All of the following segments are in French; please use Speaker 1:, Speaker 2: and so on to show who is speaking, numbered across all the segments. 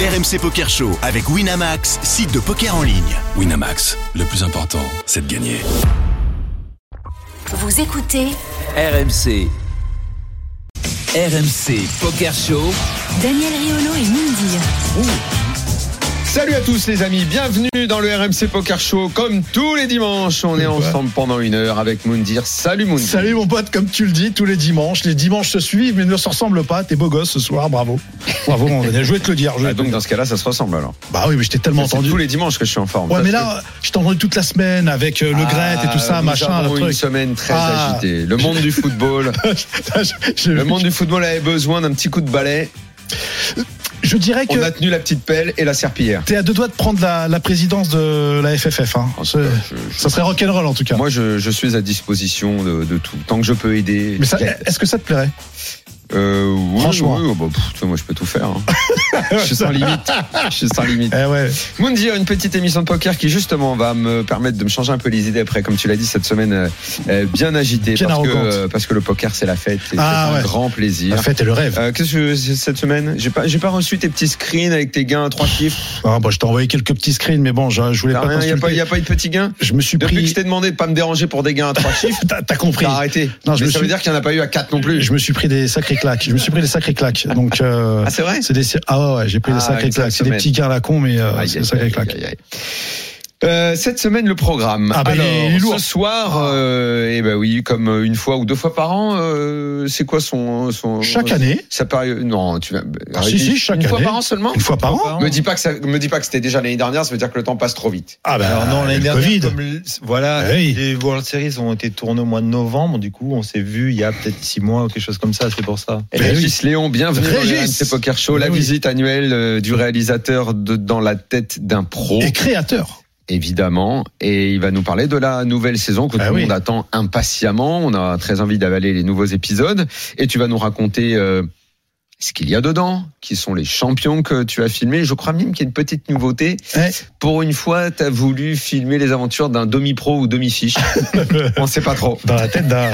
Speaker 1: RMC Poker Show avec Winamax, site de poker en ligne.
Speaker 2: Winamax, le plus important, c'est de gagner.
Speaker 3: Vous écoutez
Speaker 4: RMC. RMC Poker Show.
Speaker 3: Daniel Riolo et Mindy.
Speaker 5: Salut à tous les amis, bienvenue dans le RMC Poker Show. Comme tous les dimanches, on est ensemble pendant une heure avec Moundir. Salut Moundir.
Speaker 6: Salut mon pote, comme tu le dis, tous les dimanches. Les dimanches se suivent, mais ne se ressemblent pas. T'es beau gosse ce soir, bravo. Bravo, on a joué de te le dire. je
Speaker 5: Ah,
Speaker 6: voulais te
Speaker 5: donc
Speaker 6: le
Speaker 5: dans ce cas-là, ça se ressemble alors.
Speaker 6: dire. Bah oui, mais je t'ai tellement
Speaker 5: C'est
Speaker 6: entendu.
Speaker 5: tous les dimanches que je suis en forme.
Speaker 6: Ouais,
Speaker 5: parce
Speaker 6: mais
Speaker 5: que-
Speaker 6: là, je t'ai entendu toute la semaine avec euh, le Gret et tout
Speaker 5: Ah,
Speaker 6: ça,
Speaker 5: nous
Speaker 6: machin,
Speaker 5: avons
Speaker 6: le
Speaker 5: une
Speaker 6: truc.
Speaker 5: semaine très
Speaker 6: Ah.
Speaker 5: agitée. Le monde du football,
Speaker 6: Je-
Speaker 5: le monde du football avait besoin d'un petit coup de balai.
Speaker 6: Je dirais que
Speaker 5: On a tenu la petite pelle et la serpillière.
Speaker 6: t'es à deux doigts de prendre la, la présidence de la FFF. Hein.
Speaker 5: En tout
Speaker 6: Ce-
Speaker 5: cas, je- je-
Speaker 6: ça serait rock'n'roll en tout cas.
Speaker 5: Ah, Moi, je, je suis à disposition de, de tout. Tant que je peux aider.
Speaker 6: mais ça,
Speaker 5: j'aide.
Speaker 6: est-ce que ça te plairait
Speaker 5: Euh, oui,
Speaker 6: Franchement.
Speaker 5: oui, oh, bah, pff, tu vois, moi, je peux tout faire. hein. je suis sans limite. Je suis sans limite.
Speaker 6: Eh ouais.
Speaker 5: Moundir, une petite émission de poker qui justement va me permettre de me changer un peu les idées après, comme tu l'as dit, cette semaine euh, euh, bien agitée.
Speaker 6: Bien
Speaker 5: parce, que,
Speaker 6: arrogante.
Speaker 5: euh, parce que le poker, c'est la fête. et
Speaker 6: Ah,
Speaker 5: c'est un
Speaker 6: ouais.
Speaker 5: grand plaisir.
Speaker 6: La fête et le rêve.
Speaker 5: Euh, Qu'est-ce que c'est cette semaine J'ai pas, j'ai pas reçu tes petits screens avec tes gains à 3 chiffres.
Speaker 6: Ah, bon, je t'ai envoyé quelques petits screens, mais bon, je, je voulais
Speaker 5: T'as
Speaker 6: pas
Speaker 5: rien, y a pas,
Speaker 6: t'insulter.
Speaker 5: y a pas eu de petits gains
Speaker 6: Je me suis
Speaker 5: Depuis que je
Speaker 6: pris.
Speaker 5: t'ai demandé de pas me déranger pour des gains à 3 chiffres,
Speaker 6: T'as t'as compris.
Speaker 5: t'as arrêté.
Speaker 6: Non, je
Speaker 5: Mais
Speaker 6: me
Speaker 5: ça veut
Speaker 6: suis-
Speaker 5: dire qu'il y en a pas eu à 4 non plus.
Speaker 6: Je me suis pris des sacrés claques. Je me suis pris des sacrés claques. Donc, euh,
Speaker 5: Ah, c'est vrai
Speaker 6: c'est des ah ouais, ouais, j'ai pris
Speaker 5: Ah,
Speaker 6: des sacrés
Speaker 5: une sale
Speaker 6: claques. C'est des
Speaker 5: semaine.
Speaker 6: petits gains à la con, mais euh,
Speaker 5: Aïe,
Speaker 6: c'est
Speaker 5: aïe,
Speaker 6: des sacrés
Speaker 5: aïe,
Speaker 6: claques.
Speaker 5: aïe, aïe. Euh, cette semaine le programme.
Speaker 6: Ah ben,
Speaker 5: Alors
Speaker 6: il est lourd.
Speaker 5: ce soir, euh, eh ben oui, comme une fois ou deux fois par an, euh, c'est quoi son, son
Speaker 6: Chaque année, Ah,
Speaker 5: Ça période Non, tu vas. arrêtez.
Speaker 6: si, si, chaque
Speaker 5: une fois
Speaker 6: année.
Speaker 5: par an seulement.
Speaker 6: une fois par an.
Speaker 5: Me dis pas que ça, me dis pas que c'était déjà l'année dernière. Ça veut dire que le temps passe trop vite.
Speaker 6: Ah ben,
Speaker 7: Alors non, l'année
Speaker 6: le
Speaker 7: dernière,
Speaker 6: Covid.
Speaker 7: comme le- voilà,
Speaker 6: Eh oui.
Speaker 7: les World Series ont été tournées au mois de novembre. Du coup, on s'est vu il y a peut-être six mois ou quelque chose comme ça. C'est pour ça.
Speaker 5: Et
Speaker 6: Ben
Speaker 5: Régis Léon, bienvenue
Speaker 6: Régis.
Speaker 5: dans le RMC Poker Show, la
Speaker 6: Ben oui.
Speaker 5: visite annuelle euh, du réalisateur de Dans la tête d'un pro,
Speaker 6: Et créateur.
Speaker 5: évidemment. Et il va nous parler de la nouvelle saison que
Speaker 7: Ah
Speaker 6: Ben
Speaker 5: tout le
Speaker 6: oui.
Speaker 5: monde attend impatiemment. On a très envie d'avaler les nouveaux épisodes. Et tu vas nous raconter euh, ce qu'il y a dedans, qui sont les champions que tu as filmés. Je crois même qu'il y a une petite nouveauté.
Speaker 6: Eh.
Speaker 5: Pour une fois, tu as voulu filmer les aventures d'un demi-pro ou demi-fiche. On sait pas trop.
Speaker 6: Dans la tête d'un.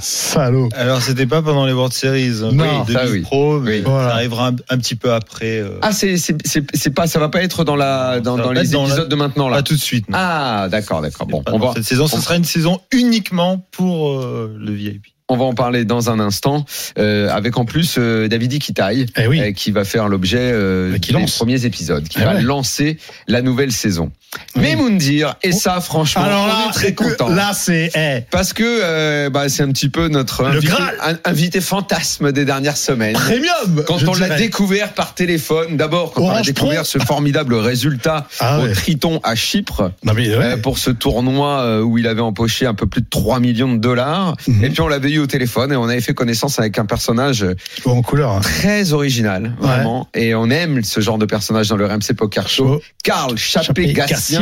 Speaker 6: Salaud.
Speaker 7: Alors, c'était pas pendant les World Series. hein.
Speaker 6: Non,
Speaker 7: oui,
Speaker 5: ça,
Speaker 7: Denis
Speaker 5: oui.
Speaker 7: Pro, mais
Speaker 5: Oui.
Speaker 6: Voilà.
Speaker 7: ça arrivera un, un petit peu après. euh,
Speaker 5: Ah, c'est c'est- c'est- c'est pas, ça va pas être dans, la, dans,
Speaker 7: Ça va
Speaker 5: dans
Speaker 7: pas
Speaker 5: les
Speaker 7: être dans la-
Speaker 5: épisodes de maintenant, là.
Speaker 7: pas tout de suite. non.
Speaker 5: Ah, d'accord, d'accord. Bon,
Speaker 7: Pas
Speaker 5: on
Speaker 7: dans
Speaker 5: va,
Speaker 7: cette saison, ce
Speaker 5: on-
Speaker 7: sera une saison uniquement pour euh, le VIP.
Speaker 5: on va en parler dans un instant, euh, avec en plus euh, David Iquitaille,
Speaker 6: Eh oui.
Speaker 5: euh, qui va faire l'objet euh,
Speaker 6: Bah, qui
Speaker 5: des
Speaker 6: lance.
Speaker 5: premiers épisodes, qui
Speaker 6: Eh
Speaker 5: va
Speaker 6: ouais.
Speaker 5: lancer la nouvelle saison.
Speaker 6: Oui.
Speaker 5: Mais Moundir, et
Speaker 6: Oh.
Speaker 5: ça, franchement,
Speaker 6: Alors
Speaker 5: on
Speaker 6: là,
Speaker 5: est très
Speaker 6: écoute,
Speaker 5: content.
Speaker 6: là, c'est, eh,
Speaker 5: Parce que euh, bah, c'est un petit peu notre
Speaker 6: Le
Speaker 5: invité,
Speaker 6: Graal.
Speaker 5: un- invité fantasme des dernières semaines.
Speaker 6: premium.
Speaker 5: Eh, Quand
Speaker 6: je
Speaker 5: on l'a
Speaker 6: dirais.
Speaker 5: découvert par téléphone, d'abord quand on a
Speaker 6: Orange
Speaker 5: découvert ce formidable résultat
Speaker 6: Ah
Speaker 5: au
Speaker 6: ouais.
Speaker 5: Triton à Chypre,
Speaker 6: Non, mais, ouais.
Speaker 5: euh, pour ce tournoi euh, où il avait empoché un peu plus de 3 millions de dollars.
Speaker 6: Mhm.
Speaker 5: Et puis on l'avait eu au téléphone et on avait fait connaissance avec un personnage
Speaker 6: Bon, en couleur. hein.
Speaker 5: très original, vraiment. Et on aime ce genre de personnage dans le RMC Poker Show.
Speaker 6: Chaud.
Speaker 5: Carl Chappé-Gassien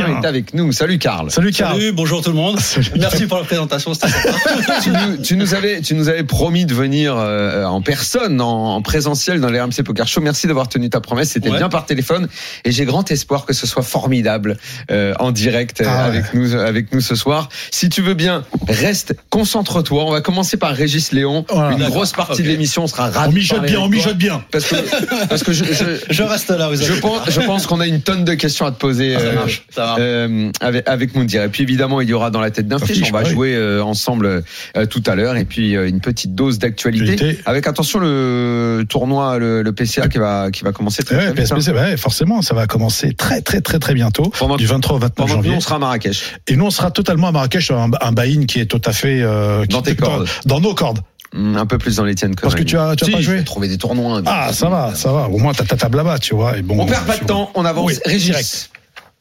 Speaker 6: Chappé-Gassien.
Speaker 5: est avec nous. Salut Carl.
Speaker 6: Oh. Salut, Carl.
Speaker 8: Salut, bonjour tout le monde. Merci pour la présentation. c'était sympa.
Speaker 5: tu, nous, tu nous avais, tu nous avais promis de venir euh, en personne, en, en présentiel dans les RMC Poker Show. Merci d'avoir tenu ta promesse. C'était
Speaker 8: Ouais.
Speaker 5: bien par téléphone et j'ai grand espoir que ce soit formidable euh, en direct euh,
Speaker 6: Ah ouais.
Speaker 5: avec nous, avec nous ce soir. Si tu veux bien, reste, concentre-toi. On va commencer par Régis Léon.
Speaker 6: Voilà.
Speaker 5: Une grosse partie de
Speaker 8: ok.
Speaker 5: l'émission on sera
Speaker 6: On
Speaker 5: ravis. de
Speaker 6: mijote
Speaker 5: parler
Speaker 6: bien, on
Speaker 5: avec toi.
Speaker 6: mijote bien.
Speaker 5: Parce que, parce que je, je,
Speaker 8: Je reste là, vous
Speaker 5: je
Speaker 8: avez-
Speaker 5: pense, je pense qu'on a une tonne de questions à te
Speaker 6: Ah,
Speaker 5: poser.
Speaker 8: Ça
Speaker 5: euh,
Speaker 8: marche. Ça marche.
Speaker 5: euh, avec, avec Moundir. Et puis évidemment, il y aura dans la tête d'un
Speaker 6: Dans
Speaker 5: fiche.
Speaker 6: Fiche,
Speaker 5: On va
Speaker 6: oui.
Speaker 5: jouer euh, ensemble euh, tout à l'heure. Et puis euh, une petite dose d'actualité.
Speaker 6: Actualité.
Speaker 5: Avec attention le tournoi, le, le PCA qui va qui va commencer très
Speaker 6: Eh Ouais,
Speaker 5: très vite. hein.
Speaker 6: PSPC, bah ouais, forcément, ça va commencer très, très, très, très bientôt.
Speaker 5: Pendant-
Speaker 6: Du 23 au 29
Speaker 5: Pendant que nous,
Speaker 6: janvier.
Speaker 5: on sera à Marrakech.
Speaker 6: Et nous, on sera totalement à Marrakech, un, un buy-in qui est tout à fait euh, qui-
Speaker 5: Dans tes cordes.
Speaker 6: dans nos cordes.
Speaker 5: Hum, Un peu plus dans les tiennes.
Speaker 6: Parce que tu as, tu as pas joué.
Speaker 5: trouver des tournois.
Speaker 6: Ah, ça va, ça va. Au moins, t'as ta table là-bas, tu vois. Et bon,
Speaker 5: On perd pas de temps. On avance.
Speaker 6: Oui,
Speaker 5: Régis.
Speaker 6: direct.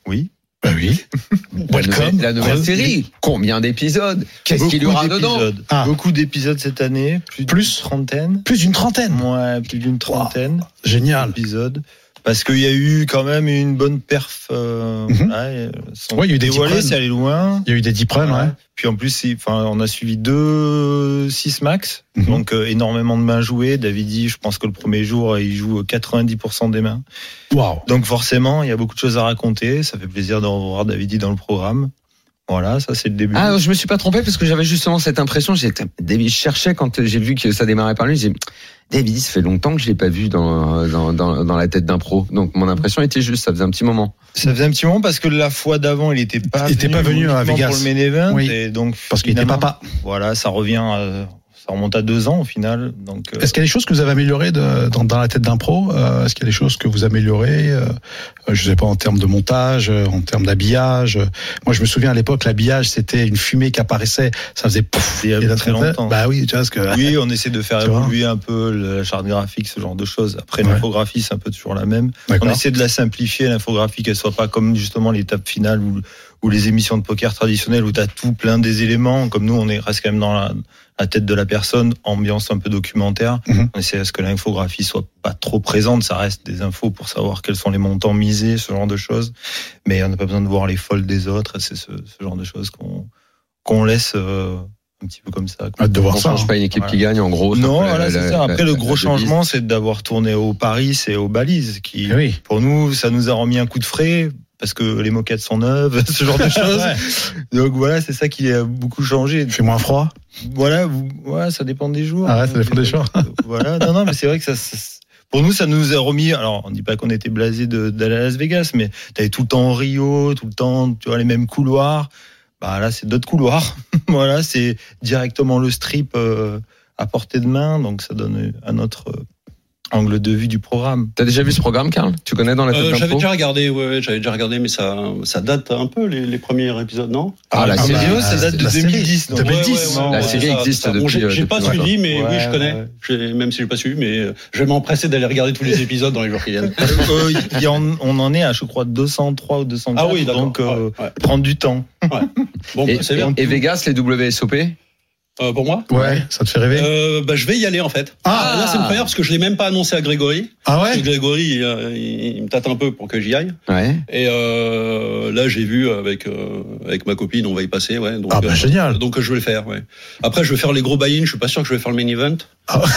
Speaker 7: Oui.
Speaker 6: Bah oui.
Speaker 5: La nouvelle,
Speaker 6: Welcome.
Speaker 5: la nouvelle série. Combien d'épisodes Qu'est-ce qu'il y
Speaker 7: Beaucoup
Speaker 5: aura dedans
Speaker 7: d'épisodes.
Speaker 6: Ah.
Speaker 7: Beaucoup d'épisodes cette année. Plus,
Speaker 6: Plus
Speaker 7: d'une trentaine.
Speaker 6: Plus d'une trentaine.
Speaker 7: Ouais, plus d'une trentaine.
Speaker 6: Génial.
Speaker 7: épisode parce qu'il y a eu quand même une bonne perf. Euh,
Speaker 6: Mhm.
Speaker 7: voilà, et, euh, sans
Speaker 6: Ouais, il y a eu des
Speaker 7: dévoiler,
Speaker 6: petits
Speaker 7: c'est allé loin.
Speaker 6: Il y a eu des 10 prêts,
Speaker 7: Voilà.
Speaker 6: ouais.
Speaker 7: Puis en plus, c'est- enfin, on a suivi deux 6 max,
Speaker 6: Mhm.
Speaker 7: donc euh, énormément de mains jouées. David dit, je pense que le premier jour, euh, il joue 90% des mains.
Speaker 6: Waouh.
Speaker 7: Donc forcément, il y a beaucoup de choses à raconter. Ça fait plaisir de revoir David dans le programme. Voilà, ça c'est le début.
Speaker 5: Ah, je me suis pas trompé parce que j'avais justement cette impression. J'étais, je cherchais quand j'ai vu que ça démarrait par lui. J'ai, dit, David, ça fait longtemps que je l'ai pas vu dans, dans, dans, dans la tête d'un pro. Donc mon impression était juste, ça faisait un petit moment.
Speaker 7: Ça faisait un petit moment parce que la fois d'avant, il n'était pas,
Speaker 6: Il était pas venu à
Speaker 7: uniquement
Speaker 6: Vegas.
Speaker 7: pour le main event.
Speaker 6: Oui.
Speaker 7: Et donc,
Speaker 6: Parce qu'il était
Speaker 7: finalement,
Speaker 6: papa.
Speaker 7: Voilà, ça revient, à- ça remonte à deux ans au final. Donc, euh,
Speaker 6: Est-ce qu'il y a des choses que vous avez améliorées de- dans, dans la tête d'un pro Euh, Est-ce qu'il y a des choses que vous améliorez euh, euh, Je sais pas en termes de montage, euh, en termes d'habillage. euh. Moi, je me souviens à l'époque, l'habillage c'était une fumée qui apparaissait, ça faisait pouf.
Speaker 7: Il y a
Speaker 6: et là,
Speaker 7: très
Speaker 6: ça faisait-
Speaker 7: longtemps.
Speaker 6: Bah oui, tu vois ce que.
Speaker 7: oui, on essaie de faire
Speaker 6: Tu vois.
Speaker 7: évoluer un peu la charte graphique, ce genre de choses. Après,
Speaker 6: Ouais.
Speaker 7: l'infographie, c'est un peu toujours la même. On
Speaker 6: D'accord.
Speaker 7: essaie de la simplifier, l'infographie, qu'elle soit pas comme justement l'étape finale ou, ou les émissions de poker traditionnelles où tu as tout plein des éléments. Comme nous, on est, reste quand même dans la, la tête de la personne, ambiance un peu documentaire.
Speaker 6: Mhm.
Speaker 7: On essaie à ce que l'infographie soit pas trop présente. Ça reste des infos pour savoir quels sont les montants misés, ce genre de choses. Mais on n'a pas besoin de voir les folles des autres. C'est ce, ce genre de choses qu'on qu'on laisse euh, un petit peu comme ça.
Speaker 6: Hâte de voir
Speaker 5: on
Speaker 6: ça.
Speaker 5: change
Speaker 6: hein.
Speaker 5: pas une équipe
Speaker 7: Voilà.
Speaker 5: qui gagne en gros. c'est un
Speaker 7: Non,
Speaker 5: peu la-
Speaker 7: voilà, c'est
Speaker 5: la-
Speaker 7: ça. Après,
Speaker 5: la-
Speaker 7: le
Speaker 5: la
Speaker 7: gros
Speaker 5: devise.
Speaker 7: changement, c'est d'avoir tourné au Paris et aux balises qui,
Speaker 6: Eh Oui.
Speaker 7: pour nous, ça nous a remis un coup de frais parce que les moquettes sont neuves, ce genre de choses. Donc voilà, c'est ça qui a beaucoup changé.
Speaker 6: Il fait moins froid.
Speaker 7: Voilà, vous- voilà, ça dépend des jours. Euh,
Speaker 6: Ah ouais, ça dépend des jours.
Speaker 7: voilà, non, non, mais c'est vrai que ça, ça- pour nous, ça nous a remis. Alors, on dit pas qu'on était blasé de- d'aller à Las Vegas, mais t'avais tout le temps Rio, tout le temps, tu vois, les mêmes couloirs. Bah là, c'est d'autres couloirs. voilà, c'est directement le strip euh, à portée de main, donc ça donne un autre euh, angle de vue du programme.
Speaker 5: T'as déjà vu ce programme, Karl Tu connais dans la tête
Speaker 8: Euh,
Speaker 5: d'un
Speaker 8: j'avais
Speaker 5: pro
Speaker 8: déjà regardé, ouais, ouais, j'avais déjà regardé, mais ça, ça date un peu les, les premiers épisodes, non
Speaker 5: Ah, la
Speaker 6: Ah,
Speaker 5: série.
Speaker 6: bah,
Speaker 7: ça date de
Speaker 6: la série.
Speaker 7: 2010. donc.
Speaker 6: 2010.
Speaker 5: ouais, La ouais, série
Speaker 8: ça,
Speaker 5: existe
Speaker 8: ça. Bon,
Speaker 5: depuis,
Speaker 8: j'ai-
Speaker 5: euh,
Speaker 8: J'ai pas
Speaker 5: depuis
Speaker 8: suivi, mais
Speaker 7: Ouais,
Speaker 8: oui, je connais.
Speaker 7: ouais.
Speaker 8: J'ai- Même si j'ai pas suivi, mais euh, je vais m'empresser d'aller regarder tous les épisodes dans les jours qui viennent.
Speaker 7: Euh, il y en- on en est à, je crois, 203 ou 204.
Speaker 8: Ah oui, d'accord.
Speaker 7: donc euh,
Speaker 8: Ouais, ouais.
Speaker 7: prendre du temps.
Speaker 8: Bon,
Speaker 5: Et,
Speaker 8: c'est bien.
Speaker 5: et- et Vegas, les WSOP
Speaker 8: Euh, pour moi
Speaker 6: Ouais. Ça te fait rêver.
Speaker 8: euh, bah, je vais y aller en fait.
Speaker 6: Ah
Speaker 8: là c'est une première parce que je l'ai même pas annoncé à Grégory.
Speaker 6: ah ouais.
Speaker 8: Et Grégory il, euh, il- il me tâte un peu pour que j'y aille.
Speaker 5: Ouais.
Speaker 8: Et euh, là j'ai vu avec euh, avec ma copine on va y passer ouais. Donc,
Speaker 6: Ah bah
Speaker 8: euh,
Speaker 6: génial.
Speaker 8: donc euh, je vais le faire. Ouais. Après je vais faire les gros buy-in. Je suis pas sûr que je vais faire le main event.
Speaker 6: Ah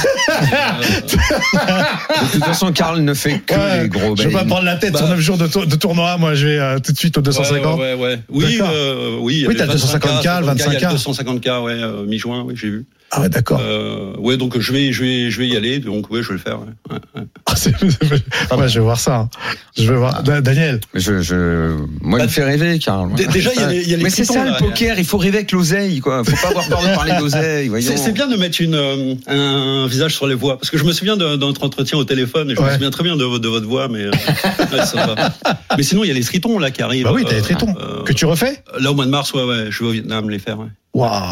Speaker 8: Euh,
Speaker 5: De toute façon, Karl ne fait que
Speaker 6: Ouais,
Speaker 5: les gros
Speaker 6: je vais
Speaker 5: bains.
Speaker 6: pas prendre la tête sur
Speaker 8: Bah.
Speaker 6: 9 jours de, tour- de tournoi. Moi, je vais euh, tout de suite au 250.
Speaker 8: Ouais, ouais, ouais, ouais. Oui,
Speaker 6: D'accord.
Speaker 8: euh, oui. il y a
Speaker 6: Oui,
Speaker 8: le
Speaker 6: t'as le
Speaker 8: 25K,
Speaker 6: 25K,
Speaker 8: il y a le 250K, ouais, euh, mi-juin, oui, j'ai vu.
Speaker 6: Ah ouais, d'accord.
Speaker 8: Euh, ouais, donc je vais, je vais, je vais y aller. Donc ouais, je vais le faire. ouais. Ouais.
Speaker 6: Ah, c'est- ouais, je vais voir ça. hein. Je vais voir. Da- Daniel.
Speaker 5: Je, je, moi,
Speaker 8: Bah,
Speaker 5: il me fait rêver, Karl.
Speaker 8: dé- déjà, il y a les- il y a les
Speaker 5: Mais c'est
Speaker 8: pitons,
Speaker 5: ça le
Speaker 8: là.
Speaker 5: poker, il faut rêver avec l'oseille, quoi. Faut pas avoir peur de parler d'oseille, voyons.
Speaker 8: C'est c'est bien de mettre une, euh, un visage sur les voix, parce que je me souviens de, de notre entretien au téléphone, et je
Speaker 6: Ouais.
Speaker 8: me souviens très bien de, vo- de votre voix, mais euh, ouais, c'est sympa. Mais sinon, il y a les tritons là qui arrivent.
Speaker 6: Bah oui, t'as les
Speaker 8: euh,
Speaker 6: tritons.
Speaker 8: euh,
Speaker 6: Que tu refais
Speaker 8: Là au mois de mars, ouais, ouais, je vais au Vietnam les faire. ouais.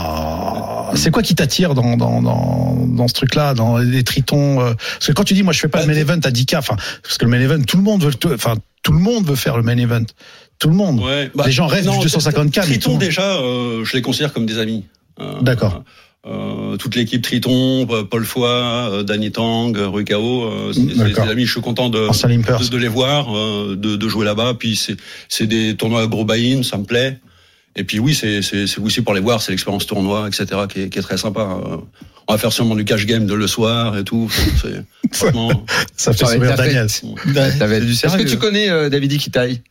Speaker 6: Waouh C'est quoi qui t'attire dans, dans, dans, dans ce truc-là, dans les tritons euh, Parce que quand tu dis, moi, je fais pas le main event à 10K, enfin, parce que le main event, tout le monde veut, le t- enfin, tout le monde veut faire le main event. Tout le monde.
Speaker 8: Ouais,
Speaker 6: Hmm. Bah,
Speaker 8: bah,
Speaker 6: Les gens rêvent du 250K, mais tout le
Speaker 8: Triton
Speaker 6: monde-
Speaker 8: déjà, euh, je les considère comme des amis. Euh,
Speaker 6: D'accord.
Speaker 8: euh, euh, toute l'équipe Triton, euh, Paul Foy, euh, Danny Tang, euh, Rui Cao, euh, c'est c'est des
Speaker 6: Hmm, D'accord.
Speaker 8: amis. Je suis content de,
Speaker 6: Ancien limpers.
Speaker 8: euh, de, de les voir, euh, de, de jouer là-bas. Puis c'est c'est des tournois à gros buy-in, ça me plaît. Et puis oui, c'est c'est c'est aussi pour les voir, c'est l'expérience tournoi, etc. qui est, qui est très sympa. Euh, on va faire sûrement du cash game de le soir et tout. C'est franchement
Speaker 6: Ça fait
Speaker 5: Ouais,
Speaker 6: sourire
Speaker 5: t'as fait-
Speaker 6: Daniel.
Speaker 5: Ça va être-
Speaker 7: C'est du
Speaker 5: Est-ce que
Speaker 7: sérieux.
Speaker 5: tu connais euh, David Iquitaï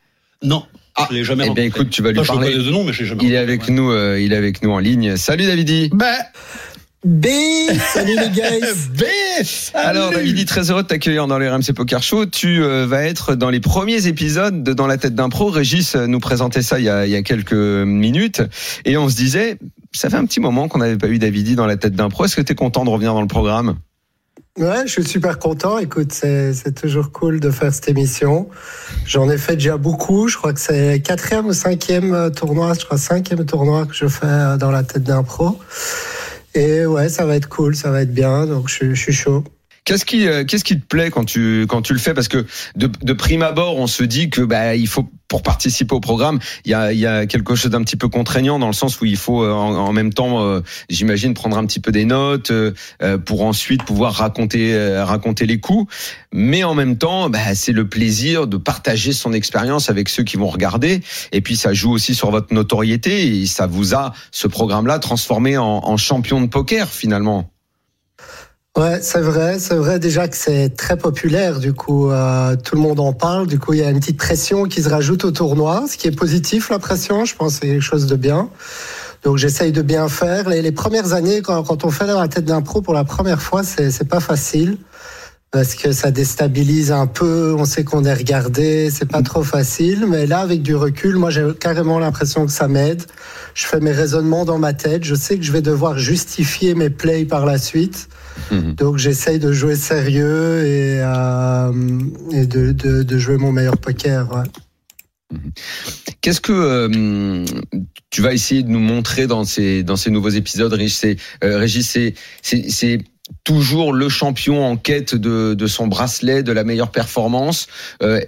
Speaker 8: non, je l'ai jamais.
Speaker 5: Eh bien,
Speaker 8: rencontré.
Speaker 5: écoute, tu vas lui
Speaker 8: Enfin, je
Speaker 5: parler.
Speaker 8: connais de nom, mais je l'ai jamais.
Speaker 5: Il est
Speaker 8: rencontré,
Speaker 5: avec nous, euh, il est avec nous en ligne. Salut Davidi.
Speaker 7: Ben.
Speaker 6: Bah,
Speaker 9: B Salut les gars
Speaker 5: Alors Davidi, très heureux de t'accueillir dans le RMC Poker Show. Tu euh, vas être dans les premiers épisodes de Dans la tête d'un pro. Régis euh, nous présentait ça il y a, il y a quelques minutes et on se disait, ça fait un petit moment qu'on n'avait pas eu Davidi dans la tête d'un pro. Est-ce que tu es content de revenir dans le programme
Speaker 9: Ouais, je suis super content. Écoute, c'est c'est toujours cool de faire cette émission. J'en ai fait déjà beaucoup. Je crois que c'est quatrième ou cinquième euh, tournoi, je crois cinquième tournoi que je fais euh, dans la tête d'un pro. Et ouais, ça va être cool, ça va être bien. Donc je, suis- je suis chaud.
Speaker 5: Qu'est-ce qui, euh, qu'est-ce qui te plaît quand tu, quand tu le fais Parce que de, de prime abord, on se dit que bah, il faut pour participer au programme, il y a, il y a quelque chose d'un petit peu contraignant dans le sens où il faut euh, en, en même temps, euh, j'imagine, prendre un petit peu des notes euh, euh, pour ensuite pouvoir raconter, euh, raconter les coups. Mais en même temps, bah, c'est le plaisir de partager son expérience avec ceux qui vont regarder. Et puis ça joue aussi sur votre notoriété et ça vous a ce programme-là transformé en, en champion de poker finalement.
Speaker 9: Ouais, c'est vrai, c'est vrai déjà que c'est très populaire, du coup euh, tout le monde en parle, du coup il y a une petite pression qui se rajoute au tournoi, ce qui est positif la pression, je pense que c'est quelque chose de bien. Donc j'essaye de bien faire. Les, les premières années, quand, quand on fait la tête d'impro pour la première fois, c'est c'est pas facile parce que ça déstabilise un peu. On sait qu'on est regardé, c'est pas trop facile. Mais là, avec du recul, moi j'ai carrément l'impression que ça m'aide. Je fais mes raisonnements dans ma tête. Je sais que je vais devoir justifier mes plays par la suite. Donc j'essaye de jouer sérieux et, euh, et de, de, de jouer mon meilleur poker. ouais.
Speaker 5: Qu'est-ce que euh, tu vas essayer de nous montrer dans ces dans ces nouveaux épisodes, Régis C'est euh, Régis, c'est- c'est c'est toujours le champion en quête de de son bracelet, de la meilleure performance. Euh,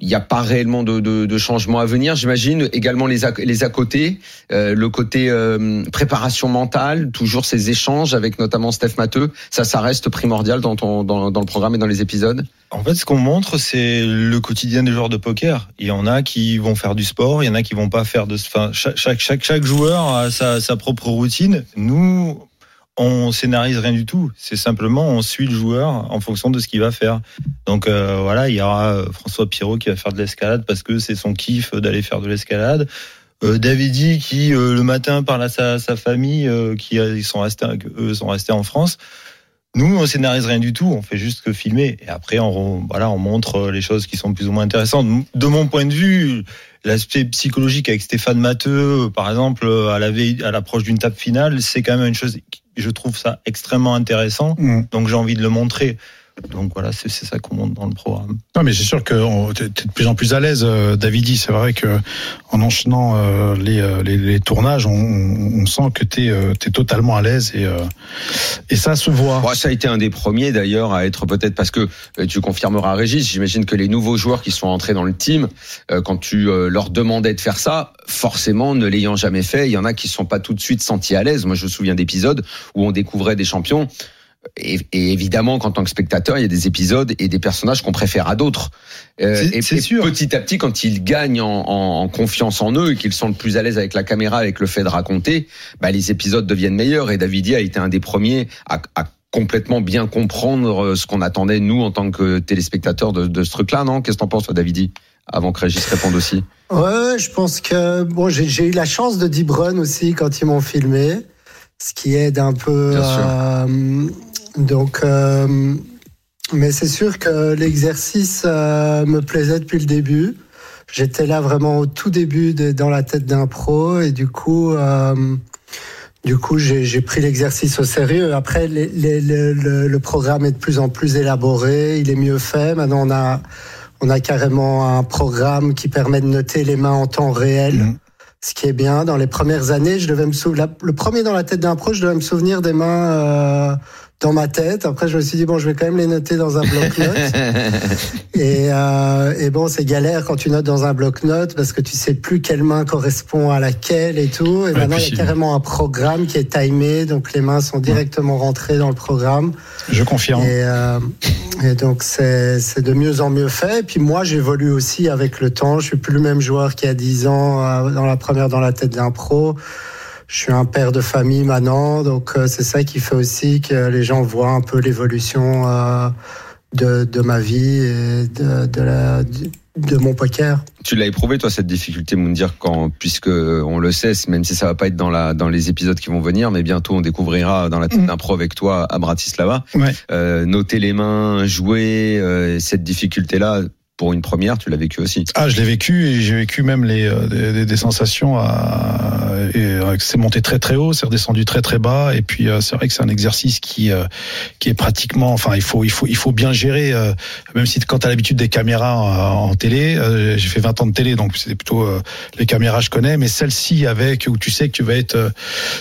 Speaker 5: il n'y a pas réellement de, de, de changement à venir, j'imagine. Également les à, les à côté, euh, le côté euh, préparation mentale, toujours ces échanges avec notamment Steph Matteux, ça, ça reste primordial dans, ton, dans, dans le programme et dans les épisodes.
Speaker 7: En fait, ce qu'on montre, c'est le quotidien des joueurs de poker. Il y en a qui vont faire du sport, il y en a qui vont pas faire de. Enfin, chaque, chaque, chaque, chaque joueur a sa, sa propre routine. Nous, on scénarise rien du tout. C'est simplement, on suit le joueur en fonction de ce qu'il va faire. Donc euh, voilà, il y aura euh, François Pirot qui va faire de l'escalade parce que c'est son kiff d'aller faire de l'escalade. Euh, Davidi qui euh, le matin parle à sa, sa famille, euh, qui euh, ils sont restés, eux sont restés en France. Nous, on scénarise rien du tout, on fait juste que filmer. Et après, on, re- voilà, on montre euh, les choses qui sont plus ou moins intéressantes. De mon point de vue, l'aspect psychologique avec Stéphane Matteux, euh, par exemple, euh, à la veille- à l'approche d'une table finale, c'est quand même une chose, qui- je trouve ça extrêmement intéressant.
Speaker 6: Mm.
Speaker 7: Donc, j'ai envie de le montrer. Donc, voilà, c'est c'est ça qu'on montre dans le programme.
Speaker 6: Non, mais c'est sûr que on- t'es t'es de plus en plus à l'aise, euh, Davidi. C'est vrai que en enchaînant euh, les, euh, les, les tournages, on, on on sent que t'es euh, t'es totalement à l'aise et euh, et ça se voit.
Speaker 5: Bon, ça a été un des premiers d'ailleurs à être peut-être parce que euh, tu confirmeras Régis, j'imagine que les nouveaux joueurs qui sont entrés dans le team, euh, quand tu euh, leur demandais de faire ça, forcément ne l'ayant jamais fait, il y en a qui ne sont pas tout de suite sentis à l'aise. Moi je me souviens d'épisodes où on découvrait des champions. Et, et évidemment, qu'en tant que spectateur, il y a des épisodes et des personnages qu'on préfère à d'autres. Euh,
Speaker 7: C'est-
Speaker 5: et
Speaker 7: c'est
Speaker 5: et
Speaker 7: sûr.
Speaker 5: petit à petit, quand ils gagnent en, en- en confiance en eux et qu'ils sont le plus à l'aise avec la caméra, avec le fait de raconter, bah, les épisodes deviennent meilleurs. Et Davidi a été un des premiers à, à complètement bien comprendre euh, ce qu'on attendait, nous, en tant que téléspectateurs, de, de ce truc-là, non Qu'est-ce que t'en penses, toi, Davidi Avant que Régis réponde aussi.
Speaker 9: Ouais, ouais, je pense que bon, j'ai j'ai eu la chance de Deep Run aussi quand ils m'ont filmé, ce qui aide un peu.
Speaker 5: Bien sûr.
Speaker 9: euh, donc, euh, mais c'est sûr que l'exercice euh, me plaisait depuis le début. J'étais là vraiment au tout début de- dans la tête d'un pro et du coup, euh, du coup, j'ai j'ai pris l'exercice au sérieux. Après, les- les- le- le- le programme est de plus en plus élaboré, il est mieux fait. Maintenant, on a on a carrément un programme qui permet de noter les mains en temps réel.
Speaker 6: Mhm.
Speaker 9: Ce qui est bien, dans les premières années, je devais me souvenir, le premier dans la tête d'un pro, je devais me souvenir des mains euh, dans ma tête. Après, je me suis dit, bon, je vais quand même les noter dans un bloc-notes. et, euh, et bon, c'est galère quand tu notes dans un bloc-notes parce que tu sais plus quelle main correspond à laquelle et tout. Et maintenant,
Speaker 6: puis
Speaker 9: il y
Speaker 6: si-
Speaker 9: a carrément un programme qui est timé, donc les mains sont directement rentrées dans le programme.
Speaker 6: Je confirme.
Speaker 9: Et, euh, et donc, c'est c'est de mieux en mieux fait. Et puis, moi, j'évolue aussi avec le temps. Je suis plus le même joueur qu'il y a 10 ans, euh, dans la première, dans la tête d'un pro. Je suis un père de famille maintenant. Donc, euh, c'est ça qui fait aussi que les gens voient un peu l'évolution euh, de, de ma vie et de, de, la, de, de mon poker.
Speaker 5: Tu l'as éprouvé, toi, cette difficulté, Moundir, quand, puisque euh, on le sait, même si ça va pas être dans, la, dans les épisodes qui vont venir, mais bientôt on découvrira dans la tête
Speaker 6: Mhm.
Speaker 5: d'un pro avec toi à Bratislava.
Speaker 6: Ouais.
Speaker 5: Euh, noter les mains, jouer, euh, cette difficulté-là, pour une première, tu l'as vécu aussi.
Speaker 6: Ah, je l'ai vécu et j'ai vécu même les, euh, des, des- des sensations à. et, euh, que c'est monté très très haut, c'est redescendu très très bas, et puis euh, c'est vrai que c'est un exercice qui euh, qui est pratiquement, enfin il faut il faut il faut bien gérer, euh, même si quand t'as l'habitude des caméras en, en télé, euh, j'ai fait 20 ans de télé donc c'est plutôt euh, les caméras je connais, mais celle-ci avec où tu sais que tu vas être euh,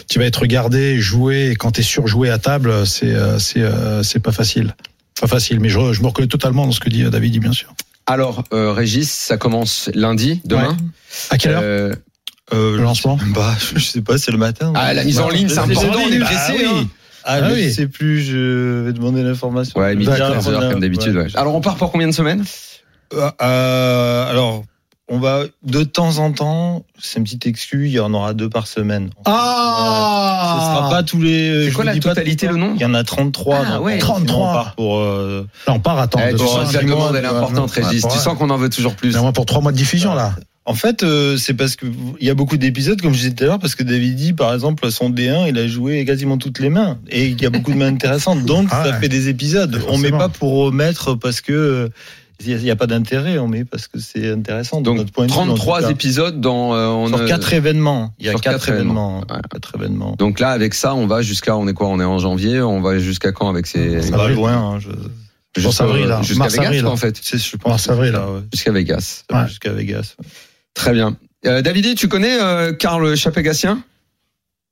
Speaker 6: tu vas être regardé, joué, et quand t'es surjoué à table, c'est euh, c'est euh, c'est pas facile, pas facile, mais je, re- je me reconnais totalement dans ce que dit euh, David, bien sûr.
Speaker 5: Alors, euh, Régis, ça commence lundi, demain.
Speaker 6: À quelle heure
Speaker 5: Euh,
Speaker 7: Euh,
Speaker 6: le lancement?
Speaker 7: bah, je sais pas, c'est le matin.
Speaker 5: ah, la mise en ligne, c'est
Speaker 7: Je sais
Speaker 5: important,
Speaker 7: pas.
Speaker 5: on est
Speaker 7: Bah
Speaker 5: pressé,
Speaker 7: oui.
Speaker 5: hein.
Speaker 7: Ah,
Speaker 6: Ah
Speaker 7: je
Speaker 6: oui.
Speaker 7: sais plus, je vais demander l'information.
Speaker 5: Ouais, midi
Speaker 7: D'accord. Ah,
Speaker 5: 15h comme d'habitude. ouais. Alors, on part pour combien de semaines
Speaker 7: Euh, euh, alors, on va de temps en temps, c'est une petite excuse, il y en aura deux par semaine.
Speaker 6: Ah
Speaker 7: Ce sera pas tous les. euh,
Speaker 5: C'est
Speaker 7: je
Speaker 5: quoi
Speaker 7: vous
Speaker 5: la
Speaker 7: dis pas
Speaker 5: totalité,
Speaker 7: tout
Speaker 5: le nombre
Speaker 7: Il y en a 33.
Speaker 5: Ah
Speaker 7: donc,
Speaker 5: ouais.
Speaker 7: forcément,
Speaker 6: 33.
Speaker 7: On part pour. euh,
Speaker 6: Là, on part, attends.
Speaker 5: Eh,
Speaker 6: de
Speaker 5: tu
Speaker 6: ce
Speaker 5: sens que la
Speaker 6: sentiment,
Speaker 5: demande, elle est
Speaker 6: euh,
Speaker 5: importante,
Speaker 6: ouais,
Speaker 5: Régis.
Speaker 6: ouais.
Speaker 5: Tu sens qu'on en veut toujours plus.
Speaker 6: Mais au moins pour trois mois de diffusion, là.
Speaker 7: En fait, euh, c'est parce que vous- il y a beaucoup d'épisodes, comme je disais tout à l'heure, parce que Davidi, par exemple, son D1, il a joué quasiment toutes les mains, et il y a beaucoup de mains intéressantes, donc
Speaker 6: Ah
Speaker 7: ça
Speaker 6: ouais.
Speaker 7: fait des épisodes.
Speaker 6: Ouais,
Speaker 7: On met
Speaker 6: forcément.
Speaker 7: pas pour mettre parce que euh, il y a- il y a, pas d'intérêt, on met parce que c'est intéressant. de
Speaker 5: Donc,
Speaker 7: notre point de vue, en tout
Speaker 5: 33
Speaker 7: cas.
Speaker 5: épisodes dans. euh, on
Speaker 7: Sur
Speaker 5: a-
Speaker 7: quatre événements. Il y a
Speaker 5: sur
Speaker 7: quatre,
Speaker 5: quatre événements.
Speaker 7: événements.
Speaker 5: Ouais.
Speaker 7: Quatre événements.
Speaker 5: Donc là, avec ça, on va jusqu'à. On est quoi On est en janvier. On va jusqu'à quand avec ces.
Speaker 7: Ça
Speaker 6: va
Speaker 7: va
Speaker 6: vite.
Speaker 7: loin. hein, je...
Speaker 6: Je pense
Speaker 5: jusqu'à-
Speaker 6: avril, là.
Speaker 5: euh, Jusqu'à
Speaker 6: Mars,
Speaker 5: Vegas,
Speaker 6: avril,
Speaker 5: quoi,
Speaker 6: là.
Speaker 5: en fait.
Speaker 7: C'est- je pense
Speaker 6: Mars, avril,
Speaker 7: que
Speaker 6: là.
Speaker 7: ça, ouais.
Speaker 5: Jusqu'à Vegas.
Speaker 7: Ça va
Speaker 6: Ouais.
Speaker 7: Jusqu'à Vegas. ouais.
Speaker 5: Très bien. Euh, David, tu connais euh, Karl Chapegassien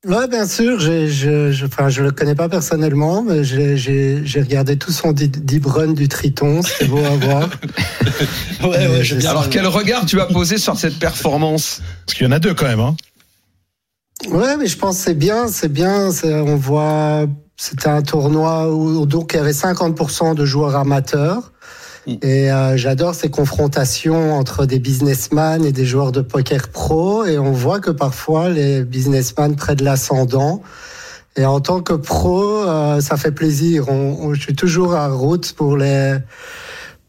Speaker 9: Ouais, bien sûr. j'ai- je, je, enfin, je le connais pas personnellement, mais j'ai- j'ai j'ai regardé tout son di- deep run du Triton. C'était beau à voir.
Speaker 8: Ouais, ouais,
Speaker 9: j'ai-
Speaker 5: Alors, quel regard tu as posé sur cette performance
Speaker 6: Parce qu'il y en a deux, quand même. Hein.
Speaker 9: Ouais, mais je pense que c'est bien, c'est bien. c'est- On voit, c'était un tournoi où donc il y avait 50% de joueurs amateurs.
Speaker 8: Mm.
Speaker 9: Et euh, j'adore ces confrontations entre des businessmen et des joueurs de poker pro. Et on voit que parfois les businessmen prennent l'ascendant. Et en tant que pro, euh, ça fait plaisir. On, on- je suis toujours à route pour les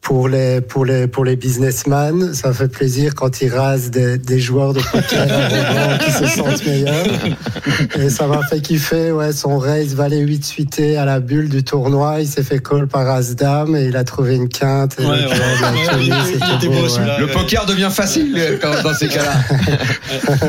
Speaker 9: pour les pour les pour les businessmen. Ça fait plaisir quand ils rasent des, des joueurs de poker arrogants qui se sentent meilleurs. Et ça m'a fait kiffer. Ouais, son raise valait 8 suité à la bulle du tournoi. Il s'est fait call par as dame et il a trouvé une quinte. Et
Speaker 8: Ouais,
Speaker 9: le
Speaker 8: ouais,
Speaker 9: joueur de la
Speaker 8: ouais,
Speaker 9: tenue,
Speaker 8: il était-
Speaker 9: c'était
Speaker 8: il était
Speaker 9: beau,
Speaker 8: beau,
Speaker 9: ouais.
Speaker 6: Euh,
Speaker 8: celui-là.
Speaker 5: Le
Speaker 8: ouais.
Speaker 5: poker devient facile euh, quand- dans ces cas-là.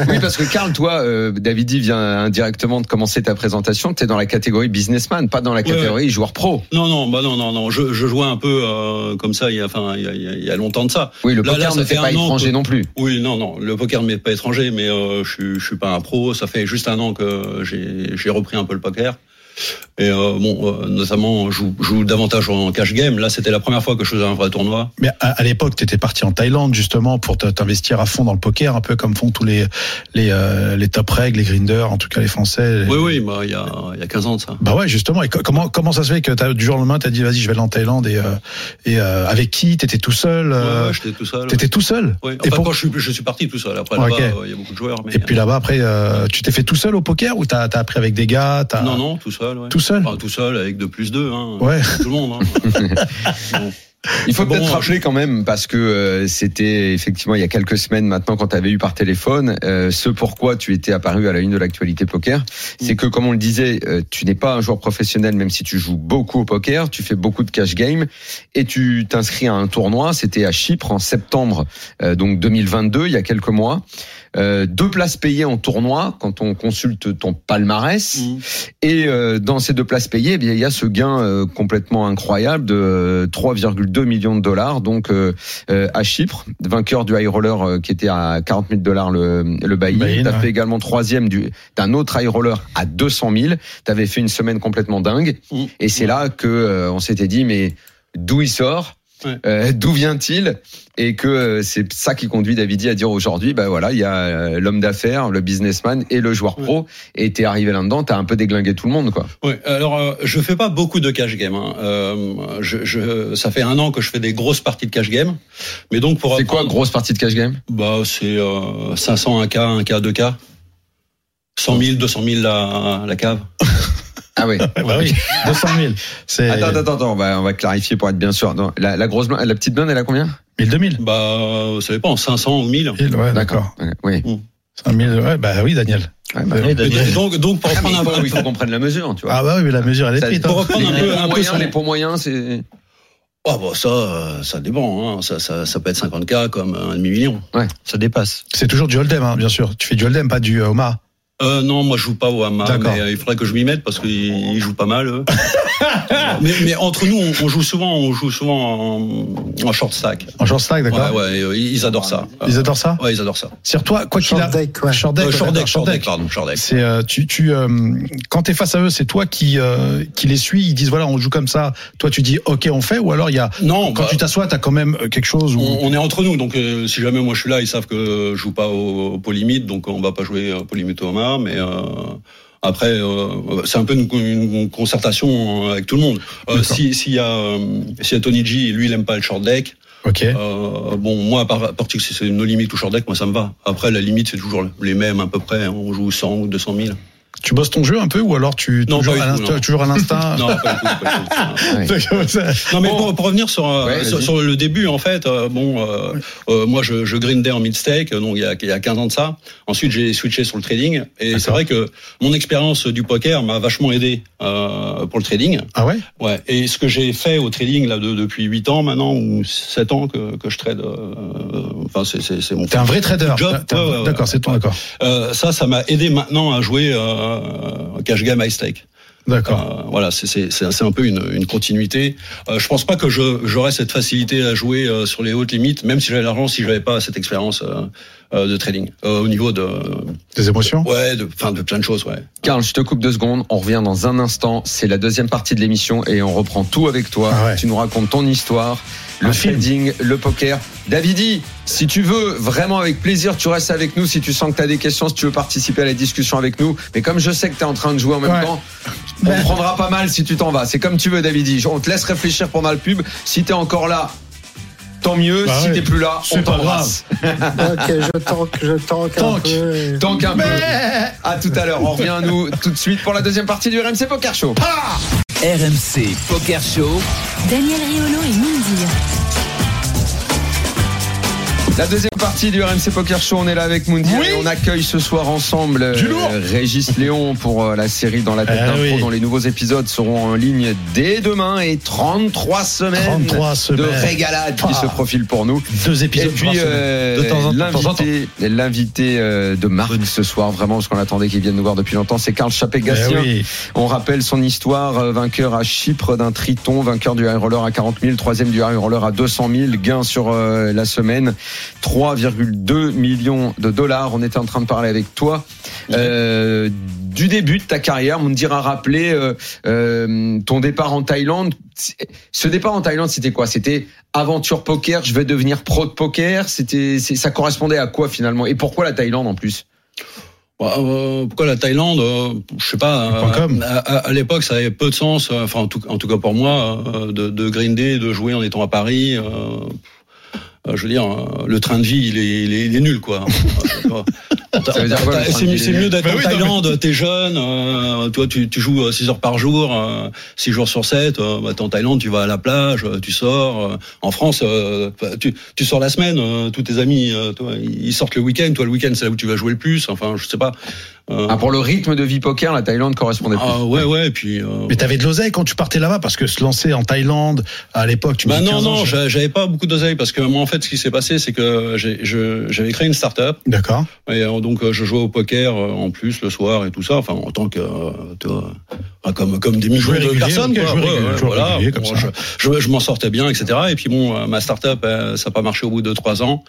Speaker 5: oui, parce que Karl, toi, euh, Davidi vient indirectement de commencer ta présentation. Tu es dans la catégorie businessman, pas dans la
Speaker 8: Ouais, ouais.
Speaker 5: catégorie joueur pro.
Speaker 8: Non, non, bah non, non, non. Je, je jouais un peu euh, comme ça. Il y a, enfin, il y a, il y a- il y a longtemps de ça.
Speaker 5: Oui, le
Speaker 8: Là, là,
Speaker 5: poker
Speaker 8: ça
Speaker 5: ne fait
Speaker 8: fait
Speaker 5: pas
Speaker 8: un an
Speaker 5: étranger
Speaker 8: que-
Speaker 5: non plus.
Speaker 8: Oui, non, non. Le poker m'est pas étranger, mais euh, je, suis- je suis pas un pro. Ça fait juste un an que j'ai j'ai repris un peu le poker. Et euh, bon, euh, notamment, je joue, je joue davantage en cash game. Là, c'était la première fois que je faisais un vrai tournoi.
Speaker 6: Mais à, à l'époque, tu étais parti en Thaïlande, justement, pour te- t'investir à fond dans le poker, un peu comme font tous les, les, euh, les top règles, les grinders, en tout cas les Français.
Speaker 8: Oui, oui, bah, il y a, il y a 15 ans de ça.
Speaker 6: Bah ouais, justement. Et co- comment, comment ça se fait que t'as- du jour au lendemain, t'as dit, vas-y, je vais aller en Thaïlande et, euh, et euh, avec qui T'étais tout seul euh,
Speaker 8: Ouais, ouais, j'étais tout seul.
Speaker 6: T'étais tout seul
Speaker 8: Ouais.
Speaker 6: et,
Speaker 8: Enfin,
Speaker 6: pour-
Speaker 8: quand je suis, je suis parti tout seul. Après,
Speaker 6: Ok.
Speaker 8: là-bas, euh, il y a beaucoup de joueurs. Mais,
Speaker 6: et puis là-bas, après, euh, tu t'es fait tout seul au poker ou t'as t'as appris avec des gars t'as-
Speaker 8: Non, non, tout seul. Ouais.
Speaker 6: Tout seul
Speaker 8: Enfin, tout seul, avec 2 plus 2. Hein,
Speaker 6: Ouais.
Speaker 8: Comme Tout le monde. Hein. Bon.
Speaker 5: Il faut
Speaker 8: Bon,
Speaker 5: peut-être
Speaker 8: euh,
Speaker 5: rappeler quand même, parce que euh, c'était effectivement il y a quelques semaines maintenant quand tu avais eu par téléphone, euh, ce pourquoi tu étais apparu à la une de l'actualité poker,
Speaker 8: Mm.
Speaker 5: c'est que comme on le disait, euh, tu n'es pas un joueur professionnel même si tu joues beaucoup au poker, tu fais beaucoup de cash game et tu t'inscris à un tournoi, c'était à Chypre en septembre euh, donc 2022, il y a quelques mois. Euh, deux places payées en tournoi quand on consulte ton palmarès.
Speaker 8: Mm.
Speaker 5: Et euh, dans ces deux places payées, eh bien, il y a ce gain euh, complètement incroyable de euh, 3,2 millions de dollars. Donc euh, euh, à Chypre, vainqueur du high roller euh, qui était à 40 000 dollars le, le buy-in.
Speaker 6: Buy-in,
Speaker 5: T'as
Speaker 6: ouais.
Speaker 5: fait également troisième du- d'un autre high roller à 200 000. T'avais fait une semaine complètement dingue.
Speaker 8: Mm.
Speaker 5: Et c'est là que euh, on s'était dit, mais d'où il sort
Speaker 8: Ouais.
Speaker 5: Euh, D'où vient-il Et que euh, c'est ça qui conduit Davidi à dire aujourd'hui, bah voilà, il y a euh, l'homme d'affaires, le businessman et le joueur pro. Et t'es arrivé là-dedans, t'as un peu déglingué tout le monde, quoi.
Speaker 8: Ouais, alors euh, je fais pas beaucoup de cash game. Hein. Euh, je, je, ça fait un an que je fais des grosses parties de cash game, mais donc pour
Speaker 5: C'est quoi
Speaker 8: apprendre-
Speaker 5: grosse partie de cash game
Speaker 8: Bah c'est euh, 500 1K, 1K, 2K, 100 000, 200 000 la, la cave.
Speaker 5: Ah oui.
Speaker 6: Ouais, bah oui, 200 000. C'est
Speaker 5: Attends, attends, attends, on va, on va clarifier pour être bien sûr. Non, la, la grosse, blinde- la petite blinde, elle a combien
Speaker 6: 1000, 2000.
Speaker 8: Bah euh, ça dépend, 500 ou 1000.
Speaker 6: 1000, ouais, Ah, d'accord.
Speaker 5: Ouais, Oui.
Speaker 6: 5000, ouais, bah oui, Daniel.
Speaker 5: Ouais, bah,
Speaker 7: Et
Speaker 8: Et
Speaker 7: Daniel,
Speaker 8: donc, donc, donc pour
Speaker 5: Ah, mais il
Speaker 8: reprendre
Speaker 5: faut,
Speaker 8: un,
Speaker 5: il faut qu'on prenne la mesure, tu vois.
Speaker 6: Ah bah oui, mais la mesure, elle est
Speaker 5: Ça-
Speaker 6: prise.
Speaker 8: pour
Speaker 6: hein.
Speaker 8: reprendre un
Speaker 5: les,
Speaker 8: peu,
Speaker 5: pots
Speaker 8: un peu
Speaker 5: moyens,
Speaker 8: sur
Speaker 5: les pots moyens, c'est.
Speaker 8: Ah bah ça, euh, ça dépend. Hein. Ça, ça, ça peut être 50K comme un demi million.
Speaker 7: ça dépasse.
Speaker 6: C'est toujours du hold'em, hein, bien sûr. Tu fais du hold'em, pas du euh, Omaha.
Speaker 8: Euh, non, moi je joue pas au Hama,
Speaker 6: D'accord.
Speaker 8: mais euh, il faudrait que je m'y mette parce qu'ils ils jouent pas mal. eux. mais, mais entre nous, on, on joue souvent, on joue souvent en, en short stack.
Speaker 6: En short stack,
Speaker 8: Ouais,
Speaker 6: d'accord
Speaker 8: ouais, euh, ils adorent ça. Euh,
Speaker 6: Ils adorent ça
Speaker 8: Ouais, ils adorent ça.
Speaker 6: Sur toi, quoi qu'il
Speaker 9: Short
Speaker 6: a.
Speaker 9: deck, ouais.
Speaker 6: Short deck,
Speaker 8: Euh,
Speaker 6: ouais,
Speaker 8: short deck,
Speaker 6: d'accord,
Speaker 8: short deck, pardon, short deck.
Speaker 6: C'est euh, tu tu euh, quand t'es face à eux, c'est toi qui euh, qui les suis. Ils disent voilà, on joue comme ça. Toi, tu dis ok, on fait. Ou alors il y a
Speaker 8: Non,
Speaker 6: quand
Speaker 8: bah,
Speaker 6: tu t'assois, t'as quand même euh, quelque chose. Où...
Speaker 8: on, on est entre nous, donc euh, si jamais moi je suis là, ils savent que je joue pas au, au polimite, donc on va pas jouer au polimite au Hama, mais. euh, après, euh, c'est un peu une, une concertation avec tout le monde. Euh,
Speaker 6: D'accord.
Speaker 8: si s'il y a euh, s'il y a Tony G, lui il aime pas le short deck.
Speaker 6: Ok.
Speaker 8: Euh, bon, moi, à part- à partir que c'est nos limites ou short deck, moi ça me va. Après, la limite, c'est toujours les mêmes à peu près. hein. On joue 100 ou 200 000.
Speaker 6: Tu bosses ton jeu un peu ou alors tu
Speaker 8: Non,
Speaker 6: toujours, à
Speaker 8: pas du tout,
Speaker 6: l'instinct-
Speaker 8: non.
Speaker 6: toujours à l'instinct
Speaker 8: Non, pas du tout, pas du tout. Non mais pour, pour revenir sur euh,
Speaker 5: Ouais,
Speaker 8: sur,
Speaker 5: vas-y.
Speaker 8: sur le début en fait euh, bon euh, euh, moi je, je grindais en mid-stake euh, donc il y a il y a 15 ans de ça ensuite j'ai switché sur le trading et c'est vrai que mon expérience du poker m'a vachement aidé euh, pour le trading
Speaker 6: Ah ouais
Speaker 8: ouais et ce que j'ai fait au trading là de- depuis 8 ans maintenant ou 7 ans que, que je trade euh, enfin c'est c'est c'est mon
Speaker 6: T'es un vrai trader.
Speaker 8: Job,
Speaker 6: T'as- t'as-
Speaker 8: ouais, ouais, ouais.
Speaker 6: D'accord, c'est ton d'accord.
Speaker 8: Euh, ça ça m'a aidé maintenant à jouer euh, cash game high stake
Speaker 6: D'accord.
Speaker 8: euh, voilà, c'est- c'est c'est- c'est un peu une, une continuité. Euh, je pense pas que je- j'aurais cette facilité à jouer euh, sur les hautes limites, même si j'avais l'argent, si j'avais pas cette expérience euh, euh, de trading Euh, au niveau de
Speaker 6: Des émotions
Speaker 8: ouais, de, enfin de plein de choses, ouais.
Speaker 5: Karl, je te coupe deux secondes. On revient dans un instant. C'est la deuxième partie de l'émission et on reprend tout avec toi.
Speaker 6: Ah ouais.
Speaker 5: Tu nous racontes ton histoire, le
Speaker 6: Un film.
Speaker 5: trading, le poker. Davidi, si tu veux, vraiment avec plaisir, tu restes avec nous. Si tu sens que tu as des questions, si tu veux participer à la discussion avec nous. Mais comme je sais que tu es en train de jouer en même
Speaker 6: Ouais.
Speaker 5: temps, on
Speaker 6: Ouais.
Speaker 5: prendra pas mal si tu t'en vas. C'est comme tu veux, Davidi. On te laisse réfléchir pendant le pub. Si tu es encore là, tant mieux.
Speaker 6: Bah
Speaker 5: si
Speaker 6: ouais.
Speaker 5: t'es plus là,
Speaker 6: C'est
Speaker 5: on
Speaker 6: pas
Speaker 5: t'embrasse.
Speaker 9: Ok, je tank, je tank un
Speaker 6: Tank.
Speaker 9: peu. et-
Speaker 5: Tant qu'un peu. À tout à l'heure. On revient à nous tout de suite pour la deuxième partie du RMC Poker Show.
Speaker 4: RMC Poker Show.
Speaker 3: Daniel Riolo et Mindy.
Speaker 5: La deuxième partie du RMC Poker Show, on est là avec Mundi et on accueille ce soir ensemble euh, Régis Léon pour euh, la série Dans la tête
Speaker 6: Ah
Speaker 5: d'un pro
Speaker 6: oui.
Speaker 5: dont les nouveaux épisodes seront en ligne dès demain et 33 semaines
Speaker 6: 33
Speaker 5: de
Speaker 6: semaines.
Speaker 5: régalade qui
Speaker 6: Ah.
Speaker 5: se profilent pour nous.
Speaker 6: Deux
Speaker 5: Et
Speaker 6: épisodes. par
Speaker 5: puis
Speaker 6: semaine.
Speaker 5: euh,
Speaker 7: De temps en temps, de temps en temps.
Speaker 5: l'invité, l'invité euh, de Marc ce soir vraiment parce qu'on attendait qu'il vienne nous voir depuis longtemps, c'est Karl Chappé-Gastien.
Speaker 6: Eh oui.
Speaker 5: On rappelle son histoire, euh, vainqueur à Chypre d'un triton, vainqueur du high roller à 40 000, troisième du high roller à 200 000, gain sur euh, la semaine, 3,2 millions de dollars. On était en train de parler avec toi euh, du début de ta carrière. On me dira rappeler euh, euh, ton départ en Thaïlande. Ce départ en Thaïlande, c'était quoi C'était aventure poker, je vais devenir pro de poker. C'était, c'est- ça correspondait à quoi finalement Et pourquoi la Thaïlande en plus
Speaker 8: Bah, euh, pourquoi la Thaïlande euh, Je sais pas. euh,
Speaker 6: Point com.
Speaker 8: à à- à l'époque, ça avait peu de sens. euh, Enfin, en tout, en tout cas pour moi, euh, de, de grinder, de jouer en étant à Paris. euh, euh, je veux dire, euh, le train de vie, il est, il est- il est nul, quoi.
Speaker 5: Ça veut dire quoi, le train de
Speaker 8: C'est
Speaker 5: vie,
Speaker 8: mieux-
Speaker 5: il est
Speaker 8: c'est
Speaker 5: nul
Speaker 8: mieux d'être
Speaker 6: Bah
Speaker 8: en
Speaker 6: oui, non, mais-
Speaker 8: Thaïlande, t'es jeune, euh, toi, tu, tu joues 6 heures par jour, euh, 6 jours sur 7, t'es en Thaïlande, tu vas à la plage, euh, tu sors. euh, en France, euh, tu, tu sors la semaine, euh, tous tes amis, euh, toi, ils sortent le week-end, toi, le week-end, c'est là où tu vas jouer le plus, enfin, je sais pas. Euh,
Speaker 5: Ah, Pour le rythme de vie poker, la Thaïlande correspondait plus.
Speaker 8: ah ouais, ouais, et puis. euh,
Speaker 6: Mais t'avais de l'oseille quand tu partais là-bas parce que se lancer en Thaïlande à l'époque, tu me
Speaker 8: bah
Speaker 6: dis
Speaker 8: non,
Speaker 6: 15 ans,
Speaker 8: non,
Speaker 6: je-
Speaker 8: j'a- j'avais pas beaucoup d'oseille parce que moi, en fait, ce qui s'est passé, c'est que j'ai- je- j'avais créé une start-up
Speaker 6: D'accord.
Speaker 8: et euh, donc euh, je jouais au poker euh, en plus le soir et tout ça, enfin, en tant que. euh, tu vois, enfin, comme, comme des millions
Speaker 6: Joueur
Speaker 8: de
Speaker 6: régulier,
Speaker 8: personnes,
Speaker 6: ok,
Speaker 8: quoi.
Speaker 6: joueur
Speaker 8: Ouais,
Speaker 6: régulier,
Speaker 8: ouais,
Speaker 6: joueur
Speaker 8: voilà.
Speaker 6: régulier, comme
Speaker 8: Bon,
Speaker 6: ça.
Speaker 8: je- je, je m'en sortais bien, etc. Et puis bon, euh, ma start-up, euh, ça n'a pas marché au bout de trois ans.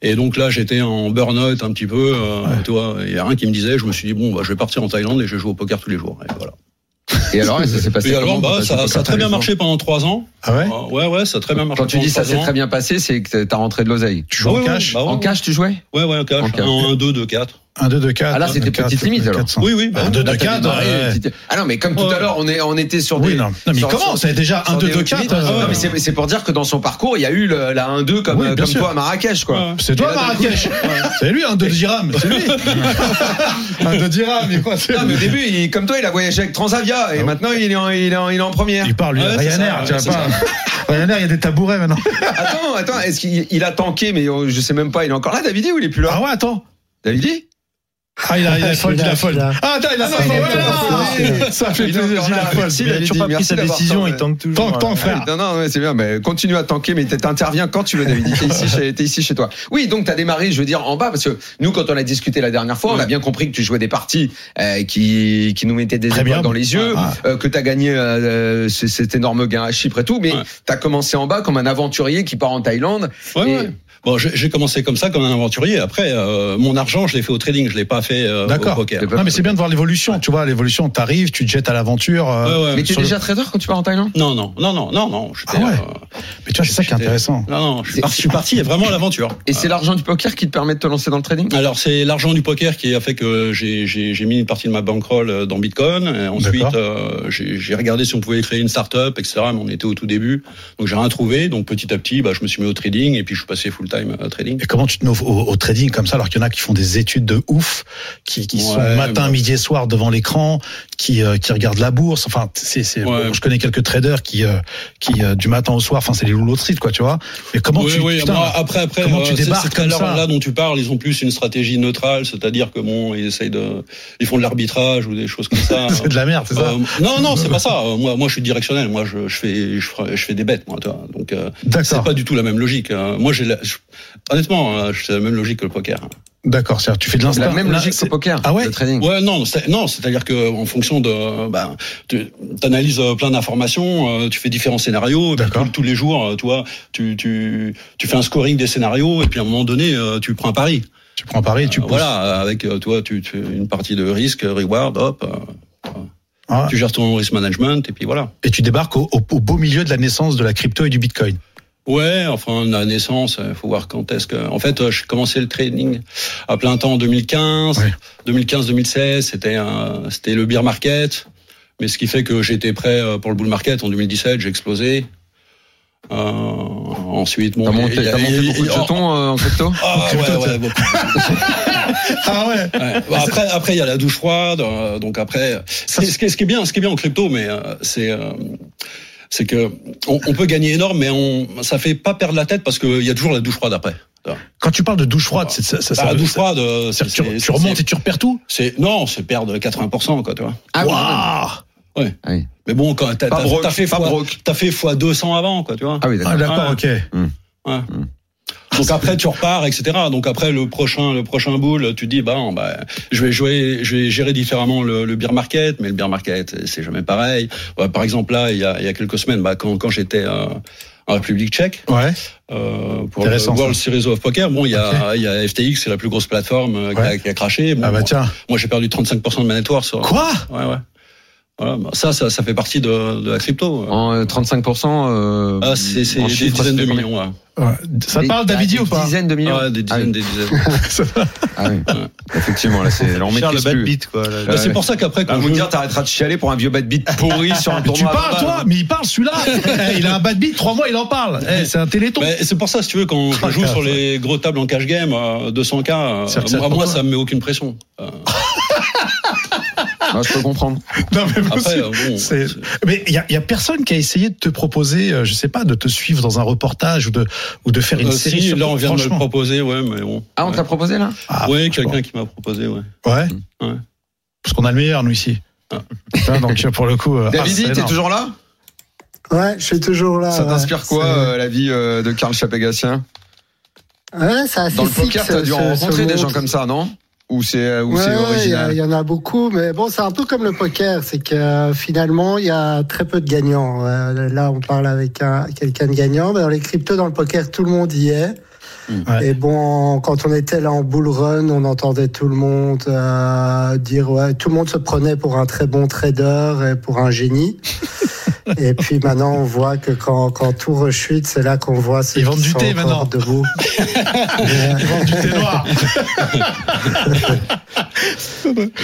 Speaker 8: Et donc là, j'étais en burn-out un petit peu. euh, tu vois, il y a rien qui me disait. Je me suis dit, bon, bah, je vais partir en Thaïlande et je vais jouer au poker tous les jours. Et voilà.
Speaker 5: Et alors, ça s'est passé
Speaker 8: Et
Speaker 5: comment
Speaker 8: alors,
Speaker 5: quand
Speaker 8: bah,
Speaker 5: t'as joué au
Speaker 8: ça,
Speaker 5: poker
Speaker 8: ça a
Speaker 5: tous
Speaker 8: très bien
Speaker 5: les jours
Speaker 8: marché pendant trois ans.
Speaker 6: Ah ouais
Speaker 8: Euh, Ouais, ouais, ça a très bien marché.
Speaker 5: Quand tu dis ça
Speaker 8: pendant
Speaker 5: s'est
Speaker 8: trois
Speaker 5: très
Speaker 8: ans.
Speaker 5: bien passé, c'est que t'as rentré de l'oseille.
Speaker 6: Tu joues
Speaker 8: Ah
Speaker 6: en
Speaker 8: ouais,
Speaker 6: cash
Speaker 8: ouais, bah ouais,
Speaker 5: en
Speaker 8: ouais.
Speaker 5: cash, tu jouais
Speaker 8: Ouais, ouais, en cash.
Speaker 5: En cash.
Speaker 8: Un, un, deux, deux, quatre.
Speaker 6: 1, 2, 2, 4.
Speaker 5: Ah là, c'était petite limite, alors.
Speaker 8: Oui, oui. bah,
Speaker 6: Un, deux,
Speaker 8: là,
Speaker 6: deux,
Speaker 8: t'as
Speaker 6: quatre,
Speaker 8: démarré,
Speaker 6: ouais.
Speaker 5: Petite- Ah non, mais comme tout
Speaker 8: Ouais.
Speaker 5: à l'heure, on, est, on était sur
Speaker 6: Oui,
Speaker 5: des.
Speaker 6: non. Non, mais
Speaker 5: sur-
Speaker 6: comment
Speaker 5: sur-
Speaker 6: C'est déjà
Speaker 5: sur
Speaker 6: 1,
Speaker 5: des
Speaker 6: 2, 2,
Speaker 5: hautes
Speaker 6: 4.
Speaker 5: limites. Non, hein. Ah, mais c'est-
Speaker 6: euh,
Speaker 5: mais c'est pour dire que dans son parcours, il y a eu le- la 1-2 comme,
Speaker 6: Oui,
Speaker 5: euh,
Speaker 6: bien
Speaker 5: comme
Speaker 6: sûr.
Speaker 5: toi à Marrakech, quoi.
Speaker 8: Ouais.
Speaker 6: C'est toi,
Speaker 5: Et là, d'un
Speaker 6: Marrakech C'est lui, un 2 dirham C'est lui Un 2 dirham, mais quoi c'est-
Speaker 5: Non, mais au début, il- comme toi, il a voyagé avec Transavia et maintenant il est en, il est en, il est en première.
Speaker 6: Ah Il parle, lui,
Speaker 8: Ouais, c'est
Speaker 6: Ryanair,
Speaker 8: ça,
Speaker 6: tu
Speaker 8: ouais,
Speaker 6: vois pas. Ryanair, il y a des tabourets maintenant.
Speaker 5: Attends, attends, est-ce qu'il il a tanké, mais euh, je sais même pas, il est encore là, Davidi, ou il est plus là
Speaker 6: Ah ouais, attends.
Speaker 5: Davidi
Speaker 6: Ah, il a, il a fold, il a fold.
Speaker 9: Celui-là.
Speaker 6: Ah, attends, il a fold.
Speaker 9: il est
Speaker 6: Ouais,
Speaker 9: encore
Speaker 6: ouais,
Speaker 9: là.
Speaker 6: ouais, Ça fait
Speaker 5: Il est
Speaker 6: plaisir,
Speaker 5: encore
Speaker 6: il
Speaker 5: là.
Speaker 6: a fold.
Speaker 5: Merci,
Speaker 7: Il a
Speaker 5: Davidi,
Speaker 7: toujours pas pris
Speaker 5: merci
Speaker 7: sa
Speaker 5: d'avoir
Speaker 7: décision,
Speaker 5: tenté.
Speaker 7: il tank toujours.
Speaker 6: Tank, tank, frère.
Speaker 5: Non, non, ouais, c'est bien, mais continue à tanker, mais t'interviens quand tu veux, David. T'es ici, chez- t'es ici chez toi. Oui, donc t'as démarré, je veux dire, en bas, parce que nous, quand on a discuté la dernière fois, on a bien compris que tu jouais des parties euh, qui, qui nous mettaient des
Speaker 6: Très
Speaker 5: étoiles
Speaker 6: bien.
Speaker 5: dans les yeux,
Speaker 6: Ah.
Speaker 5: euh, que t'as gagné euh, ce- cet énorme gain à Chypre et tout, mais
Speaker 8: Ouais.
Speaker 5: t'as commencé en bas comme un aventurier qui part en Thaïlande.
Speaker 8: Ouais,
Speaker 5: Et-
Speaker 8: ouais. Bon, j'ai j'ai commencé comme ça, comme un aventurier. Après, euh, mon argent, je l'ai fait au trading. Je l'ai pas fait euh, au
Speaker 6: D'accord.
Speaker 8: poker.
Speaker 6: Non, mais c'est bien de voir l'évolution. Tu vois, l'évolution, t'arrives, tu te jettes à l'aventure. euh,
Speaker 8: Ouais, ouais.
Speaker 5: Mais t'es
Speaker 6: sur le-
Speaker 5: déjà très tard quand tu pars en Thaïlande
Speaker 8: Non, non, non, non, non, non. j'étais,
Speaker 6: Ah ouais.
Speaker 8: euh,
Speaker 6: Mais tu vois, c'est ça qui est
Speaker 8: j'étais-
Speaker 6: intéressant.
Speaker 8: Non, non, je suis
Speaker 5: C'est-
Speaker 8: parti, je suis parti vraiment à l'aventure.
Speaker 5: Et c'est l'argent du poker qui te permet de te lancer dans le trading
Speaker 8: Alors c'est l'argent du poker qui a fait que j'ai- j'ai j'ai mis une partie de ma bankroll euh, dans Bitcoin. Et ensuite,
Speaker 6: D'accord.
Speaker 8: euh, j'ai j'ai regardé si on pouvait créer une start-up, etc. Mais on était au tout début, donc j'ai rien trouvé. Donc petit à petit, bah, je me suis mis au trading et puis je suis passé full-time euh, trading.
Speaker 6: Et comment tu te mets au, au- au trading comme ça alors qu'il y en a qui font des études de ouf, qui, qui sont
Speaker 8: Ouais,
Speaker 6: matin,
Speaker 8: bah.
Speaker 6: midi et soir devant l'écran, qui, euh, qui regardent la bourse. Enfin, c'est, c'est,
Speaker 8: Ouais.
Speaker 6: bon, je connais quelques traders qui, euh, qui euh, du matin au soir, enfin, c'est les loups de Wall Street, quoi, tu vois. Mais comment
Speaker 8: Oui,
Speaker 6: tu,
Speaker 8: oui,
Speaker 6: putain,
Speaker 8: moi, après, après,
Speaker 6: comment tu
Speaker 8: euh, ces-
Speaker 6: débarques
Speaker 8: ces
Speaker 6: comme
Speaker 8: traders
Speaker 6: ça
Speaker 8: là dont tu parles, ils ont plus une stratégie neutrale, c'est-à-dire que bon, ils essayent de, ils font de l'arbitrage ou des choses comme ça.
Speaker 6: c'est de la merde, c'est ça
Speaker 8: Euh, non, non, c'est pas ça. Euh, Moi, moi, je suis directionnel. Moi, je, je fais, je, ferai- je fais des bêtes, moi. tu vois. Donc, euh, c'est
Speaker 6: D'accord,
Speaker 8: pas du tout la même logique. hein. Moi, j'ai, la- je- honnêtement, hein, c'est la même logique que le poker. hein.
Speaker 6: d'accord. C'est-à-dire, tu fais de l'instinct.
Speaker 5: La même
Speaker 6: Là,
Speaker 5: logique
Speaker 6: c'est-
Speaker 5: qu'au poker,
Speaker 6: Ah ouais
Speaker 5: le trading.
Speaker 8: Ouais, non, c'est, non, c'est-à-dire que en fonction de, bah, tu analyses plein d'informations, euh, tu fais différents scénarios, et puis
Speaker 6: D'accord.
Speaker 8: tous, tous les jours, euh, tu vois, tu, tu, tu fais un scoring des scénarios, et puis à un moment donné, euh, tu prends un pari.
Speaker 6: Tu prends Paris et tu
Speaker 8: Euh,
Speaker 6: pousses.
Speaker 8: voilà, avec euh, toi, tu, tu- une partie de risque, reward, hop, euh,
Speaker 6: Ah,
Speaker 8: tu gères ton risk management, et puis voilà.
Speaker 6: Et tu débarques au, au- au beau milieu de la naissance de la crypto et du bitcoin.
Speaker 8: Ouais, enfin la naissance, il faut voir quand est-ce que. En fait, euh, j'ai commencé le trading à plein temps en 2015,
Speaker 6: Ouais.
Speaker 8: 2015-2016, c'était un- c'était le beer market. Mais ce qui fait que j'étais prêt euh, pour le bull market en 2017, j'ai explosé. Euh, ensuite, bon,
Speaker 5: T'as monté,
Speaker 8: il y a-
Speaker 5: t'as monté
Speaker 8: il y a-
Speaker 5: beaucoup de
Speaker 8: il y a-
Speaker 5: jetons euh, en crypto
Speaker 8: Ah, ouais, ouais, beaucoup.
Speaker 6: Ah ouais.
Speaker 8: Ouais. Bah, après, après, il y a la douche froide. euh, donc après, euh, ce qui, ce qui- ce qui est bien, ce qui est bien en crypto, mais euh, c'est euh, c'est que on, on peut gagner énorme, mais on ça fait pas perdre la tête parce qu'il y a toujours la douche froide après.
Speaker 6: Quand tu parles de douche froide, c'est, ça, ça,
Speaker 8: Bah,
Speaker 6: ça-
Speaker 8: la douche
Speaker 6: ça-
Speaker 8: froide, euh, c'est-
Speaker 6: c'est-à-dire, tu,
Speaker 8: c'est-
Speaker 6: tu remontes
Speaker 8: c'est-
Speaker 6: et tu repères tout.
Speaker 8: c'est non, c'est perdre 80 quoi, tu vois.
Speaker 5: Ah oui, quand même.
Speaker 6: Waouh
Speaker 8: Mais bon, quand t'as
Speaker 5: Pas
Speaker 8: t'as-
Speaker 5: broke,
Speaker 8: t'as fait
Speaker 5: pas
Speaker 8: fois,
Speaker 5: broke.
Speaker 8: t'as fait fois 200 avant, quoi, tu vois.
Speaker 5: Ah oui,
Speaker 6: Ah,
Speaker 5: d'accord.
Speaker 6: d'accord, ok.
Speaker 8: Ouais. Hmm. Donc après tu repars etc. Donc après le prochain le prochain boule tu te dis bah, non, bah je vais jouer je vais gérer différemment le, le beer market mais le beer market c'est jamais pareil. Ouais, par exemple là il y a, il y a quelques semaines bah, quand quand j'étais euh, en République Tchèque
Speaker 6: Ouais.
Speaker 8: euh, pour le
Speaker 6: Intéressant,
Speaker 8: World Series of Poker bon il y a il y a FTX c'est la plus grosse plateforme euh, qui, a,
Speaker 6: Ouais.
Speaker 8: qui a craché. Bon,
Speaker 6: Ah bah
Speaker 8: moi-
Speaker 6: tiens.
Speaker 8: moi j'ai perdu 35% de ma net worth sur-
Speaker 6: Quoi
Speaker 8: Ouais, ouais. Voilà, bah, ça, ça, ça fait partie de, de la crypto.
Speaker 5: En euh, 35%, euh,
Speaker 8: Ah, c'est c'est
Speaker 5: en
Speaker 8: des
Speaker 5: chiffres,
Speaker 8: dizaines de
Speaker 5: c'est combien
Speaker 8: millions. ouais.
Speaker 6: Ouais. Ça te
Speaker 5: Des-
Speaker 6: parle Davidi
Speaker 5: des
Speaker 6: ou pas
Speaker 5: Dizaines de millions.
Speaker 8: Ouais, des
Speaker 5: Ah oui.
Speaker 8: dizaines, des dizaines.
Speaker 5: Ah oui. Effectivement, là, c'est là, on
Speaker 7: Cher le
Speaker 5: maîtrise
Speaker 7: bad
Speaker 5: plus.
Speaker 7: beat, quoi. là.
Speaker 8: Bah, c'est pour ça qu'après,
Speaker 5: Bah,
Speaker 8: quand
Speaker 5: vous
Speaker 8: je-
Speaker 5: dire, t'arrêteras de chialer pour un vieux bad beat pourri sur un
Speaker 6: Mais tu
Speaker 5: tournoi. à hein.
Speaker 6: parles
Speaker 5: Laval.
Speaker 6: toi, mais il parle celui-là. Eh, il a un bad beat, trois mois il en parle. Eh, c'est un téléthon.
Speaker 8: Mais Bah, c'est pour ça, si tu veux, quand je
Speaker 6: Ah,
Speaker 8: joue
Speaker 6: grave,
Speaker 8: sur
Speaker 6: ouais.
Speaker 8: les gros tables en cash game, euh, 200K, euh,
Speaker 6: C'est-à-dire que ça
Speaker 8: moi,
Speaker 6: te
Speaker 8: moi,
Speaker 6: prend
Speaker 8: ça me met aucune pression. Euh,
Speaker 5: Ah, je peux comprendre.
Speaker 6: Non, mais bon,
Speaker 8: après,
Speaker 6: c'est-
Speaker 8: euh, bon,
Speaker 6: c'est-
Speaker 8: c'est-
Speaker 6: Mais il y a, il y a personne qui a essayé de te proposer, euh, je sais pas, de te suivre dans un reportage ou de ou de faire une
Speaker 8: euh,
Speaker 6: série.
Speaker 8: si,
Speaker 6: sur-
Speaker 8: là, on vient de me le
Speaker 6: franchement.
Speaker 8: proposer, ouais, mais bon.
Speaker 5: Ah, on te l'a proposé là
Speaker 6: Ah,
Speaker 8: ouais,
Speaker 6: franchement.
Speaker 8: quelqu'un qui m'a proposé, ouais.
Speaker 6: Ouais.
Speaker 8: Ouais.
Speaker 6: Parce qu'on a le meilleur nous ici.
Speaker 8: Ah.
Speaker 6: Ah, donc pour le coup. euh, ah, c'est
Speaker 5: Davidi, t'es
Speaker 6: énorme.
Speaker 5: toujours là
Speaker 9: Ouais, je suis toujours là.
Speaker 5: Ça
Speaker 9: ouais.
Speaker 5: t'inspire quoi,
Speaker 9: Ah, C'est-
Speaker 5: euh, la vie euh, de Karl Chapégassien
Speaker 9: Ouais, c'est euh, assez
Speaker 5: Dans le
Speaker 9: sick,
Speaker 5: poker,
Speaker 9: ce-
Speaker 5: t'as dû en
Speaker 9: ce-
Speaker 5: rencontrer
Speaker 9: ce
Speaker 5: des
Speaker 9: monde.
Speaker 5: gens comme ça, non Ou c'est ou
Speaker 9: Ouais,
Speaker 5: c'est
Speaker 9: ouais, il y a-
Speaker 5: original
Speaker 9: il y, en a beaucoup, mais bon, c'est un peu comme le poker, c'est que euh, finalement, il y a très peu de gagnants. Euh, là, on parle avec un- quelqu'un de gagnant, mais dans les cryptos, dans le poker, tout le monde y est.
Speaker 5: Hmm.
Speaker 6: Ouais.
Speaker 9: Et bon, quand on était là en bull run, on entendait tout le monde euh, dire, ouais, tout le monde se prenait pour un très bon trader et pour un génie. et puis maintenant, on voit que quand, quand tout rechute, c'est là qu'on voit ceux
Speaker 6: Ils
Speaker 9: qui
Speaker 6: vendent du
Speaker 9: sont
Speaker 6: thé,
Speaker 9: encore
Speaker 6: maintenant.
Speaker 9: debout.
Speaker 6: Ils vendent du thé noir.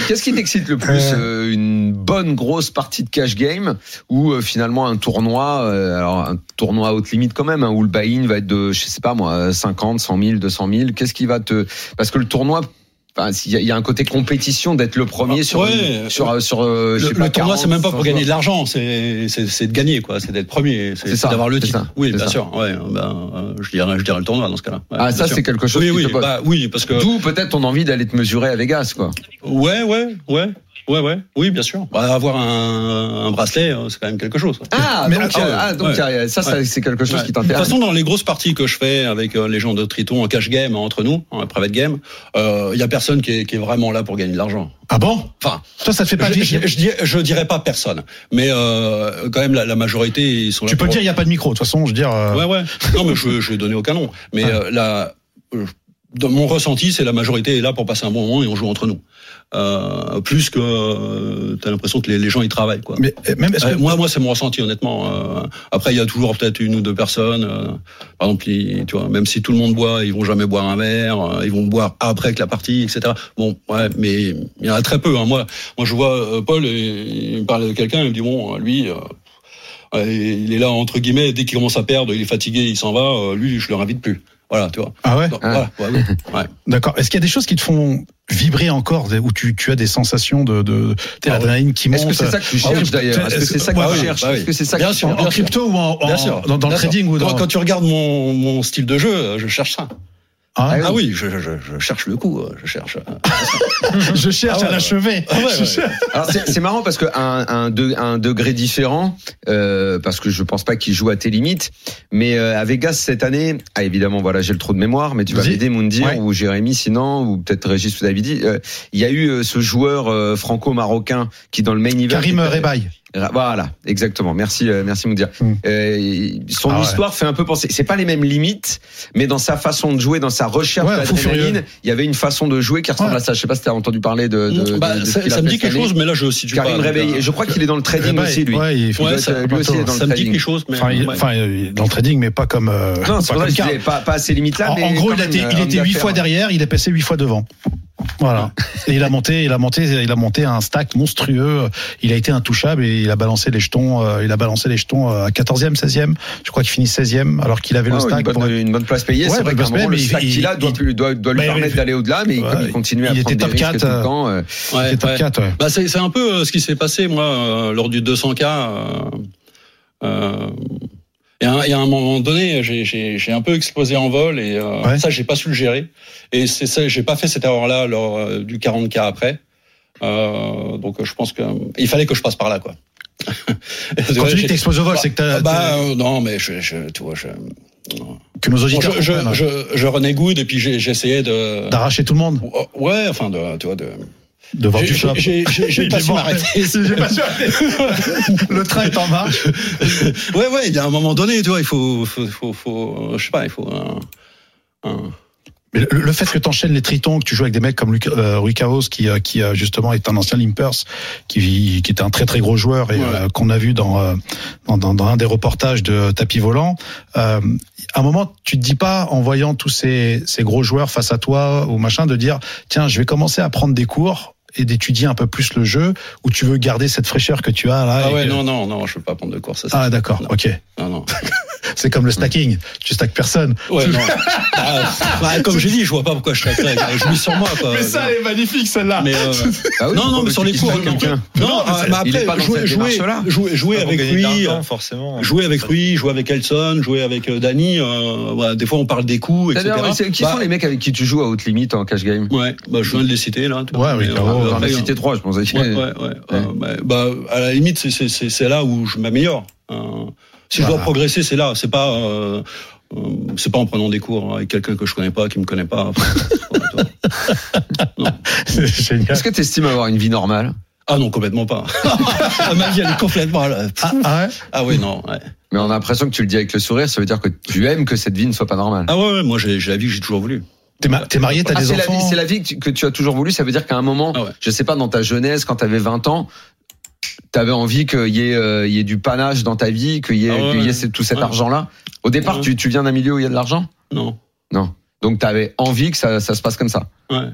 Speaker 5: Qu'est-ce qui t'excite le plus euh, Une bonne grosse partie de cash game ou euh, finalement un tournoi, euh, alors un tournoi à haute limite quand même, hein, où le buy-in va être de, je sais pas moi, euh, 50, 100 000, 200 000. Qu'est-ce qui va te. Parce que le tournoi. enfin, s'il y a- Il y, a un côté compétition d'être le premier sur
Speaker 8: Ah, Ouais.
Speaker 5: une- sur euh, sur euh, je
Speaker 8: Le,
Speaker 5: sais pas,
Speaker 8: le tournoi,
Speaker 5: 40,
Speaker 8: c'est même pas pour
Speaker 5: 100
Speaker 8: gagner de l'argent, c'est c'est- c'est de gagner, quoi. C'est d'être premier, c'est
Speaker 5: C'est ça,
Speaker 8: c'est d'avoir le
Speaker 5: c'est
Speaker 8: titre.
Speaker 5: ça,
Speaker 8: oui,
Speaker 5: c'est
Speaker 8: bien
Speaker 5: ça.
Speaker 8: sûr. Ouais, ben, euh, je dirais, je dirais le tournoi dans ce cas-là. Ouais,
Speaker 5: Ah
Speaker 8: bien
Speaker 5: ça
Speaker 8: sûr.
Speaker 5: c'est quelque chose
Speaker 8: Oui,
Speaker 5: qui
Speaker 8: oui,
Speaker 5: te botte.
Speaker 8: bah, oui, parce que
Speaker 5: D'où peut-être ton envie d'aller te mesurer à Vegas quoi.
Speaker 8: ouais, ouais, ouais, ouais, ouais, oui, bien sûr. Bah, avoir un, un bracelet, euh, c'est quand même quelque chose.
Speaker 5: Ah,
Speaker 6: Mais
Speaker 5: donc,
Speaker 8: ah
Speaker 5: euh,
Speaker 8: ouais,
Speaker 5: ah, donc,
Speaker 8: ouais.
Speaker 5: euh, ça, ça,
Speaker 8: Ouais.
Speaker 5: c'est quelque chose
Speaker 8: Ouais.
Speaker 5: qui
Speaker 8: De toute
Speaker 5: t'intéresse.
Speaker 8: façon, dans les grosses parties que je fais avec euh, les gens de Triton en cash game, hein, entre nous, en private game, il y a personne qui est, qui est vraiment là pour gagner de l'argent.
Speaker 6: Ah bon
Speaker 8: Enfin,
Speaker 6: Toi, ça te fait pas
Speaker 8: je,
Speaker 6: de
Speaker 8: je, je dis- je dirais pas personne, mais euh, quand même la, la majorité ils sont là.
Speaker 6: Tu peux
Speaker 8: pour-
Speaker 6: dire, il n'y a pas de micro. De toute façon, je veux dire. euh,
Speaker 8: Ouais, ouais. Non, mais je, je vais donner aucun nom. Mais
Speaker 6: Ah.
Speaker 8: euh, la, euh, dans mon ressenti, c'est la majorité est là pour passer un bon moment et on joue entre nous. Euh, plus que euh, t'as l'impression que les, les gens y travaillent quoi.
Speaker 6: Mais euh, même est-ce que
Speaker 8: Euh, moi, moi, c'est mon ressenti, honnêtement. Euh, après, il y a toujours peut-être une ou deux personnes. euh, par exemple, ils- tu vois, même si tout le monde boit, ils vont jamais boire un verre. euh, ils vont boire après que la partie, etc. Bon, ouais, mais il y en a très peu. hein. Moi, moi, je vois euh, Paul, et il me parle de quelqu'un, il me dit bon, euh, lui. euh, ouais, il est là entre guillemets dès qu'il commence à perdre, il est fatigué, il s'en va. euh, lui, je le invite plus. Voilà, tu vois.
Speaker 6: ah ouais
Speaker 8: Donc, voilà, ouais, ouais, ouais.
Speaker 6: d'accord est-ce qu'il y a des choses qui te font vibrer encore des- où tu, tu as des sensations de, de t'as
Speaker 8: Ah ouais.
Speaker 6: l'adrénaline qui monte
Speaker 5: Est-ce que c'est
Speaker 7: euh,
Speaker 5: ça que tu
Speaker 6: Ah oui,
Speaker 5: cherches d'ailleurs Est-ce que c'est ça que
Speaker 6: ouais,
Speaker 5: tu
Speaker 6: ouais.
Speaker 5: cherches
Speaker 8: bah oui.
Speaker 5: Est-ce que c'est ça que
Speaker 8: Bien
Speaker 5: tu
Speaker 8: sûr.
Speaker 6: en, en
Speaker 8: Bien
Speaker 6: crypto ou en, en-
Speaker 8: Bien sûr.
Speaker 6: dans, dans le
Speaker 8: Bien sûr.
Speaker 6: trading ou dans
Speaker 8: quand, quand tu regardes mon, mon style de jeu, euh, je cherche ça.
Speaker 6: Ah,
Speaker 8: Ah oui, je, je- je- je cherche le coup, euh, je cherche.
Speaker 6: je cherche
Speaker 8: Ah ouais.
Speaker 6: à l'achever
Speaker 8: Ah ouais,
Speaker 6: Je
Speaker 8: ouais.
Speaker 6: cherche-
Speaker 5: Alors c'est c'est marrant parce que un, un, de- un degré différent, euh, parce que je pense pas qu'il joue à tes limites, mais euh, à Vegas cette année, ah évidemment voilà j'ai le trou de mémoire, mais tu vas
Speaker 6: Vas-y.
Speaker 5: m'aider Moundir
Speaker 6: Ouais.
Speaker 5: ou Jérémy sinon ou peut-être Régis ou Davidi, euh, il y a eu euh, ce joueur euh, franco-marocain qui dans le main event
Speaker 6: Karim
Speaker 5: était-
Speaker 6: Rebaï
Speaker 5: Ra- Voilà, exactement. Merci, euh, merci Moudia.
Speaker 6: Mm.
Speaker 5: Euh, son
Speaker 6: Ah ouais.
Speaker 5: histoire fait un peu penser. C'est pas les mêmes limites, mais dans sa façon de jouer, dans sa recherche
Speaker 6: Ouais, fou
Speaker 5: d'adrénaline,
Speaker 6: furieux.
Speaker 5: il y avait une façon de jouer qui ressemble
Speaker 6: Ouais.
Speaker 5: à ça. Je sais pas si t'as entendu parler de. de- de-
Speaker 8: Bah,
Speaker 5: de ce
Speaker 8: ça
Speaker 5: qu'il
Speaker 8: ça
Speaker 5: a
Speaker 8: me
Speaker 5: fait
Speaker 8: dit
Speaker 5: cette
Speaker 8: quelque
Speaker 5: année.
Speaker 8: chose, mais là je situe
Speaker 5: Karim
Speaker 8: pas.
Speaker 5: Réveillé. Je crois qu'il est dans le trading
Speaker 6: Rebaï,
Speaker 5: aussi, lui.
Speaker 6: ouais, il-
Speaker 8: euh, Ouais,
Speaker 5: doit
Speaker 8: ça, bah,
Speaker 5: être- lui aussi est dans le
Speaker 8: ça me dit
Speaker 5: trading.
Speaker 8: quelque chose, mais
Speaker 6: hein. Enfin, il-
Speaker 8: ouais.
Speaker 6: enfin, il- dans le trading, mais pas comme. euh,
Speaker 5: Non, c'est
Speaker 6: pas
Speaker 5: pour ça que
Speaker 6: comme
Speaker 5: je
Speaker 6: Karl.
Speaker 5: disais pas, pas à ces limites-là.
Speaker 6: En,
Speaker 5: mais euh,
Speaker 6: en gros,
Speaker 5: quand
Speaker 6: il, a
Speaker 5: même,
Speaker 6: été- il
Speaker 5: un
Speaker 6: était huit
Speaker 5: affaire.
Speaker 6: fois derrière, il est passé huit fois devant. Voilà. Et il a monté, il a monté, il a monté un stack monstrueux. Il a été intouchable et il a balancé les jetons. euh, Il a balancé les jetons euh, à 14e, 16e. Je crois qu'il finit 16e alors qu'il avait
Speaker 5: Ah
Speaker 6: le
Speaker 5: ouais,
Speaker 6: stack.
Speaker 5: une, bonne,
Speaker 6: pour être-
Speaker 5: une bonne place payée,
Speaker 6: Ouais,
Speaker 5: c'est vrai
Speaker 6: bonne
Speaker 5: qu'à un
Speaker 6: place
Speaker 5: moment,
Speaker 6: payée,
Speaker 5: le
Speaker 6: mais
Speaker 5: stack
Speaker 6: il-
Speaker 5: qu'il a doit,
Speaker 6: il-
Speaker 5: plus- doit, doit lui
Speaker 6: Bah, il-
Speaker 5: permettre d'aller au-delà, mais
Speaker 6: Ouais,
Speaker 5: comme il continue à
Speaker 6: il
Speaker 5: prendre
Speaker 6: était
Speaker 5: des
Speaker 6: top
Speaker 5: risques
Speaker 6: 4,
Speaker 5: tout le temps. euh,
Speaker 8: Ouais,
Speaker 6: c'était top
Speaker 8: ouais.
Speaker 6: 4, ouais.
Speaker 8: Bah, c'est c'est un peu euh, ce qui s'est passé, moi, euh, lors du 200K. euh, euh, Il y, a un- il y a un moment donné, j'ai- j'ai j'ai un peu explosé en vol et euh,
Speaker 6: Ouais.
Speaker 8: ça, j'ai pas su le gérer. Et c'est ça, j'ai pas fait cette erreur-là lors euh, du 40K après. Euh, donc, euh, je pense que il fallait que je passe par là, quoi.
Speaker 6: Quand tu dis que t'exploses au vol, c'est que t'as-
Speaker 8: bah, euh, non, mais je, je, tu vois, je,
Speaker 6: que nos
Speaker 8: Bon,
Speaker 6: auditeurs
Speaker 8: je, je,
Speaker 6: comprennent,
Speaker 8: je, je renégoude et puis j'ai- j'essayais de.
Speaker 6: d'arracher tout le monde,
Speaker 8: Ouais, enfin, de, tu vois, de.
Speaker 6: de voir
Speaker 8: J'ai-
Speaker 6: du shop.
Speaker 8: J'ai j'ai- j'ai
Speaker 6: Il
Speaker 8: pas
Speaker 6: est
Speaker 8: su
Speaker 6: mort.
Speaker 8: m'arrêter.
Speaker 6: J'ai pas su arrêter. Le train est en marche.
Speaker 8: Ouais, ouais, il y a un moment donné, tu vois, il faut, faut, faut, faut euh, je sais pas, il faut un. un-
Speaker 6: Mais le, le fait que tu enchaînes les tritons, que tu joues avec des mecs comme Luc, euh, Rui Caos, qui, euh, qui euh, justement est un ancien Limpers, qui, vit- qui était un très très gros joueur et
Speaker 8: Ouais.
Speaker 6: euh, qu'on a vu dans, euh, dans, dans, dans un des reportages de Tapis Volant, euh, à un moment, tu te dis pas, en voyant tous ces, ces gros joueurs face à toi ou machin, de dire, tiens, je vais commencer à prendre des cours et d'étudier un peu plus le jeu, ou tu veux garder cette fraîcheur que tu as là.
Speaker 8: Ah
Speaker 6: et
Speaker 8: ouais,
Speaker 6: que-
Speaker 8: non, non, non, je veux pas prendre de course. ça,
Speaker 6: Ah d'accord,
Speaker 8: Non. Mm.
Speaker 6: ok.
Speaker 8: Non, non.
Speaker 6: C'est comme le stacking, tu stack personne.
Speaker 8: Ouais, non. Ah, bah, comme j'ai dit, je vois pas pourquoi je serais prêt. Je mise sur moi, quoi.
Speaker 6: est magnifique celle-là.
Speaker 8: Mais, euh,
Speaker 5: Ah oui,
Speaker 8: non, non,
Speaker 5: faut
Speaker 8: mais sur les
Speaker 5: qu'il
Speaker 8: cours,
Speaker 5: stack
Speaker 8: non.
Speaker 5: quelqu'un. mais
Speaker 8: Non, ah,
Speaker 5: c'est-
Speaker 8: mais
Speaker 5: il est pas
Speaker 8: après,
Speaker 5: dans
Speaker 8: jouer,
Speaker 5: cette
Speaker 8: jouer,
Speaker 5: démarche-là.
Speaker 8: jouer,
Speaker 7: Ah,
Speaker 8: jouer avec lui, euh,
Speaker 7: forcément.
Speaker 8: jouer avec lui, jouer avec Elson, jouer avec euh, Dany. euh, voilà, des fois, on parle des coups, etc.
Speaker 5: D'ailleurs, c'est- Qui
Speaker 8: Bah,
Speaker 5: sont les mecs avec qui tu joues à haute limite en cash game
Speaker 8: Ouais, bah, je viens de les citer là. tout.
Speaker 6: Ouais, oui,
Speaker 8: Mais,
Speaker 6: clairement,
Speaker 8: euh,
Speaker 6: on va
Speaker 5: J'en
Speaker 8: après,
Speaker 5: ai cité trois, je pense.
Speaker 8: Ouais, ouais, ouais. Euh, bah, bah, à la limite, c'est- c'est- c'est c'est là où je m'améliore. Euh, si je
Speaker 6: Voilà.
Speaker 8: dois progresser, c'est là. C'est pas, euh, euh, c'est pas en prenant des cours hein, avec quelqu'un que je connais pas, qui me connaît pas.
Speaker 6: Génial.
Speaker 5: Est-ce que tu estimes avoir une vie normale
Speaker 8: ah non, complètement pas. Ah, Ma vie, elle est complètement. à la-
Speaker 6: Ah, ah ouais
Speaker 8: Ah ouais, non. ouais.
Speaker 5: Mais on a l'impression que tu le dis avec le sourire, ça veut dire que tu aimes que cette vie ne soit pas normale.
Speaker 8: Ah ouais, ouais, moi, j'ai j'ai la vie que j'ai toujours voulu.
Speaker 6: T'es ma- t'es marié, t'as
Speaker 5: Ah,
Speaker 6: des
Speaker 5: c'est la
Speaker 6: enfants
Speaker 5: vie, c'est la vie que tu, que tu as toujours voulu, ça veut dire qu'à un moment,
Speaker 8: Ah ouais.
Speaker 5: je sais pas, dans ta jeunesse, quand tu avais 20 ans, tu avais envie qu'il y, ait, euh, il y ait du panache dans ta vie, qu'il y ait,
Speaker 8: Ah ouais,
Speaker 5: qu'il y ait
Speaker 8: ouais.
Speaker 5: ce- tout cet
Speaker 8: Ouais.
Speaker 5: argent-là. Au départ,
Speaker 8: Ouais.
Speaker 5: tu, tu viens d'un milieu où il y a de l'argent
Speaker 8: Non.
Speaker 5: Non. Donc tu avais envie que ça, ça se passe comme ça.
Speaker 8: Ouais.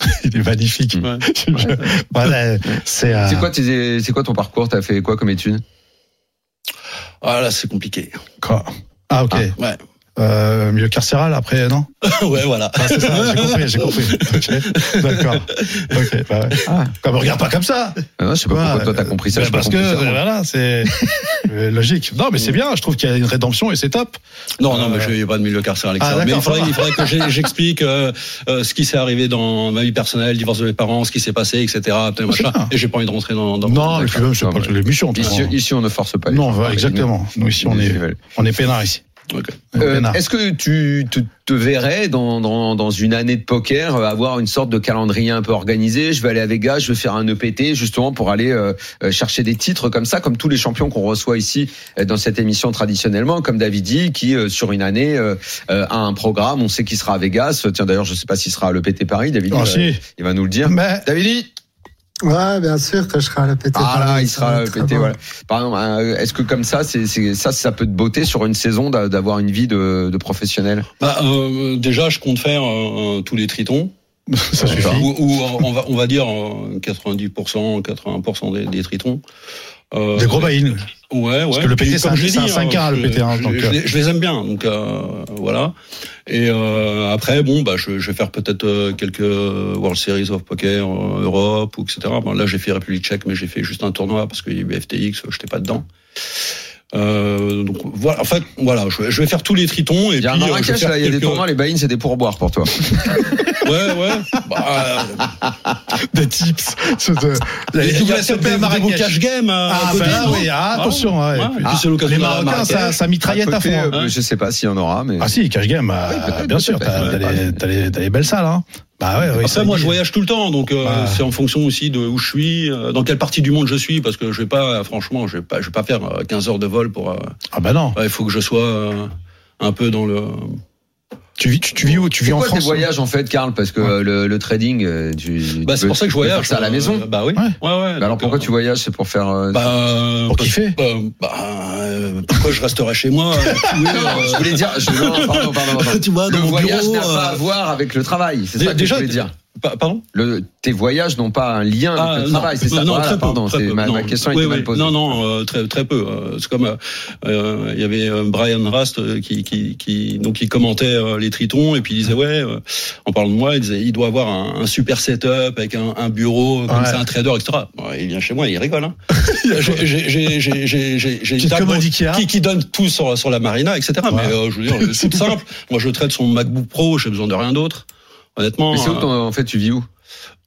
Speaker 6: Il est magnifique.
Speaker 5: Mm.
Speaker 8: ouais.
Speaker 6: Voilà, c'est euh,
Speaker 5: C'est quoi, tes- c'est quoi ton parcours T'as fait quoi comme études
Speaker 8: Ah là, c'est compliqué.
Speaker 6: quoi Ah ok.
Speaker 8: Ouais.
Speaker 6: Euh, milieu carcéral après non
Speaker 8: ouais, voilà.
Speaker 6: Ah, C'est ça, j'ai compris, j'ai compris. Ok, D'accord. Ok. Bah ouais.
Speaker 5: Ah.
Speaker 6: Bah, me regarde pas comme ça.
Speaker 5: Ah non, Je sais pas
Speaker 6: Ouais,
Speaker 5: pourquoi toi t'as
Speaker 6: euh,
Speaker 5: compris ça.
Speaker 6: bah,
Speaker 5: j'ai pas
Speaker 6: parce que
Speaker 5: compris ça, moi.
Speaker 6: voilà, c'est euh, logique. Non, mais c'est bien. Je trouve qu'il y a une rédemption et c'est top.
Speaker 8: Non, non, mais
Speaker 6: Euh,
Speaker 8: je n'ai pas de milieu carcéral, etc.
Speaker 6: Ah, d'accord,
Speaker 8: mais il
Speaker 6: ça
Speaker 8: faudrait,
Speaker 6: va.
Speaker 8: il faudrait que j'ai- j'explique euh, euh, ce qui s'est arrivé dans ma vie personnelle, divorce de mes parents, ce qui s'est passé, etc. putain, machin.
Speaker 6: Ah, bien.
Speaker 8: Et j'ai pas envie de rentrer dans. dans
Speaker 6: non,
Speaker 8: dans-
Speaker 6: mais puis même, c'est
Speaker 5: Non,
Speaker 6: pas
Speaker 5: mais-
Speaker 6: l'émission. tu
Speaker 5: Ici,
Speaker 6: vois.
Speaker 5: ici, on ne force pas. les
Speaker 6: Non,
Speaker 5: gens.
Speaker 6: voilà, exactement. Nous ici, on est, on est peinards ici.
Speaker 8: Ok.
Speaker 6: Ouais.
Speaker 5: Euh,
Speaker 6: Peinard.
Speaker 5: Est-ce que tu te, te verrais dans, dans, dans une année de poker euh, avoir une sorte de calendrier un peu organisé Je vais aller à Vegas, je vais faire un EPT justement pour aller euh, euh, chercher des titres comme ça, comme tous les champions qu'on reçoit ici euh, dans cette émission traditionnellement, comme David dit, qui euh, sur une année euh, euh, a un programme. On sait qu'il sera à Vegas. Tiens d'ailleurs, je sais pas s'il sera à l'EPT Paris. David,
Speaker 6: Ah,
Speaker 5: il, va,
Speaker 6: si.
Speaker 5: il va nous le dire.
Speaker 6: Mais
Speaker 5: David dit
Speaker 9: Ouais, bien sûr que je serai à la PT.
Speaker 5: ah là,
Speaker 9: Paris,
Speaker 5: il
Speaker 9: ça
Speaker 5: sera
Speaker 9: va
Speaker 5: à
Speaker 9: être
Speaker 5: l'EPT.
Speaker 9: bon.
Speaker 5: Voilà. Par exemple, euh, est-ce que comme ça, c'est c'est- ça, ça peut te botter sur une saison d'a- d'avoir une vie de, de professionnel
Speaker 8: Bah, euh, déjà, je compte faire euh, euh, tous les tritons.
Speaker 6: ça suffit.
Speaker 8: Ou, ou, euh, on, va, on va dire euh, 90%, 80% des, des tritons. Euh,
Speaker 6: Des gros buy
Speaker 8: Ouais, ouais.
Speaker 6: Parce que le PT,
Speaker 8: Puis,
Speaker 6: c'est
Speaker 8: comme
Speaker 6: un-
Speaker 8: je l'ai
Speaker 6: c'est un
Speaker 8: dit,
Speaker 6: 5K,
Speaker 8: hein,
Speaker 6: le
Speaker 8: je-
Speaker 6: PT, hein,
Speaker 8: je-
Speaker 6: donc,
Speaker 8: je
Speaker 6: euh.
Speaker 8: les- je les aime bien, donc euh, voilà. Et euh, après, bon, bah, je, je vais faire peut-être euh, quelques World Series of Poker euh, Europe ou etc. Bon, là, j'ai fait République Tchèque, mais j'ai fait juste un tournoi parce qu'il y a eu FTX, j'étais pas dedans. Euh, donc voilà, en fait, voilà, je, je vais faire tous les tritons et
Speaker 5: Il y a un
Speaker 8: puis euh, je vais
Speaker 5: Marrakech,
Speaker 8: faire
Speaker 5: là, il y a des
Speaker 8: quelques-
Speaker 5: tournois, les buy c'est des pourboires pour toi.
Speaker 8: Ouais, ouais. Bah, euh,
Speaker 6: Des tips. euh, C'est de-
Speaker 8: il y a- il y a
Speaker 6: double SOP
Speaker 8: des- des
Speaker 6: Marrakech.
Speaker 8: beaux cash game. à- à
Speaker 6: Ah,
Speaker 8: côté,
Speaker 6: bah là,
Speaker 8: non
Speaker 6: oui, ah,
Speaker 8: Ouais.
Speaker 6: attention. ouais.
Speaker 8: Ouais,
Speaker 6: Et puis,
Speaker 8: puis c'est l'occasion
Speaker 6: les
Speaker 8: d'aller à
Speaker 6: Marocains, ça,
Speaker 8: Marrakech.
Speaker 6: ça mitraillette à
Speaker 5: côté,
Speaker 6: fond. hein.
Speaker 5: euh, Je sais pas s'il y en aura, mais.
Speaker 6: Ah si, cash game, euh, bien sûr, t'as t'as les, t'as les, t'as les belles salles. Hein. Bah ouais, ouais,
Speaker 8: Après,
Speaker 6: ça
Speaker 8: Ah moi,
Speaker 6: dit.
Speaker 8: je voyage tout le temps, donc euh,
Speaker 6: Bah.
Speaker 8: c'est en fonction aussi de où je suis, euh, dans quelle partie du monde je suis, parce que je vais pas, euh, franchement, je vais pas, je vais pas faire euh, 15 heures de vol pour. euh,
Speaker 6: Ah bah non,
Speaker 8: ouais, il faut que je sois euh, un peu dans le.
Speaker 6: tu vis, tu, tu vis où Tu
Speaker 5: C'est
Speaker 6: vis en
Speaker 5: quoi tes
Speaker 6: France hein
Speaker 5: voyages en fait, Karl Parce que euh, le, le trading, euh, tu.
Speaker 8: Bah,
Speaker 5: tu
Speaker 8: c'est
Speaker 5: peux-
Speaker 8: pour ça que je
Speaker 5: tu peux faire
Speaker 8: voyage.
Speaker 5: ça à la
Speaker 8: euh,
Speaker 5: maison.
Speaker 8: Bah oui.
Speaker 6: Ouais.
Speaker 8: Ouais, ouais,
Speaker 5: Bah
Speaker 8: donc,
Speaker 5: alors pourquoi
Speaker 8: euh,
Speaker 5: tu voyages C'est pour faire. euh,
Speaker 8: bah, euh,
Speaker 6: Pour
Speaker 8: parce-
Speaker 6: kiffer.
Speaker 8: bah, bah, euh, pourquoi je resterai chez moi euh, cloué, euh,
Speaker 5: je voulais dire. je- non, pardon, pardon, pardon.
Speaker 8: tu vois, dans
Speaker 5: Le
Speaker 8: mon
Speaker 5: voyage
Speaker 8: bureau,
Speaker 5: n'a pas
Speaker 8: euh,
Speaker 5: à voir avec le travail. C'est ça que
Speaker 8: déjà,
Speaker 5: je voulais dire.
Speaker 8: pa- Pardon
Speaker 5: Le, tes voyages n'ont pas un lien avec le
Speaker 8: Ah, non, Euh,
Speaker 5: travail, c'est Ah, ça
Speaker 8: Non,
Speaker 5: Voilà,
Speaker 8: très peu,
Speaker 5: Pardon,
Speaker 8: très
Speaker 5: c'est-
Speaker 8: peu,
Speaker 5: ma,
Speaker 8: non.
Speaker 5: ma question
Speaker 8: Oui,
Speaker 5: était mal
Speaker 8: oui.
Speaker 5: posée.
Speaker 8: Non, non, euh, très, très peu. Euh, C'est comme euh, euh, il y avait euh, Brian Rast euh, qui, qui, qui donc il commentait euh, les Tritons et puis il disait ouais, euh, en parlant de moi, il disait il doit avoir un, un super setup avec un, un bureau comme
Speaker 6: Ouais.
Speaker 8: ça, un trader, etc. Bon, il vient chez moi, il rigole. Hein. J'ai- j'ai- j'ai- j'ai- j'ai- j'ai- j'ai une
Speaker 6: Petite
Speaker 8: table
Speaker 6: commode Ikea.
Speaker 8: qui, qui donne tout sur, sur la marina, etc.
Speaker 6: Voilà.
Speaker 8: Mais euh, je veux dire, c'est tout simple. Moi, je traite son MacBook Pro, j'ai besoin de rien d'autre. Honnêtement,
Speaker 5: Mais c'est où
Speaker 8: euh,
Speaker 5: ton- en fait tu vis où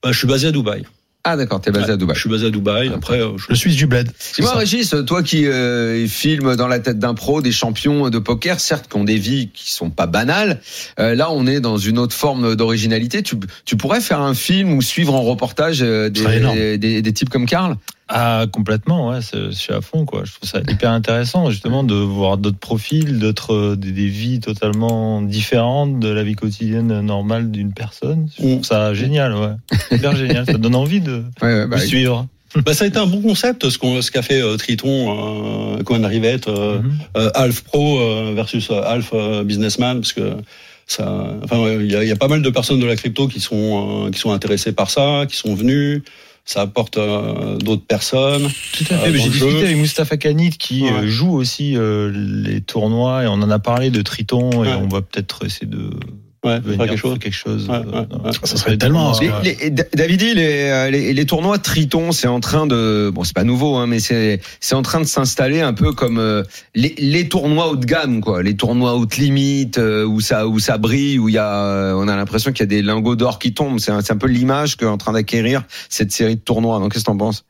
Speaker 8: bah, je suis basé à Dubaï.
Speaker 5: Ah d'accord, t'es basé à Dubaï.
Speaker 8: Je suis basé à Dubaï. Après, euh, je-
Speaker 6: Le Suisse du Bled. c'est
Speaker 5: Dis-moi,
Speaker 6: ça.
Speaker 5: Régis, toi qui euh, filmes dans la tête d'un pro des champions de poker, certes, qui ont des vies qui sont pas banales, euh, là, on est dans une autre forme d'originalité. Tu, tu pourrais faire un film ou suivre en reportage euh,
Speaker 6: Ce serait énorme.
Speaker 5: des, des, des types comme Karl
Speaker 7: Ah, complètement, ouais, c'est- je suis à fond, quoi. Je trouve ça hyper intéressant, justement, de voir d'autres profils, d'autres, euh, des, des vies totalement différentes de la vie quotidienne normale d'une personne. Je trouve ça génial, ouais. Hyper génial. Ça donne envie de
Speaker 5: ouais, ouais, bah,
Speaker 7: de suivre.
Speaker 8: Bah, ça a été un bon concept, ce qu'on- ce qu'a fait euh, Triton, euh, Cohen Rivette, euh,
Speaker 7: Mhm.
Speaker 8: euh, Alf Pro euh, versus euh, Alf euh, Businessman, parce que ça, enfin, ouais, il y, a, il y a pas mal de personnes de la crypto qui sont euh, qui sont intéressées par ça, qui sont venues. Ça apporte euh, d'autres personnes.
Speaker 7: Tout à fait.
Speaker 8: Euh,
Speaker 7: mais
Speaker 8: dans
Speaker 7: J'ai
Speaker 8: le
Speaker 7: discuté
Speaker 8: jeu.
Speaker 7: avec Mustapha Kanit qui
Speaker 8: Ouais.
Speaker 7: euh, joue aussi euh, les tournois et on en a parlé de Triton et
Speaker 8: Ouais.
Speaker 7: on va peut-être essayer de
Speaker 8: Ouais,
Speaker 7: venir
Speaker 8: faire quelque chose.
Speaker 7: quelque chose.
Speaker 8: Ouais,
Speaker 7: euh,
Speaker 8: ouais,
Speaker 7: dans-
Speaker 8: ouais.
Speaker 7: dans
Speaker 6: Ça
Speaker 7: les
Speaker 6: serait tellement.
Speaker 7: tournois.
Speaker 5: Les, les- Da- David, dit, les, euh, les, les tournois Triton, c'est en train de, bon, c'est pas nouveau, hein, mais c'est, c'est en train de s'installer un peu comme euh, les, les tournois haut de gamme, quoi, les tournois haute limite euh, où ça, où ça brille, où il y a, euh, on a l'impression qu'il y a des lingots d'or qui tombent. C'est un, c'est un peu l'image qu'est en train d'acquérir cette série de tournois. Donc, qu'est-ce que t'en penses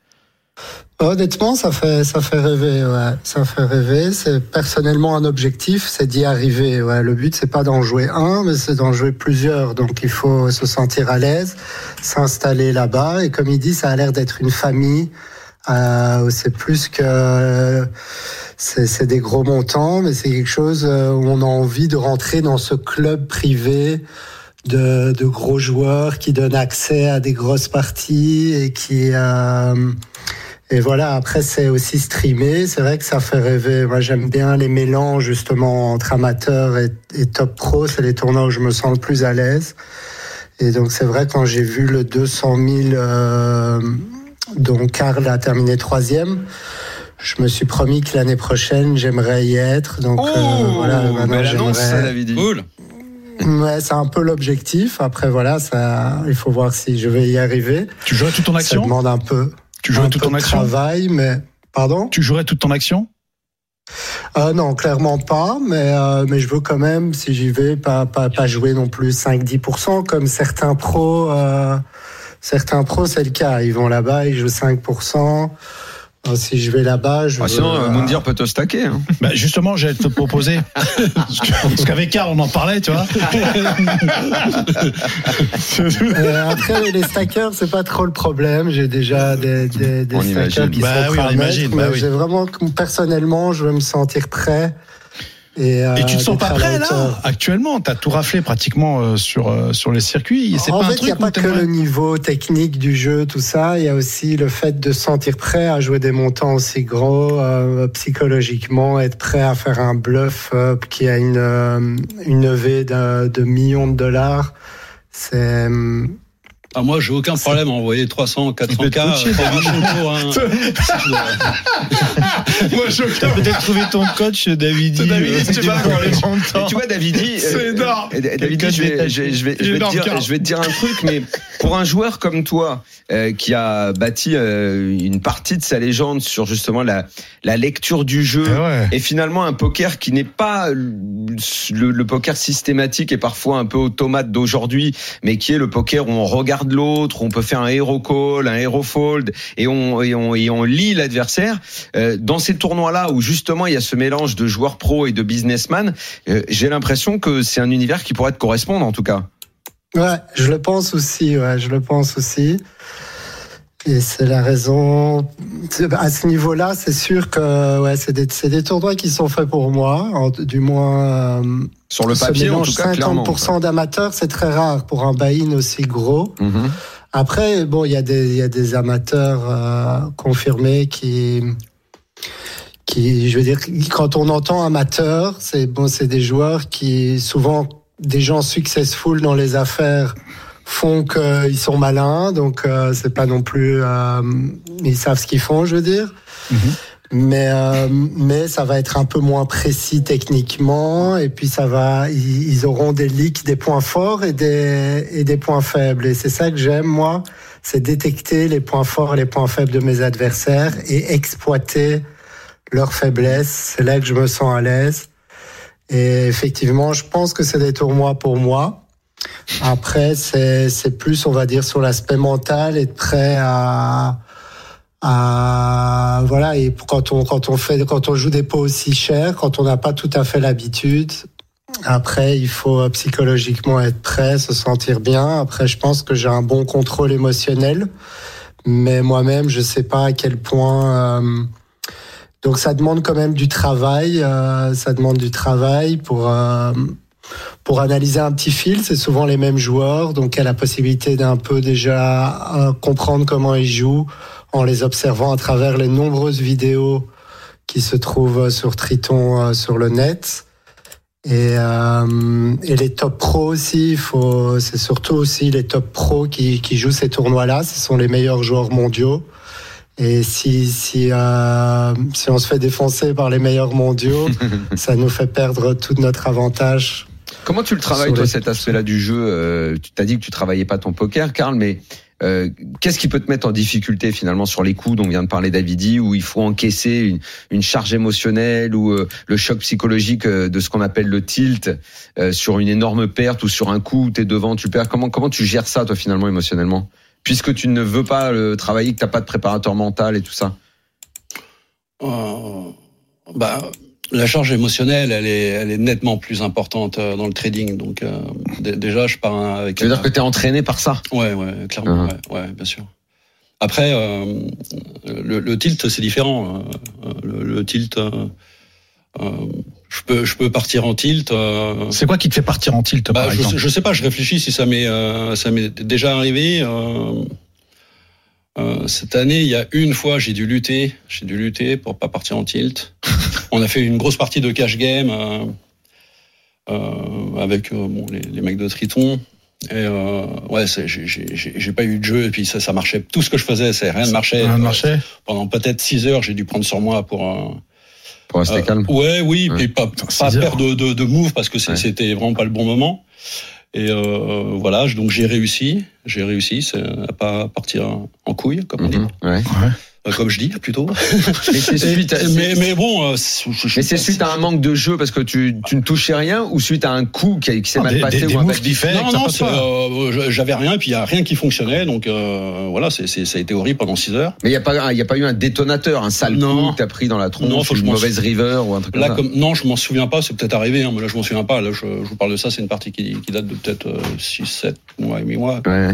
Speaker 9: Honnêtement, ça fait, ça fait rêver. Ouais. Ça fait rêver. C'est personnellement un objectif, c'est d'y arriver. Ouais. Le but, c'est pas d'en jouer un, mais c'est d'en jouer plusieurs. Donc, il faut se sentir à l'aise, s'installer là-bas. Et comme il dit, ça a l'air d'être une famille. Euh, c'est plus que c'est c'est des gros montants, mais c'est quelque chose euh, où on a envie de rentrer dans ce club privé de, de gros joueurs qui donnent accès à des grosses parties et qui euh, et voilà, après, c'est aussi streamé. C'est vrai que ça fait rêver. Moi, j'aime bien les mélanges, justement, entre amateurs et, et top pro. C'est les tournois où je me sens le plus à l'aise. Et donc, c'est vrai, quand j'ai vu le 200 000, euh, dont Karl a terminé troisième, je me suis promis que l'année prochaine, j'aimerais y être. Donc, euh, voilà, maintenant,
Speaker 5: Oh, belle annonce,
Speaker 9: j'aimerais-
Speaker 5: ça, David.
Speaker 8: Cool.
Speaker 9: Ouais, c'est un peu l'objectif. Après, voilà, ça, il faut voir si je vais y arriver.
Speaker 6: Tu jouerais toute ton
Speaker 9: Ça
Speaker 6: action
Speaker 9: demande un peu,
Speaker 6: Tu
Speaker 9: un
Speaker 6: jouerais toute
Speaker 9: peu
Speaker 6: ton
Speaker 9: de
Speaker 6: action
Speaker 9: travail, mais, pardon?
Speaker 6: Tu jouerais toute ton action
Speaker 9: Euh, non, clairement pas, mais, euh, mais je veux quand même, si j'y vais, pas, pas, pas jouer non plus 5-10%, comme certains pros, euh, certains pros, c'est le cas. Ils vont là-bas, ils jouent 5%. Alors, si je vais là-bas, je.
Speaker 5: Ah,
Speaker 9: veux,
Speaker 5: sinon,
Speaker 9: euh,
Speaker 5: euh, Moundir peut te stacker. hein.
Speaker 6: Bah, justement, j'allais te proposer. Parce que- parce qu'avec Karl, on en parlait, tu vois.
Speaker 9: euh, après, les stackers, c'est pas trop le problème. J'ai déjà des, des, des
Speaker 5: On
Speaker 9: stackers
Speaker 5: imagine.
Speaker 9: qui
Speaker 6: Bah
Speaker 9: sont
Speaker 6: oui, on
Speaker 9: prêts à mettre,
Speaker 6: imagine, bah
Speaker 9: mais
Speaker 6: oui.
Speaker 9: j'ai vraiment, personnellement, je veux me sentir prêt. Et, euh,
Speaker 6: Et tu te sens
Speaker 9: d'être
Speaker 6: pas
Speaker 9: à
Speaker 6: prêt
Speaker 9: la hauteur.
Speaker 6: là Actuellement, t'as tout raflé pratiquement euh, sur euh, sur les circuits. C'est
Speaker 9: en
Speaker 6: pas
Speaker 9: fait,
Speaker 6: un
Speaker 9: il n'y
Speaker 6: truc
Speaker 9: a
Speaker 6: où
Speaker 9: pas que
Speaker 6: t'aimerais-
Speaker 9: le niveau technique du jeu, tout ça. Il y a aussi le fait de se sentir prêt à jouer des montants aussi gros, euh, psychologiquement, être prêt à faire un bluff euh, qui a une, euh, une levée de, de millions de dollars. C'est. hum,
Speaker 8: Ah, moi, j'ai aucun problème à envoyer 300, 400K euh, par match autour, hein.
Speaker 6: Moi, je
Speaker 7: T'as peut-être trouvé ton coach, David.
Speaker 6: David, tu vas avoir les
Speaker 5: Et tu vois, Davidi,
Speaker 6: C'est
Speaker 5: euh,
Speaker 6: énorme.
Speaker 5: euh, Davidi,
Speaker 6: Quelqu'un
Speaker 5: je vais, je vais- je vais- je vais te
Speaker 6: Énorme
Speaker 5: dire,
Speaker 6: cœur.
Speaker 5: je vais te dire un truc, mais pour un joueur comme toi, euh, qui a bâti euh, une partie de sa légende sur justement la, la lecture du jeu,
Speaker 6: Eh Ah ouais.
Speaker 5: et finalement un poker qui n'est pas le, le poker systématique et parfois un peu automate d'aujourd'hui, mais qui est le poker où on regarde l'autre, on peut faire un hero call, un hero fold, et on, et on, et on lit l'adversaire. Euh, dans ces tournois-là où justement il y a ce mélange de joueurs pro et de businessman, euh, j'ai l'impression que c'est un univers qui pourrait te correspondre en tout cas.
Speaker 9: Ouais, je le pense aussi. Ouais, je le pense aussi. Et c'est la raison. À ce niveau-là, c'est sûr que ouais, c'est des, c'est des tournois qui sont faits pour moi, en- du moins. euh,
Speaker 5: Sur le
Speaker 9: Ce
Speaker 5: papier, en
Speaker 9: mélange,
Speaker 5: tout cas, clairement.
Speaker 9: 50% d'amateurs, c'est très rare pour un buy-in aussi gros.
Speaker 5: Mhm.
Speaker 9: Après, bon, il y, a des- il y a des amateurs euh, confirmés qui, qui, je veux dire, qui- quand on entend amateur, c'est bon, c'est des joueurs qui, souvent, des gens successful dans les affaires font qu'ils sont malins, donc euh, c'est pas non plus, euh, ils savent ce qu'ils font, je veux dire. Mais euh, mais ça va être un peu moins précis techniquement et puis ça va ils ils auront des leaks, des points forts et des et des points faibles et c'est ça que j'aime moi, c'est détecter les points forts et les points faibles de mes adversaires et exploiter leurs faiblesses. C'est là que je me sens à l'aise. Et effectivement, je pense que c'est des tournois pour moi. Après, c'est c'est plus on va dire sur l'aspect mental être prêt à à Euh, voilà et quand on quand on fait quand on joue des pots aussi chers, quand on n'a pas tout à fait l'habitude, après il faut euh, psychologiquement être prêt, se sentir bien. Après je pense que j'ai un bon contrôle émotionnel, mais moi-même je sais pas à quel point. euh, donc ça demande quand même du travail, euh, ça demande du travail pour euh, pour analyser un petit fil, c'est souvent les mêmes joueurs, donc elle a la possibilité d'un peu déjà euh, comprendre comment ils jouent en les observant à travers les nombreuses vidéos qui se trouvent euh, sur Triton euh, sur le net. Et, euh, et les top pros aussi, il faut- c'est surtout aussi les top pros qui, qui jouent ces tournois-là, ce sont les meilleurs joueurs mondiaux. Et si, si, euh, si on se fait défoncer par les meilleurs mondiaux, ça nous fait perdre tout notre avantage
Speaker 5: Comment tu le travailles,
Speaker 9: Sur
Speaker 5: toi,
Speaker 9: les-
Speaker 5: cet aspect-là du jeu Euh, Tu t'as dit que tu travaillais pas ton poker, Karl, mais euh, qu'est-ce qui peut te mettre en difficulté finalement sur les coups dont vient de parler Davidi, où il faut encaisser une, une charge émotionnelle ou euh, le choc psychologique euh, de ce qu'on appelle le tilt euh, sur une énorme perte ou sur un coup où t'es devant, tu perds Comment comment tu gères ça, toi, finalement, émotionnellement Puisque tu ne veux pas le travailler, que t'as pas de préparateur mental et tout ça.
Speaker 8: Euh, bah, la charge émotionnelle, elle est, elle est nettement plus importante euh, dans le trading. Donc, euh, d- déjà, je pars un- avec.
Speaker 5: Tu veux
Speaker 8: un-
Speaker 5: dire que t'es entraîné par ça
Speaker 8: Ouais, ouais, clairement,
Speaker 5: Ah.
Speaker 8: ouais, ouais, bien sûr. Après, euh, le, le tilt, c'est différent. Euh, Le, le tilt, euh, euh, je peux, je peux partir en tilt. euh,
Speaker 6: C'est quoi qui te fait partir en tilt
Speaker 8: bah,
Speaker 6: par
Speaker 8: je,
Speaker 6: exemple
Speaker 8: sais- je sais pas, je réfléchis si ça m'est euh, ça m'est déjà arrivé. euh, euh, cette année, il y a une fois, j'ai dû lutter, j'ai dû lutter pour pas partir en tilt. On a fait une grosse partie de cash game euh, euh, avec euh, bon, les, les mecs de Triton. Et euh, ouais, c'est- j'ai- j'ai j'ai- j'ai pas eu de jeu et puis ça, ça marchait. Tout ce que je faisais, c'est rien ne marchait.
Speaker 6: Un marché
Speaker 8: Pendant peut-être 6 heures, j'ai dû prendre sur moi pour. euh,
Speaker 5: Pour rester
Speaker 8: euh,
Speaker 5: calme.
Speaker 8: Ouais, oui,
Speaker 5: Ouais.
Speaker 8: puis pas, pas
Speaker 6: six heures.
Speaker 8: peur de, de, de move parce que c'est-
Speaker 5: Ouais.
Speaker 8: c'était vraiment pas le bon moment. Et euh, voilà, je- donc j'ai réussi, j'ai réussi c'est à pas partir en couille, comme on dit.
Speaker 5: Mhm, ouais.
Speaker 8: euh, comme je dis plutôt.
Speaker 5: Mais c'est suite, à-
Speaker 8: Et- mais, mais bon, euh, je- je-
Speaker 5: mais c'est suite à un manque de jeu parce que tu, tu ne touchais rien ou suite à un coup qui, a- qui s'est
Speaker 6: Ah,
Speaker 5: mal
Speaker 6: des-
Speaker 5: passé
Speaker 6: des- des
Speaker 5: ou un
Speaker 6: moves
Speaker 5: bad
Speaker 6: qui fait
Speaker 8: Non,
Speaker 6: que ça
Speaker 8: non,
Speaker 6: passe
Speaker 8: c'est,
Speaker 6: pas.
Speaker 8: euh, je- j'avais rien, puis il n'y a rien qui fonctionnait, donc euh, voilà, c'est, c'est- ça a été horrible pendant 6 heures.
Speaker 5: Mais il n'y a, pas un- il y a pas eu un détonateur, un sale
Speaker 8: Non.
Speaker 5: coup que t'as pris dans la tronche,
Speaker 8: Non, faut que
Speaker 5: une
Speaker 8: je m'en
Speaker 5: mauvaise river ou un truc
Speaker 8: Là,
Speaker 5: comme ça.
Speaker 8: comme, non, je m'en souviens pas, c'est peut-être arrivé, hein, mais là, je m'en souviens pas. Là, je, je vous parle de ça, c'est une partie qui, qui date de peut-être 6, 7 mois et demi mois.
Speaker 5: Ouais.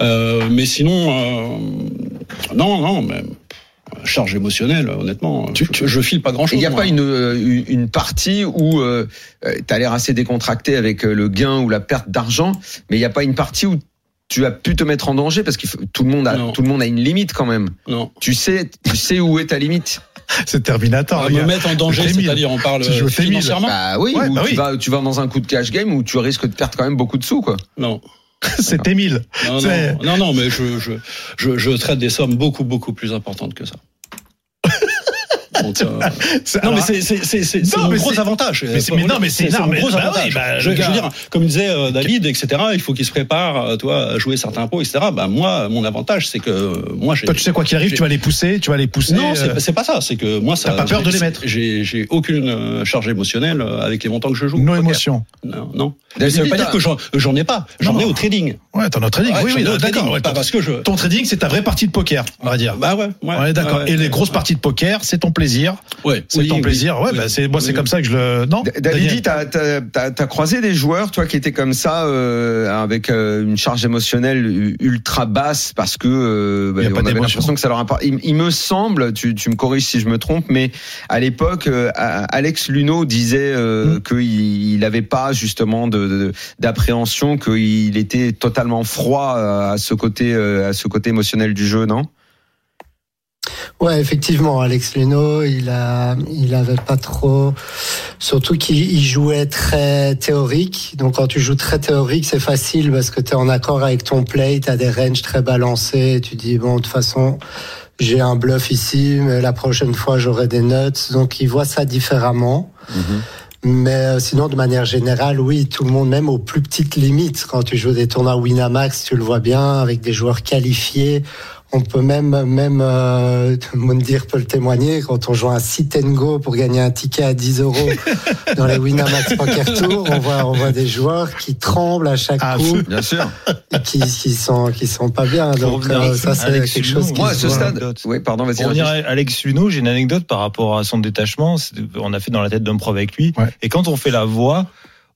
Speaker 8: Euh, mais sinon, euh, non, non, mais pff, charge émotionnelle, honnêtement. je, je file pas
Speaker 5: Et il
Speaker 8: grand-chose.
Speaker 5: n'y a
Speaker 8: moi.
Speaker 5: pas une, euh, une- une partie où euh, tu as l'air assez décontracté avec euh, le gain ou la perte d'argent, mais il n'y a pas une partie où tu as pu te mettre en danger parce que tout le monde a
Speaker 8: Non.
Speaker 5: tout le monde a une limite quand même.
Speaker 8: Non.
Speaker 5: Tu sais tu sais où est ta limite.
Speaker 6: C'est Terminator.
Speaker 8: Ah,
Speaker 6: les
Speaker 8: me
Speaker 6: gars.
Speaker 8: mettre en danger,
Speaker 6: Témil.
Speaker 8: c'est-à-dire on parle
Speaker 6: Si je
Speaker 8: euh,
Speaker 6: me fais mille.
Speaker 8: financièrement
Speaker 5: Bah oui,
Speaker 6: Ouais,
Speaker 5: ou
Speaker 6: bah
Speaker 5: tu
Speaker 6: oui.
Speaker 5: vas tu vas dans un coup de cash game où tu risques de perdre quand même beaucoup de sous quoi.
Speaker 8: Non,
Speaker 6: C'est Émile.
Speaker 8: non,
Speaker 6: C'est-
Speaker 8: non, non, non, mais je, je, je, je traite des sommes beaucoup, beaucoup plus importantes que ça. Donc, euh,
Speaker 6: C'est-
Speaker 8: non, mais
Speaker 6: alors,
Speaker 8: c'est c'est- c'est- c'est- c'est
Speaker 6: Non,
Speaker 8: mon
Speaker 6: mais
Speaker 8: gros
Speaker 6: c'est-
Speaker 8: avantage.
Speaker 6: mais c'est- mais non, mais c'est
Speaker 8: mon
Speaker 6: énorme.
Speaker 8: gros
Speaker 6: Bah oui,
Speaker 8: avantage.
Speaker 6: bah, le
Speaker 8: je, je veux
Speaker 6: gars-
Speaker 8: dire, comme disait euh, David, etc., il faut qu'il se prépare euh, toi, à jouer certains pots, etc. Bah, moi, mon avantage, c'est que euh, moi, j'ai.
Speaker 6: Toi, tu sais quoi qu'il arrive, tu vas les pousser, tu vas les pousser.
Speaker 8: Non,
Speaker 6: euh,
Speaker 8: c'est c'est pas ça. C'est que moi, ça.
Speaker 6: T'as pas peur de les mettre
Speaker 8: J'ai j'ai aucune euh, charge émotionnelle euh, avec les montants que je joue.
Speaker 6: nos
Speaker 8: Ok.
Speaker 6: émotions.
Speaker 8: Non, non. Mais ça veut pas
Speaker 5: Putain.
Speaker 8: dire que j'en j'en ai pas. J'en
Speaker 6: euh, Non.
Speaker 8: ai au trading.
Speaker 6: Ouais, t'en as trading.
Speaker 8: Ouais,
Speaker 6: oui,
Speaker 8: j'en
Speaker 6: oui,
Speaker 8: ai au
Speaker 6: d'accord.
Speaker 8: trading,
Speaker 6: ouais,
Speaker 8: pas
Speaker 6: ton-
Speaker 8: parce que je.
Speaker 6: ton trading, c'est ta vraie partie de poker, on va dire.
Speaker 8: Bah ouais, ouais.
Speaker 6: Ouais, d'accord.
Speaker 8: Ouais, ouais.
Speaker 6: Et les grosses parties de poker, c'est ton plaisir.
Speaker 8: Ouais,
Speaker 6: C'est
Speaker 8: oui,
Speaker 6: ton
Speaker 8: oui,
Speaker 6: plaisir. Ouais,
Speaker 8: oui.
Speaker 6: bah, c'est moi, c'est
Speaker 8: Oui.
Speaker 6: comme ça que je le. Non.
Speaker 5: D- Dalidi, t'as t'as- t'as- t'as croisé des joueurs, toi, qui étaient comme ça, euh, avec euh, une charge émotionnelle u- ultra basse, parce que euh, bah,
Speaker 6: Il y a
Speaker 5: on
Speaker 6: pas
Speaker 5: avait
Speaker 6: d'émotion.
Speaker 5: l'impression que ça leur a pas- Il, il me semble, tu, tu me corriges si je me trompe, mais à l'époque, euh, A- Alex Luno disait euh,
Speaker 6: Hmm.
Speaker 5: qu'il n'avait pas justement de- de- d'appréhension, qu'il était totalement froid euh, à ce côté, euh, à ce côté émotionnel du jeu, non
Speaker 9: Ouais, effectivement, Alex Leno, il a, il avait pas trop, surtout qu'il il jouait très théorique. Donc quand tu joues très théorique, c'est facile parce que tu es en accord avec ton play, tu as des ranges très balancés, et tu dis bon, de toute façon, j'ai un bluff ici, mais la prochaine fois, j'aurai des nuts. Donc il voit ça différemment. Mais euh, sinon, de manière générale, oui, tout le monde, même aux plus petites limites, quand tu joues des tournois Winamax, tu le vois bien, avec des joueurs qualifiés. On peut même, même, euh, Mondir peut le témoigner, quand on joue un sit and go pour gagner un ticket à 10 euros dans les Winamax Poker Tour, on voit, on voit des joueurs qui tremblent à chaque
Speaker 6: Ah,
Speaker 9: coup,
Speaker 5: Bien sûr.
Speaker 9: et qui, qui sont, qui sont pas bien. Donc,
Speaker 7: revenir
Speaker 9: euh,
Speaker 7: à
Speaker 9: ça, c'est
Speaker 7: Alex
Speaker 9: quelque
Speaker 7: Hulot,
Speaker 9: chose qui
Speaker 5: Moi, à
Speaker 9: se
Speaker 5: ce
Speaker 9: voit.
Speaker 5: stade, oui, pardon, vas-y.
Speaker 7: Pour revenir à
Speaker 5: Régis.
Speaker 7: Alex Luno, j'ai une anecdote par rapport à son détachement. C'est- On a fait dans la tête d'un pro avec lui.
Speaker 6: Ouais.
Speaker 7: Et quand on fait la voix,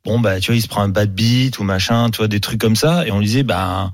Speaker 7: bon, bah, tu vois, il se prend un bad beat ou machin, tu vois, des trucs comme ça. Et on lui disait, bah,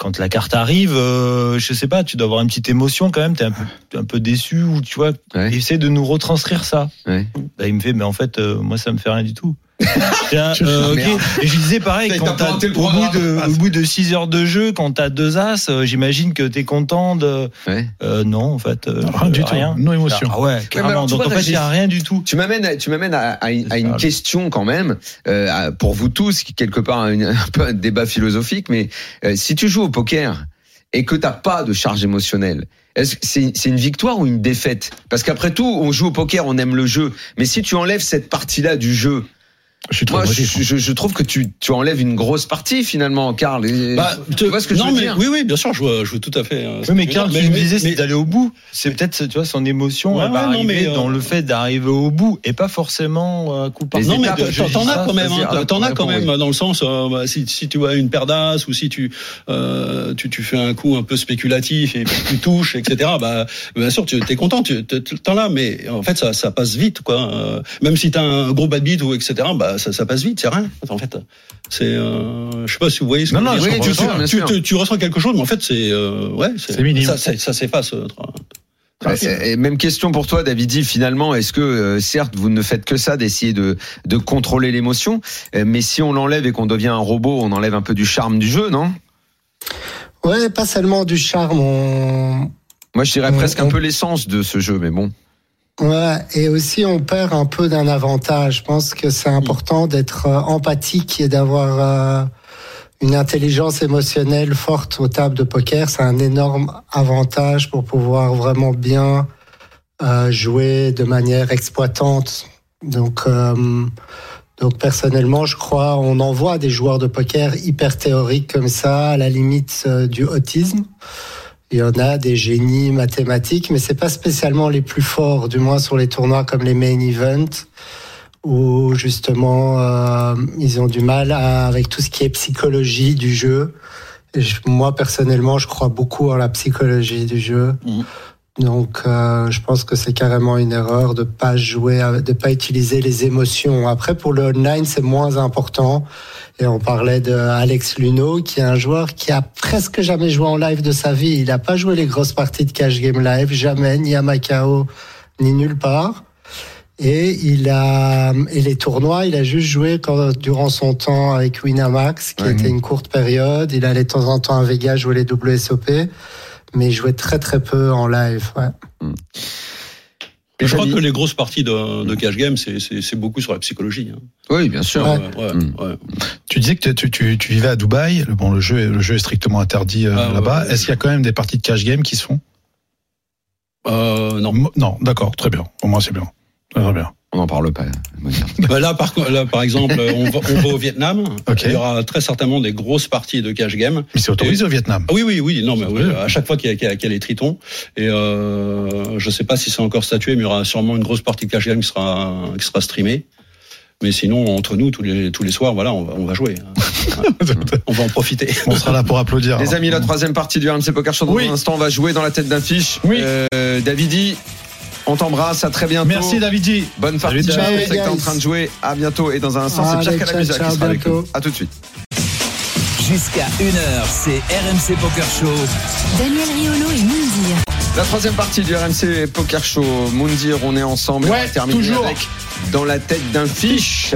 Speaker 7: quand la carte arrive, euh, je sais pas, tu dois avoir une petite émotion quand même, t'es un peu, t'es un peu déçu ou tu vois,
Speaker 5: Ouais.
Speaker 7: essaie de nous retranscrire ça.
Speaker 5: Ouais.
Speaker 7: Bah, il me fait, mais en fait, euh, moi, ça me fait rien du tout. Je dis, ah, euh,
Speaker 5: Ah,
Speaker 7: ok.
Speaker 5: merde.
Speaker 7: Et je lui disais pareil,
Speaker 5: T'as-
Speaker 7: quand
Speaker 5: t'as
Speaker 7: t'as-
Speaker 5: planté le
Speaker 7: au, bout
Speaker 5: programme.
Speaker 7: de, au bout de 6 heures de jeu, quand t'as deux as, euh, j'imagine que t'es content de.
Speaker 5: Ouais.
Speaker 7: Euh, non, en fait. euh,
Speaker 6: Rien du tout.
Speaker 7: Rien.
Speaker 6: Nos émotions.
Speaker 7: Ah ouais,
Speaker 5: mais alors,
Speaker 7: carrément.
Speaker 5: tu
Speaker 7: Donc
Speaker 5: vois,
Speaker 7: en fait, il n'y a rien du tout.
Speaker 5: Tu m'amènes, à- tu m'amènes à, à une, à une
Speaker 7: grave.
Speaker 5: question quand même euh, à- pour vous tous, qui quelque part a une- un peu un débat philosophique. Mais euh, si tu joues au poker et que t'as pas de charge émotionnelle, est-ce que c'est c'est une victoire ou une défaite Parce qu'après tout, on joue au poker, on aime le jeu. Mais si tu enlèves cette partie-là du jeu,
Speaker 6: Je suis trop
Speaker 5: moi, je,
Speaker 6: émotif.
Speaker 5: je- je trouve que tu, tu enlèves une grosse partie finalement, Karl. Et-
Speaker 8: Bah,
Speaker 5: tu vois ce que
Speaker 8: non,
Speaker 5: je veux
Speaker 8: mais,
Speaker 5: dire
Speaker 8: Oui, oui, bien sûr, je vois, je vois tout à fait. euh, ce
Speaker 7: Oui, mais
Speaker 8: que tu veux
Speaker 7: Karl,
Speaker 8: dire.
Speaker 7: tu me disais, c'est
Speaker 8: mais-
Speaker 7: d'aller au bout. C'est peut-être, tu vois, son émotion,
Speaker 8: Ouais,
Speaker 7: elle va
Speaker 8: ouais, non,
Speaker 7: arriver
Speaker 8: mais, euh,
Speaker 7: dans le fait d'arriver au bout et pas forcément euh, coup par
Speaker 5: Les
Speaker 7: coup.
Speaker 8: Non, mais
Speaker 5: étapes,
Speaker 8: t'en-
Speaker 5: je dis
Speaker 8: t'en
Speaker 5: ça,
Speaker 8: as quand même,
Speaker 5: vas-y,
Speaker 8: hein,
Speaker 5: ah,
Speaker 8: t'en as
Speaker 5: réponds,
Speaker 8: quand même,
Speaker 5: oui.
Speaker 8: dans le sens, euh, bah, si, si tu as une paire d'as ou si tu, euh, tu, tu fais un coup un peu spéculatif et puis tu touches, etc., bah, bien sûr, tu es content, tu t'es- t'en as, mais en fait, ça, ça passe vite, quoi. Euh, Même si t'as un gros bad beat ou etc., bah, ça, ça passe vite, c'est rien, en fait. C'est, euh, je sais pas si vous voyez ce que
Speaker 6: Non, non,
Speaker 8: je veux
Speaker 5: oui,
Speaker 8: dire.
Speaker 5: bien
Speaker 8: tu,
Speaker 5: sûr, bien
Speaker 8: tu,
Speaker 5: sûr.
Speaker 8: tu- tu ressens quelque chose, mais en fait, c'est, euh, ouais,
Speaker 6: C'est minime.
Speaker 8: Ça, ça, ça s'efface. euh,
Speaker 5: Ouais, Bah, et même question pour toi, Davidi. Finalement, est-ce que euh, certes vous ne faites que ça d'essayer de, de contrôler l'émotion, euh, mais si on l'enlève et qu'on devient un robot, on enlève un peu du charme du jeu, non
Speaker 9: Ouais, pas seulement du charme, on,
Speaker 5: Moi, je dirais
Speaker 9: Ouais,
Speaker 5: presque un
Speaker 9: on-
Speaker 5: peu l'essence de ce jeu, mais bon.
Speaker 9: Ouais, et aussi on perd un peu d'un avantage. Je pense que c'est important d'être euh, empathique et d'avoir euh, une intelligence émotionnelle forte aux tables de poker. C'est un énorme avantage pour pouvoir vraiment bien euh, jouer de manière exploitante. Donc, euh, donc personnellement, je crois, on en voit des joueurs de poker hyper théoriques comme ça, à la limite euh, du autisme. Il y en a des génies mathématiques, mais c'est pas spécialement les plus forts, du moins sur les tournois comme les main events, où justement euh, ils ont du mal à- avec tout ce qui est psychologie du jeu. Et je- moi personnellement, je crois beaucoup en la psychologie du jeu.
Speaker 8: Mhm.
Speaker 9: Donc, euh, je pense que c'est carrément une erreur de pas jouer, à- de pas utiliser les émotions. Après, pour le online, c'est moins important. Et on parlait de Alex Luno, qui est un joueur qui a presque jamais joué en live de sa vie. Il a pas joué les grosses parties de cash game live, jamais, ni à Macao, ni nulle part. Et il a et les tournois, il a juste joué quand, durant son temps avec Winamax, qui
Speaker 5: Ouais.
Speaker 9: était une courte période. Il allait de temps en temps à Vegas jouer les WSOP, mais il jouait très très peu en live. Ouais.
Speaker 5: Et
Speaker 8: Je crois
Speaker 5: Jamy-
Speaker 8: que les grosses parties de, de cash game, c'est- c'est c'est beaucoup sur la psychologie. hein.
Speaker 5: Oui, bien sûr.
Speaker 9: Ouais.
Speaker 10: Ah.
Speaker 8: ouais,
Speaker 5: Mm.
Speaker 8: ouais.
Speaker 6: Tu disais que tu, tu, tu vivais à Dubaï. Le- Bon, le jeu, est- le jeu est strictement interdit euh,
Speaker 8: Ah,
Speaker 6: là-bas.
Speaker 8: ouais.
Speaker 6: Est-ce qu'il y a quand même des parties de cash game qui se font
Speaker 8: Euh, non.
Speaker 6: Mo- Non, d'accord, très bien. Au moins, c'est bien. Très bien.
Speaker 5: On n'en parle pas. Mozart.
Speaker 8: Bah là, par, co- là, par exemple, on va, on va au Vietnam.
Speaker 6: Ok.
Speaker 8: Il y aura très certainement des grosses parties de cash game.
Speaker 6: Mais c'est autorisé au Vietnam.
Speaker 8: Ah oui, oui, oui. Non, mais oui,
Speaker 6: Ouais.
Speaker 8: à chaque fois qu'il y, a- qu'il y a- qu'il y a les tritons. Et euh, je sais pas si c'est encore statué, mais il y aura sûrement une grosse partie de cash game qui sera, qui sera streamée. Mais sinon, entre nous, tous les, tous les soirs, voilà, on va, on va jouer. on va en profiter.
Speaker 6: On sera là pour applaudir.
Speaker 5: Les
Speaker 6: alors.
Speaker 5: amis, la troisième partie du RMC Poker Show. Dans
Speaker 6: Oui.
Speaker 5: un instant, on va jouer dans la tête d'un fiche.
Speaker 6: Oui.
Speaker 5: Euh, Davidi, on t'embrasse. À très bientôt.
Speaker 6: Merci Davidi.
Speaker 5: Bonne partie.
Speaker 6: Salut,
Speaker 5: Ciao.
Speaker 9: ciao.
Speaker 5: On sait que t'es en train de jouer. À bientôt. Et dans un instant, c'est Pierre
Speaker 9: Allez,
Speaker 5: Calamusa
Speaker 9: ciao, ciao,
Speaker 5: qui sera avec
Speaker 9: bientôt.
Speaker 5: nous. À tout de suite.
Speaker 4: Jusqu'à 1h, c'est RMC Poker Show.
Speaker 3: Daniel Riolo et Mindir.
Speaker 5: La troisième partie du RMC Poker Show. Moundir, on est ensemble.
Speaker 6: Ouais,
Speaker 5: on va terminer
Speaker 6: toujours.
Speaker 5: avec dans la tête d'un fiche.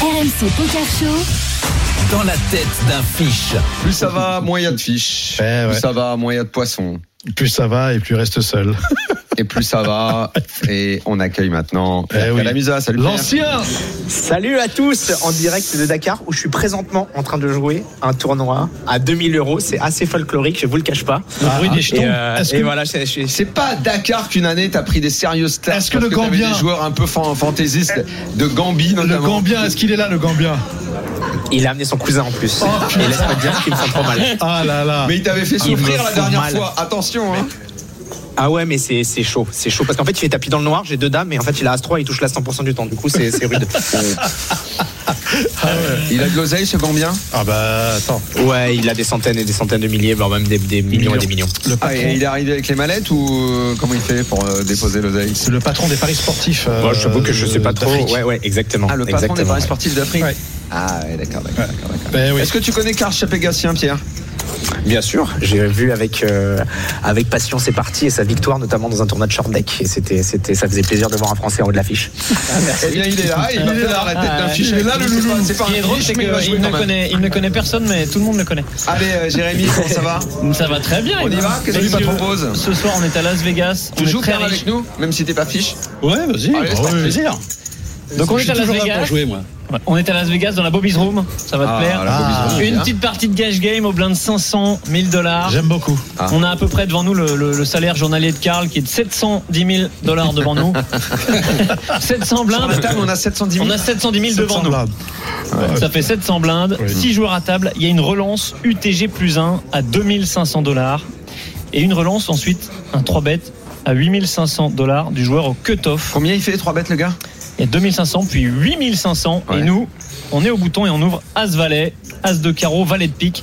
Speaker 3: RMC Poker Show.
Speaker 4: Dans la tête d'un fiche.
Speaker 5: Plus ça va, moins il y a de fiches.
Speaker 6: Eh Ouais, ouais.
Speaker 5: Plus ça va, moins il y a de poissons.
Speaker 6: Plus ça va et plus reste seul.
Speaker 5: Et plus ça va. et on accueille maintenant
Speaker 6: Eh
Speaker 5: Pierre
Speaker 6: oui.
Speaker 5: Calamusa. Salut. Pierre.
Speaker 6: L'ancien
Speaker 11: Salut à tous en direct de Dakar où je suis présentement en train de jouer un tournoi à 2000 euros. C'est assez folklorique, je vous le cache pas.
Speaker 6: Le bruit des jetons.
Speaker 11: Et, euh,
Speaker 6: Est-ce
Speaker 11: et
Speaker 6: que-
Speaker 11: voilà, je- je- je-
Speaker 5: C'est pas à Dakar qu'une année t'as pris des sérieuses stars.
Speaker 6: Est-ce que
Speaker 5: parce
Speaker 6: le
Speaker 5: t'avais
Speaker 6: Gambien-
Speaker 5: des joueurs un peu fan- fantaisistes de Gambie
Speaker 6: Le
Speaker 5: notamment.
Speaker 6: Gambien, est-ce qu'il est là le Gambien
Speaker 11: il a amené son cousin en plus. et laisse-moi te dire qu'il me sent trop mal.
Speaker 6: Ah là là.
Speaker 5: Mais il t'avait fait souffrir
Speaker 11: me
Speaker 5: la
Speaker 11: font
Speaker 5: dernière
Speaker 11: mal.
Speaker 5: fois. Attention. Hein.
Speaker 11: Ah ouais, mais c'est c'est chaud, c'est chaud parce qu'en fait il est tapis dans le noir, j'ai deux dames et en fait il a As-3, il touche la 100% du temps. Du coup, c'est c'est rude.
Speaker 5: Il a de l'oseille ce Gambien.
Speaker 6: Ah bah attends.
Speaker 11: Ouais, il a des centaines et des centaines de milliers, voire même des, des millions et des millions.
Speaker 6: Le
Speaker 5: Ah, et
Speaker 6: patron,
Speaker 5: il est arrivé avec les mallettes ou euh, comment il fait pour euh, déposer l'oseille
Speaker 6: c'est le patron des paris sportifs. euh,
Speaker 11: Moi, je t'avoue que je sais pas trop.
Speaker 6: d'Afrique.
Speaker 11: Ouais, ouais, exactement.
Speaker 5: Ah, le patron des
Speaker 11: Exactement,
Speaker 5: paris
Speaker 11: ouais.
Speaker 5: sportifs d'Afrique.
Speaker 6: Ouais.
Speaker 5: Ah, ouais, d'accord, d'accord, d'accord, d'accord.
Speaker 6: Eh oui.
Speaker 5: Est-ce que tu connais Karl Chapégassien, Pierre
Speaker 11: Bien sûr, j'ai vu avec euh, avec passion ses parties et sa victoire notamment dans un tournoi de short deck et c'était c'était ça faisait plaisir de voir un français en haut de l'affiche.
Speaker 5: Eh bien, il est là. Il, va faire la tête d'un fiche. Il est là, le loulou. C'est pas un fiche, mais il va jouer quand même.
Speaker 10: il ne connaît personne, mais tout le monde le connaît.
Speaker 5: Allez, euh, Jérémy, comment ça va
Speaker 10: Ça va très bien.
Speaker 5: On y va Qu'est-ce que tu me
Speaker 10: Messieurs,
Speaker 5: proposes
Speaker 10: Ce soir, on est à Las Vegas.
Speaker 5: Tu
Speaker 10: on
Speaker 5: joues
Speaker 10: est très
Speaker 5: Pierre
Speaker 10: riche.
Speaker 5: avec nous, même si t'es pas fiche
Speaker 8: Ouais, vas-y.
Speaker 5: Allez, c'est
Speaker 8: bah,
Speaker 5: parti.
Speaker 8: plaisir.
Speaker 10: Ah Donc on
Speaker 8: Je
Speaker 10: est
Speaker 8: suis
Speaker 10: à Las
Speaker 8: toujours là
Speaker 10: Vegas.
Speaker 8: pour jouer, moi.
Speaker 10: Ouais, On est à Las Vegas dans la Bobby's Room. Ça va
Speaker 5: Ah,
Speaker 10: te plaire.
Speaker 5: la Bobby's
Speaker 6: Ah.
Speaker 5: Room,
Speaker 10: Une
Speaker 5: bien.
Speaker 10: petite partie de cash game au blind de 500 000 dollars.
Speaker 6: J'aime beaucoup.
Speaker 5: Ah.
Speaker 10: On a à peu près devant nous le, le- le salaire journalier de Karl qui est de 710 000 dollars devant nous. 700
Speaker 5: Sur la
Speaker 10: blindes.
Speaker 5: table, on a 710 000.
Speaker 10: On a 710 000 devant
Speaker 6: 700
Speaker 10: nous.
Speaker 6: blindes.
Speaker 10: Ça fait 700 blindes,
Speaker 6: Oui.
Speaker 10: 6 joueurs à table. Il y a une relance UTG plus 1 à 2500 dollars. Et une relance ensuite, un 3 bêtes à 8500 dollars du joueur au cutoff.
Speaker 5: Combien il fait les 3 bêtes, le gars
Speaker 10: Il y a 2500, puis 8500.
Speaker 5: Ouais.
Speaker 10: Et nous, on est au bouton et on ouvre As-Valet, As de carreau, Valet de pique.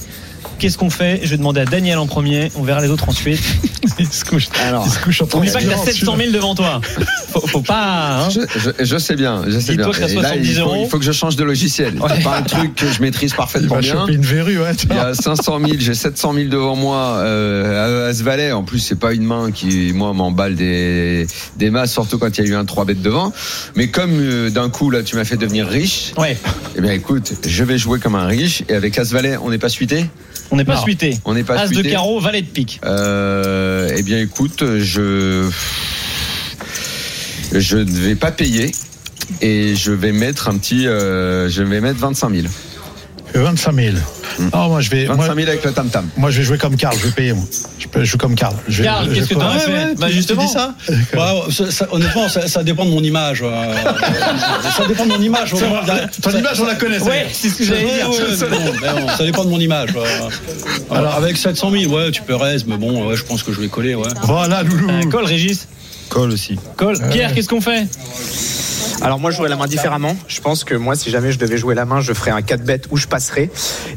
Speaker 10: Qu'est-ce qu'on fait Je vais demander à Daniel en premier, on verra les autres ensuite.
Speaker 6: Il se couche.
Speaker 5: Alors,
Speaker 6: Il se couche en
Speaker 10: N'oublie pas que t'as 700
Speaker 6: transpirant,
Speaker 10: 000 devant toi. Faut, faut pas. hein.
Speaker 5: je, je- je sais bien, je sais bien.
Speaker 10: Dis-toi que t'as
Speaker 5: Et là, il
Speaker 10: 70
Speaker 5: faut,
Speaker 10: euros.
Speaker 5: il faut que je change de logiciel. C'est pas un truc que je maîtrise
Speaker 6: tu
Speaker 5: parfaitement
Speaker 6: vas
Speaker 5: bien.
Speaker 6: choper une verrue, ouais. tu
Speaker 5: Il y
Speaker 6: vois.
Speaker 5: a 500 000, j'ai 700 000 devant moi euh, à- à ce valet. En plus, c'est pas une main qui, moi, m'emballe des, des masses, surtout quand il y a eu un 3 bêtes devant. Mais comme euh, d'un coup, là, tu m'as fait devenir riche,
Speaker 10: Ouais,
Speaker 5: eh bien, écoute, je vais jouer comme un riche. Et avec As valet, on n'est pas suité
Speaker 10: on n'est pas
Speaker 6: Non.
Speaker 10: suité.
Speaker 5: On n'est pas
Speaker 10: As de
Speaker 5: suité.
Speaker 10: carreau, Valet de pique.
Speaker 5: Euh, eh bien, écoute, je je ne vais pas payer et je vais mettre un petit, euh, je vais mettre 25 000.
Speaker 6: Et que 25 000. Non, Ah, moi je vais. moi-
Speaker 5: 25 000 avec le tam-tam.
Speaker 6: Moi, je vais jouer comme Karl, je vais payer, moi. Je, peux- je joue comme Karl. Je vais-
Speaker 7: Karl,
Speaker 6: je vais
Speaker 7: qu'est-ce que
Speaker 6: pas-
Speaker 7: t'aurais fait Bah, justement.
Speaker 6: dis ça
Speaker 8: Ouais, Bah, ça- ça- honnêtement, ça, ça dépend de mon image. euh, ça dépend de mon image.
Speaker 6: Ton image, on la connaît, ça.
Speaker 7: Ouais, c'est ce que j'allais dire.
Speaker 8: Ouais, ouais, bon, mais bon, ça dépend de mon image. euh. Alors, avec 700 000, ouais, tu peux reste, mais bon, ouais, je pense que je vais coller, ouais.
Speaker 6: Voilà, loulou.
Speaker 7: Euh, Call, Régis.
Speaker 12: Call aussi.
Speaker 7: Call. Pierre, qu'est-ce qu'on fait
Speaker 11: Alors moi, je jouerais la main différemment. Je pense que moi, si jamais je devais jouer la main, je ferais un 4 bet où je passerais.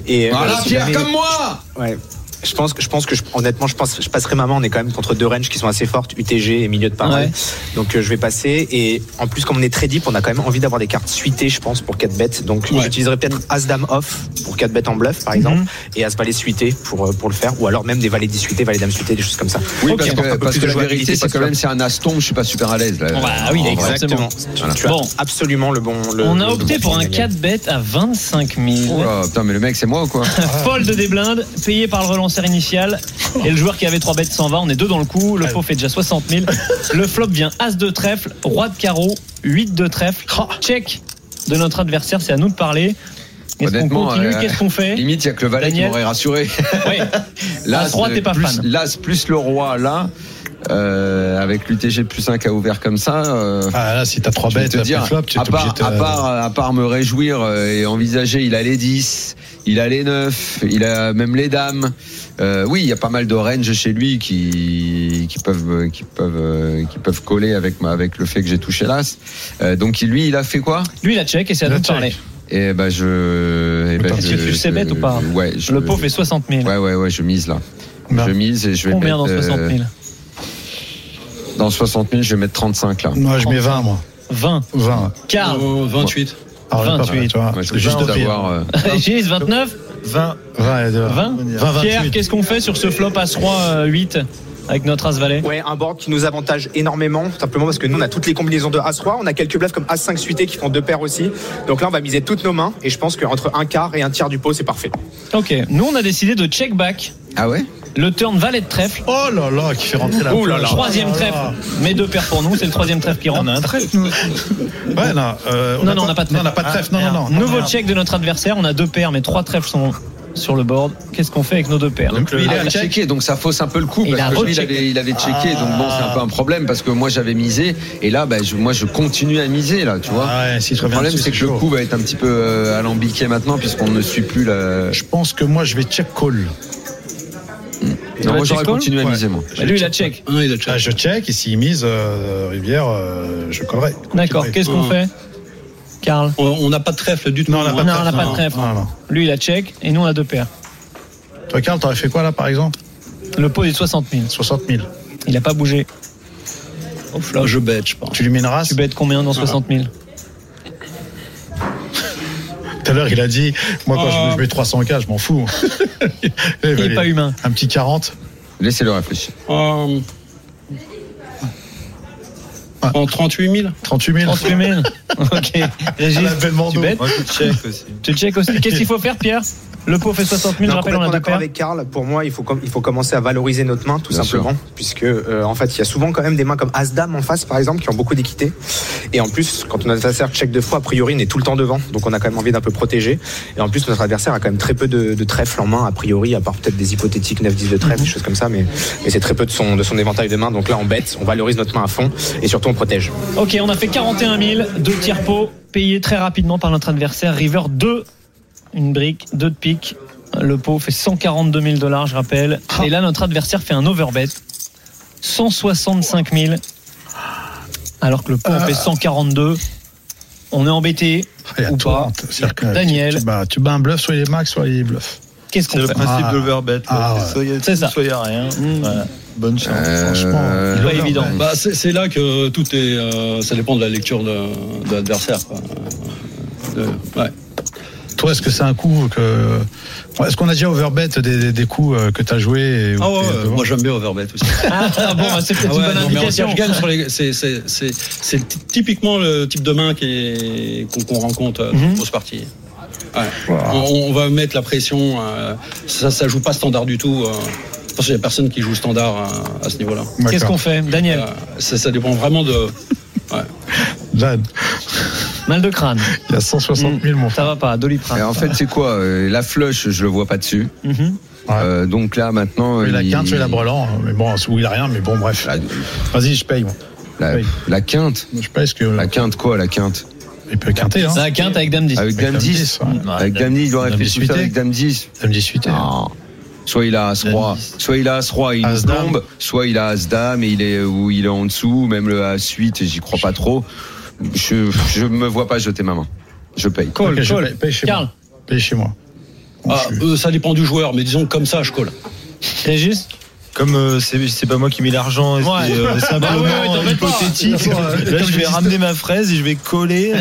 Speaker 11: Et euh,
Speaker 5: Voilà,
Speaker 11: si
Speaker 5: Pierre,
Speaker 11: jamais-
Speaker 5: comme moi
Speaker 11: Ouais. Je pense, que- je pense que je- honnêtement, je pense, je passerai ma main. On est quand même contre deux ranges qui sont assez fortes, UTG et milieu de parole.
Speaker 7: Ouais.
Speaker 11: Donc euh, je vais passer. Et en plus, comme on est très deep, on a quand même envie d'avoir des cartes suitées, je pense, pour 4 bêtes. Donc
Speaker 8: Ouais.
Speaker 11: j'utiliserai peut-être
Speaker 7: Mm.
Speaker 11: As Dame off pour 4 bêtes en bluff, par exemple,
Speaker 7: Mm-hmm.
Speaker 11: et As Valet suité pour euh, pour le faire, ou alors même des Valets 10 suités, Valets Dame suité, des choses comme ça.
Speaker 5: Oui,
Speaker 11: Ok.
Speaker 5: parce
Speaker 11: Encore un
Speaker 5: que,
Speaker 11: peu
Speaker 5: parce
Speaker 11: plus
Speaker 5: que
Speaker 11: de
Speaker 5: la
Speaker 11: jouabilité,
Speaker 5: vérité, c'est
Speaker 11: parce
Speaker 5: quand
Speaker 11: que-
Speaker 5: même, c'est un aston, je suis pas super à l'aise. là.
Speaker 7: Bah oui,
Speaker 5: En vrai.
Speaker 7: exactement.
Speaker 11: Tu- Tu as
Speaker 7: Bon.
Speaker 11: absolument le bon. Le,
Speaker 7: On
Speaker 11: le
Speaker 7: a
Speaker 11: bon
Speaker 7: opté pour un
Speaker 11: feeling à gagner.
Speaker 7: 4 bet à 25 000.
Speaker 5: Oh là, putain, mais le mec, c'est moi ou quoi
Speaker 7: Fold des blindes, payé par le relanceur initial. Et le joueur qui avait 3 bêtes s'en va. On est deux dans le coup. Le pot fait déjà 60 000. Le flop vient As de trèfle, Roi de carreau, 8 de trèfle. Check de notre adversaire. C'est à nous de parler. Est-ce qu'on
Speaker 5: Honnêtement,
Speaker 7: continue
Speaker 5: euh,
Speaker 7: Qu'est-ce qu'on fait
Speaker 5: Limite, il y a que le valet qui
Speaker 7: Daniel
Speaker 5: m'aurait rassuré.
Speaker 7: Ouais.
Speaker 5: L'as,
Speaker 7: As-Roi,
Speaker 5: euh,
Speaker 7: t'es pas
Speaker 5: plus,
Speaker 7: fan.
Speaker 5: l'As plus le roi, là, euh, avec l'UTG plus 1 qui a ouvert comme ça. euh,
Speaker 6: Ah là, si t'as trois
Speaker 5: je vais
Speaker 6: bêtes,
Speaker 5: te
Speaker 6: après
Speaker 5: dire,
Speaker 6: le flop, tu es
Speaker 5: à,
Speaker 6: obligé
Speaker 5: part,
Speaker 6: de.
Speaker 5: à, part, à part me réjouir euh, et envisager, il a les 10, il a les 9, il a même les dames. Euh, oui, il y a pas mal de ranges chez lui qui, qui, peuvent, euh, qui, peuvent, euh, qui peuvent coller avec, ma- avec le fait que j'ai touché l'As. Euh, donc lui, il a fait quoi
Speaker 7: Lui, la check et c'est à
Speaker 6: La
Speaker 7: nous de
Speaker 6: check.
Speaker 7: parler.
Speaker 5: Et ben je. eh ben
Speaker 7: Est-ce que tu sais bête ou pas
Speaker 5: Ouais, je-
Speaker 7: Le pot fait 60 000.
Speaker 5: Ouais, ouais, ouais, je mise là.
Speaker 6: Non.
Speaker 5: Je mise et je vais
Speaker 7: Combien dans
Speaker 5: mettre.
Speaker 7: 60
Speaker 5: euh,
Speaker 7: 000
Speaker 5: dans 60 000, je vais mettre 35 là.
Speaker 6: Moi, je mets 20, moi.
Speaker 7: 20.
Speaker 6: 20.
Speaker 7: Car.
Speaker 8: Oh, 28.
Speaker 6: Alors, j'ai pas fait,
Speaker 7: 28.
Speaker 6: tu vois,
Speaker 5: Ouais,
Speaker 6: c'est
Speaker 5: c'est
Speaker 6: juste
Speaker 5: bien
Speaker 6: de prix.
Speaker 5: d'avoir, euh,
Speaker 7: Régis, 29
Speaker 12: 20.
Speaker 6: 20 et de-
Speaker 7: 20
Speaker 6: 20,
Speaker 7: Pierre,
Speaker 6: 28.
Speaker 7: qu'est-ce qu'on fait sur ce flop As-Roi 8 avec notre As-Valet
Speaker 11: Ouais, un board qui nous avantage énormément, simplement parce que nous, on a toutes les combinaisons de As-Roi, on a quelques bluffs comme As-5 suité qui font deux paires aussi. Donc là, on va miser toutes nos mains, et je pense qu'entre un quart et un tiers du pot, c'est parfait.
Speaker 7: Ok, nous on a décidé de check back
Speaker 5: Ah ouais
Speaker 7: le turn valet de trèfle.
Speaker 6: Oh là là, qui fait rentrer la.
Speaker 7: Ouh là là. Troisième
Speaker 6: Oh là
Speaker 7: trèfle.
Speaker 6: là.
Speaker 7: Mais deux paires pour nous, c'est le troisième trèfle qui rentre.
Speaker 6: Ouais, non. euh,
Speaker 7: Non, non, on n'a pas de
Speaker 6: Non, on
Speaker 7: trèfle. Ah,
Speaker 6: n'a pas de trèfle. Non, non, non.
Speaker 7: Nouveau
Speaker 6: non.
Speaker 7: check de notre adversaire, on a deux paires, mais trois trèfles sont sur le board. Qu'est-ce qu'on fait avec nos deux paires
Speaker 5: donc lui, Ah, il
Speaker 6: le-
Speaker 5: avait checké, donc ça fausse un peu le coup.
Speaker 7: Il a
Speaker 5: Parce que lui, il
Speaker 7: rechecké.
Speaker 5: avait, il avait
Speaker 6: Ah.
Speaker 5: checké, donc bon, c'est un peu un problème parce que moi, j'avais misé et là, bah, je- moi, je continue à miser là, tu vois.
Speaker 6: Ah ouais, si je
Speaker 5: le
Speaker 6: reviens
Speaker 5: problème,
Speaker 6: dessus,
Speaker 5: c'est que
Speaker 6: c'est
Speaker 5: le
Speaker 6: chaud.
Speaker 5: coup va être un petit peu euh, alambiqué maintenant puisqu'on ne suit plus la.
Speaker 6: Je pense que moi, je vais check call.
Speaker 5: Non,
Speaker 7: vas
Speaker 5: moi, j'aurais
Speaker 7: check call
Speaker 5: continué à
Speaker 6: Ouais.
Speaker 5: miser, moi.
Speaker 7: Bah, Lui il a check.
Speaker 8: Ah, il a
Speaker 6: Ah,
Speaker 8: check.
Speaker 6: je check, et s'il mise euh, Rivière, euh, je collerai.
Speaker 7: D'accord, qu'est-ce qu'on
Speaker 8: Euh,
Speaker 7: fait Karl
Speaker 8: On on n'a pas de trèfle du tout.
Speaker 6: Non, on n'a
Speaker 8: hein.
Speaker 6: pas
Speaker 7: Non,
Speaker 6: de
Speaker 7: on n'a
Speaker 6: trèfle,
Speaker 7: pas de
Speaker 6: non,
Speaker 7: trèfle.
Speaker 6: non, non.
Speaker 7: Lui il a check et nous on a deux paires.
Speaker 6: Toi, Karl, t'aurais fait quoi là, par exemple
Speaker 7: Le pot est de 60 000.
Speaker 6: 60 000.
Speaker 7: Il n'a pas bougé. Au flop.
Speaker 8: Je bête, je pense.
Speaker 6: Tu lui mets une race
Speaker 7: Tu bêtes combien dans 60 000
Speaker 6: Tout à l'heure, il a dit Moi, quand je- je mets 300K, je m'en fous. il
Speaker 7: Il n'est pas humain.
Speaker 6: Un petit 40.
Speaker 5: Laissez-le réfléchir.
Speaker 6: Ah.
Speaker 8: Euh, En 38 000
Speaker 6: 38 000
Speaker 7: 38 000. Ok.
Speaker 6: À
Speaker 7: Régis,
Speaker 6: la belle Mando.
Speaker 7: tu bêtes
Speaker 12: Moi, je
Speaker 5: Euh,
Speaker 12: check aussi.
Speaker 7: Tu check aussi. Qu'est-ce qu'il faut faire, Pierre Le pot fait 60 000, je
Speaker 11: Non,
Speaker 7: rappelle, on a
Speaker 11: complètement
Speaker 7: deux
Speaker 11: d'accord
Speaker 7: paires.
Speaker 11: avec Karl. Pour moi, il faut, com- il faut commencer à valoriser notre main, tout
Speaker 5: Bien
Speaker 11: simplement, puisque euh, en fait, il y a souvent quand même des mains comme As Dame en face, par exemple, qui ont beaucoup d'équité. Et en plus, quand notre adversaire check deux fois, a priori, on est tout le temps devant, donc on a quand même envie d'un peu protéger. Et en plus, notre adversaire a quand même très peu de, de trèfles en main, a priori, à part peut-être des hypothétiques 9-10 de
Speaker 7: Mhm.
Speaker 11: trèfle, des choses comme ça, mais, mais c'est très peu de son, de son éventail de mains. Donc là, on bête, on valorise notre main à fond, et surtout, on protège.
Speaker 7: Ok, on a fait 41 000, deux tiers pots payés très rapidement par notre adversaire. River 2, une brique, 2 de pique. Le pot fait 142 000 dollars, je rappelle. Et là, notre adversaire fait un overbet. 165 000. Alors que le pot en fait 142. On est embêté.
Speaker 6: Ah, Il y a
Speaker 7: Ou
Speaker 6: toi,
Speaker 7: pas.
Speaker 6: c'est-à-dire que
Speaker 7: Daniel.
Speaker 6: Tu, tu bats, tu bats un bluff, soit il est max, soit il est bluff.
Speaker 7: Qu'est-ce
Speaker 12: C'est
Speaker 7: qu'on
Speaker 12: le
Speaker 7: fait
Speaker 12: principe
Speaker 6: Ah.
Speaker 12: de l'overbet.
Speaker 6: Ah, ouais.
Speaker 12: Soyez
Speaker 7: C'est ça.
Speaker 12: Soyez rien.
Speaker 7: Mm.
Speaker 12: Voilà. Bonne chance.
Speaker 6: Franchement,
Speaker 5: Euh,
Speaker 6: il
Speaker 7: Pas
Speaker 6: est
Speaker 7: évident.
Speaker 8: Bah, c'est c'est là que tout est. euh, ça dépend de la lecture de, de l'adversaire. quoi. De- ouais.
Speaker 6: Toi, est-ce que c'est un coup que. Ouais, Est-ce qu'on a déjà overbet des, des, des coups euh, que tu as joué et où
Speaker 8: Ah ouais,
Speaker 6: t'es
Speaker 8: ouais,
Speaker 6: devant
Speaker 8: moi j'aime bien Overbet aussi.
Speaker 7: Ah bon, c'est peut-être
Speaker 8: Ah
Speaker 7: une
Speaker 8: ouais,
Speaker 7: bonne
Speaker 8: non, mais en
Speaker 7: indication.
Speaker 8: cash game sur les- c'est- c'est- c'est- C'est typiquement le type de main qui est- qu'on qu'on rencontre euh, dans
Speaker 7: Mhm.
Speaker 8: une grosse partie. Ouais. On, on va mettre la pression. euh, ça, ça joue pas standard du tout. euh. Je pense qu'il y a personne qui joue standard euh, à, à ce niveau-là.
Speaker 7: Qu'est-ce
Speaker 6: D'accord.
Speaker 7: qu'on fait Daniel
Speaker 8: Euh, ça, ça dépend vraiment de. Ouais.
Speaker 6: Jeanne.
Speaker 7: Mal de crâne.
Speaker 6: Il y a 160 000, mon
Speaker 7: Ça va pas,
Speaker 5: Et
Speaker 7: Doliprane.
Speaker 5: en fait, c'est quoi euh, La flush, je le vois pas dessus.
Speaker 7: Mhm.
Speaker 5: Euh, donc là, maintenant.
Speaker 6: Oui, la
Speaker 5: il-
Speaker 6: quinte, c'est la brelan. hein. Mais bon, oui, il a rien, mais bon, bref.
Speaker 5: La,
Speaker 6: Vas-y, je paye, moi.
Speaker 5: la-
Speaker 6: Oui.
Speaker 5: la quinte
Speaker 6: Je paye parce que.
Speaker 5: La quinte, quoi, la quinte
Speaker 6: Il peut quinter, hein.
Speaker 7: C'est un quinte avec Dame 10.
Speaker 5: Avec
Speaker 6: Dame
Speaker 5: Dame 10
Speaker 6: 10, ouais.
Speaker 5: Avec Dame 10, il doit
Speaker 6: Dame
Speaker 5: réfléchir
Speaker 6: 10,
Speaker 5: ça avec Dame 10.
Speaker 6: Ça me dit suite. hein.
Speaker 5: Non. Soit il a As-Roi,
Speaker 6: Dame
Speaker 5: soit il a As-Roi, il nous
Speaker 6: As-Dame.
Speaker 5: plombe, soit il a As-Dame et il est, ou il est en dessous, même le As-8, et j'y crois pas trop. Je, je me vois pas jeter ma main. Je paye.
Speaker 7: Call,
Speaker 6: Ok, je
Speaker 7: call.
Speaker 6: paye- paye chez
Speaker 7: Karl,
Speaker 6: moi. Paye chez moi. Bon,
Speaker 8: Ah,
Speaker 6: je suis-
Speaker 8: euh, ça dépend du joueur, mais disons que comme ça, je colle.
Speaker 7: Régis
Speaker 13: Comme euh, c'est c'est pas moi qui mets l'argent, et
Speaker 7: Ouais. Ah
Speaker 13: c'est euh, simplement
Speaker 7: ouais, ouais, t'embête pas.
Speaker 13: hypothétique. Là, je vais ramener ma fraise et je vais coller.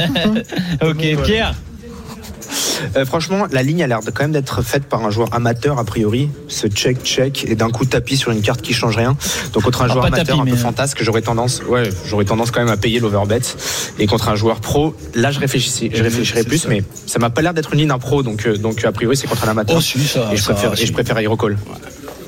Speaker 7: Ok, Pierre.
Speaker 9: Euh, franchement, la ligne a l'air de quand même d'être faite par un joueur amateur a priori. Ce check check et d'un coup tapis sur une carte qui change rien. Donc contre un
Speaker 7: Alors,
Speaker 9: joueur
Speaker 7: Ah, pas
Speaker 9: amateur
Speaker 7: tapis,
Speaker 9: un peu
Speaker 7: mais- euh,
Speaker 9: fantasque, j'aurais tendance, ouais, j'aurais tendance quand même à payer l'overbet. Et contre un joueur pro, là je réfléchissais, je réfléchirais
Speaker 13: c'est
Speaker 9: plus,
Speaker 13: ça.
Speaker 9: mais ça m'a pas l'air d'être une ligne d'un pro. Donc euh, donc a priori c'est contre un amateur.
Speaker 8: Oh, si, ça.
Speaker 9: et je
Speaker 8: ça,
Speaker 9: préfère, et
Speaker 8: si.
Speaker 9: je préfère Aerocall.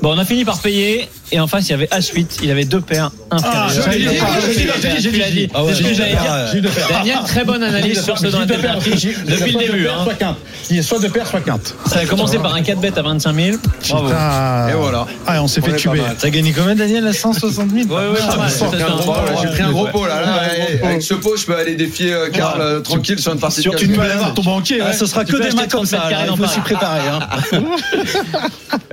Speaker 7: Bon, on a fini par payer. Et en face, il y avait H8. Il avait deux paires inférieures.
Speaker 6: je l'ai Ah, dit, je l'ai dit,
Speaker 7: Tu l'as
Speaker 6: j'ai dit,
Speaker 7: dit,
Speaker 6: j'ai dit.
Speaker 8: Ah ouais,
Speaker 7: C'est ce
Speaker 8: j'ai
Speaker 7: que
Speaker 8: dit.
Speaker 7: j'allais dire.
Speaker 8: Ah
Speaker 6: J'ai eu de faire.
Speaker 7: Daniel, très bonne analyse sur ce dans la tête de la fiche depuis le début. hein.
Speaker 6: Soit quinte. Il est soit de paire, soit quinte.
Speaker 7: Ça a commencé par un 4 bet à 25 000. Bravo.
Speaker 6: Putain.
Speaker 5: Et voilà.
Speaker 6: Ah, on s'est fait tuer.
Speaker 13: T'as gagné combien, Daniel, à 160 000
Speaker 7: Ouais, ouais, pas mal. C'était un bon
Speaker 5: Voilà,
Speaker 7: point.
Speaker 5: J'ai pris un gros pot là. là, ouais, avec ce pot, je peux aller défier euh, Karl euh, tranquille sur une partie de
Speaker 6: Tu
Speaker 5: cash.
Speaker 6: nous balades ton banquier.
Speaker 7: Ah,
Speaker 6: ouais.
Speaker 7: ce sera
Speaker 6: Tu
Speaker 7: que
Speaker 6: peux
Speaker 7: des
Speaker 6: acheter
Speaker 7: matchs comme ça,
Speaker 6: là,
Speaker 7: alors,
Speaker 6: Il faut s'y préparer. hein.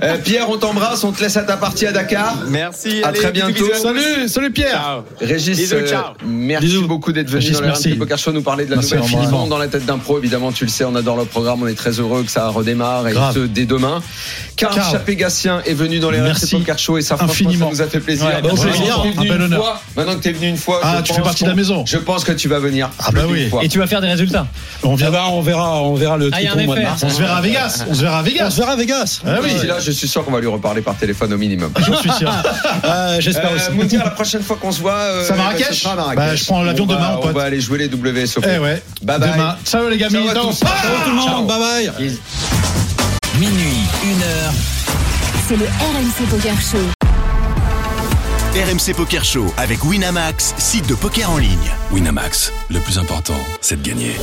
Speaker 5: Euh, Pierre, on t'embrasse, on te laisse à ta partie à Dakar.
Speaker 9: Merci.
Speaker 5: À allez, très bisous, bientôt. bisous à
Speaker 6: Salut, salut Pierre.
Speaker 5: Régis,
Speaker 9: Bisous,
Speaker 5: euh,
Speaker 9: ciao.
Speaker 5: merci beaucoup d'être venu
Speaker 6: Régis,
Speaker 5: dans la
Speaker 6: merci.
Speaker 5: Round Poker Show nous parler de la
Speaker 6: Merci,
Speaker 5: nouvelle
Speaker 6: au revoir.
Speaker 5: filigrane dans la tête d'un pro. Évidemment, tu le sais, on adore le programme, on est très heureux que ça redémarre et
Speaker 6: Grave.
Speaker 5: ce, dès demain. Karl
Speaker 6: Karl.
Speaker 5: Chapégassien est venu dans les
Speaker 6: Merci
Speaker 5: RMC Poker Show et ça, franchement,
Speaker 6: infiniment.
Speaker 5: ça nous a fait plaisir.
Speaker 6: Ouais, bah,
Speaker 5: Maintenant
Speaker 6: c'est
Speaker 5: que
Speaker 6: bien,
Speaker 5: t'es venu
Speaker 6: un bel
Speaker 5: une
Speaker 6: honneur.
Speaker 5: fois, Maintenant que t'es venu une fois,
Speaker 6: Ah,
Speaker 5: je
Speaker 6: tu fais
Speaker 5: pense
Speaker 6: partie de la
Speaker 5: qu'on-
Speaker 6: maison.
Speaker 5: Je pense que tu vas venir.
Speaker 6: Ah,
Speaker 5: plus
Speaker 6: bah
Speaker 5: d'une
Speaker 6: oui.
Speaker 5: fois.
Speaker 7: Et tu vas faire des résultats.
Speaker 6: On
Speaker 14: Ah
Speaker 6: vient.
Speaker 14: bah, on verra, on verra le
Speaker 7: Ah, il y a
Speaker 14: triton
Speaker 7: un
Speaker 14: au mois de
Speaker 7: effet.
Speaker 14: mars.
Speaker 6: On se verra à Vegas. On se verra à
Speaker 14: On
Speaker 6: Vegas.
Speaker 14: se verra à Vegas.
Speaker 6: Ah oui.
Speaker 5: D'ici là, je suis sûr qu'on va lui reparler par téléphone au minimum.
Speaker 6: J'en suis sûr.
Speaker 14: Ah, J'espère
Speaker 5: Euh,
Speaker 14: aussi.
Speaker 5: Mounir, la prochaine fois qu'on se voit, euh,
Speaker 6: Ça va, Marrakech
Speaker 5: ce sera à
Speaker 6: Bah, je prends l'avion
Speaker 5: On va-
Speaker 6: demain, mon
Speaker 5: On
Speaker 6: pote.
Speaker 5: va aller jouer les WSOP.
Speaker 6: Eh ouais.
Speaker 5: Bye bye.
Speaker 6: Demain. Ciao les gamins.
Speaker 5: Ciao à tous. Ciao tout le monde.
Speaker 14: Bye bye.
Speaker 11: Minuit, 1h,
Speaker 3: C'est le RMC Poker Show.
Speaker 1: RMC Poker Show avec Winamax, site de poker en ligne.
Speaker 14: Winamax, le plus important, c'est de gagner.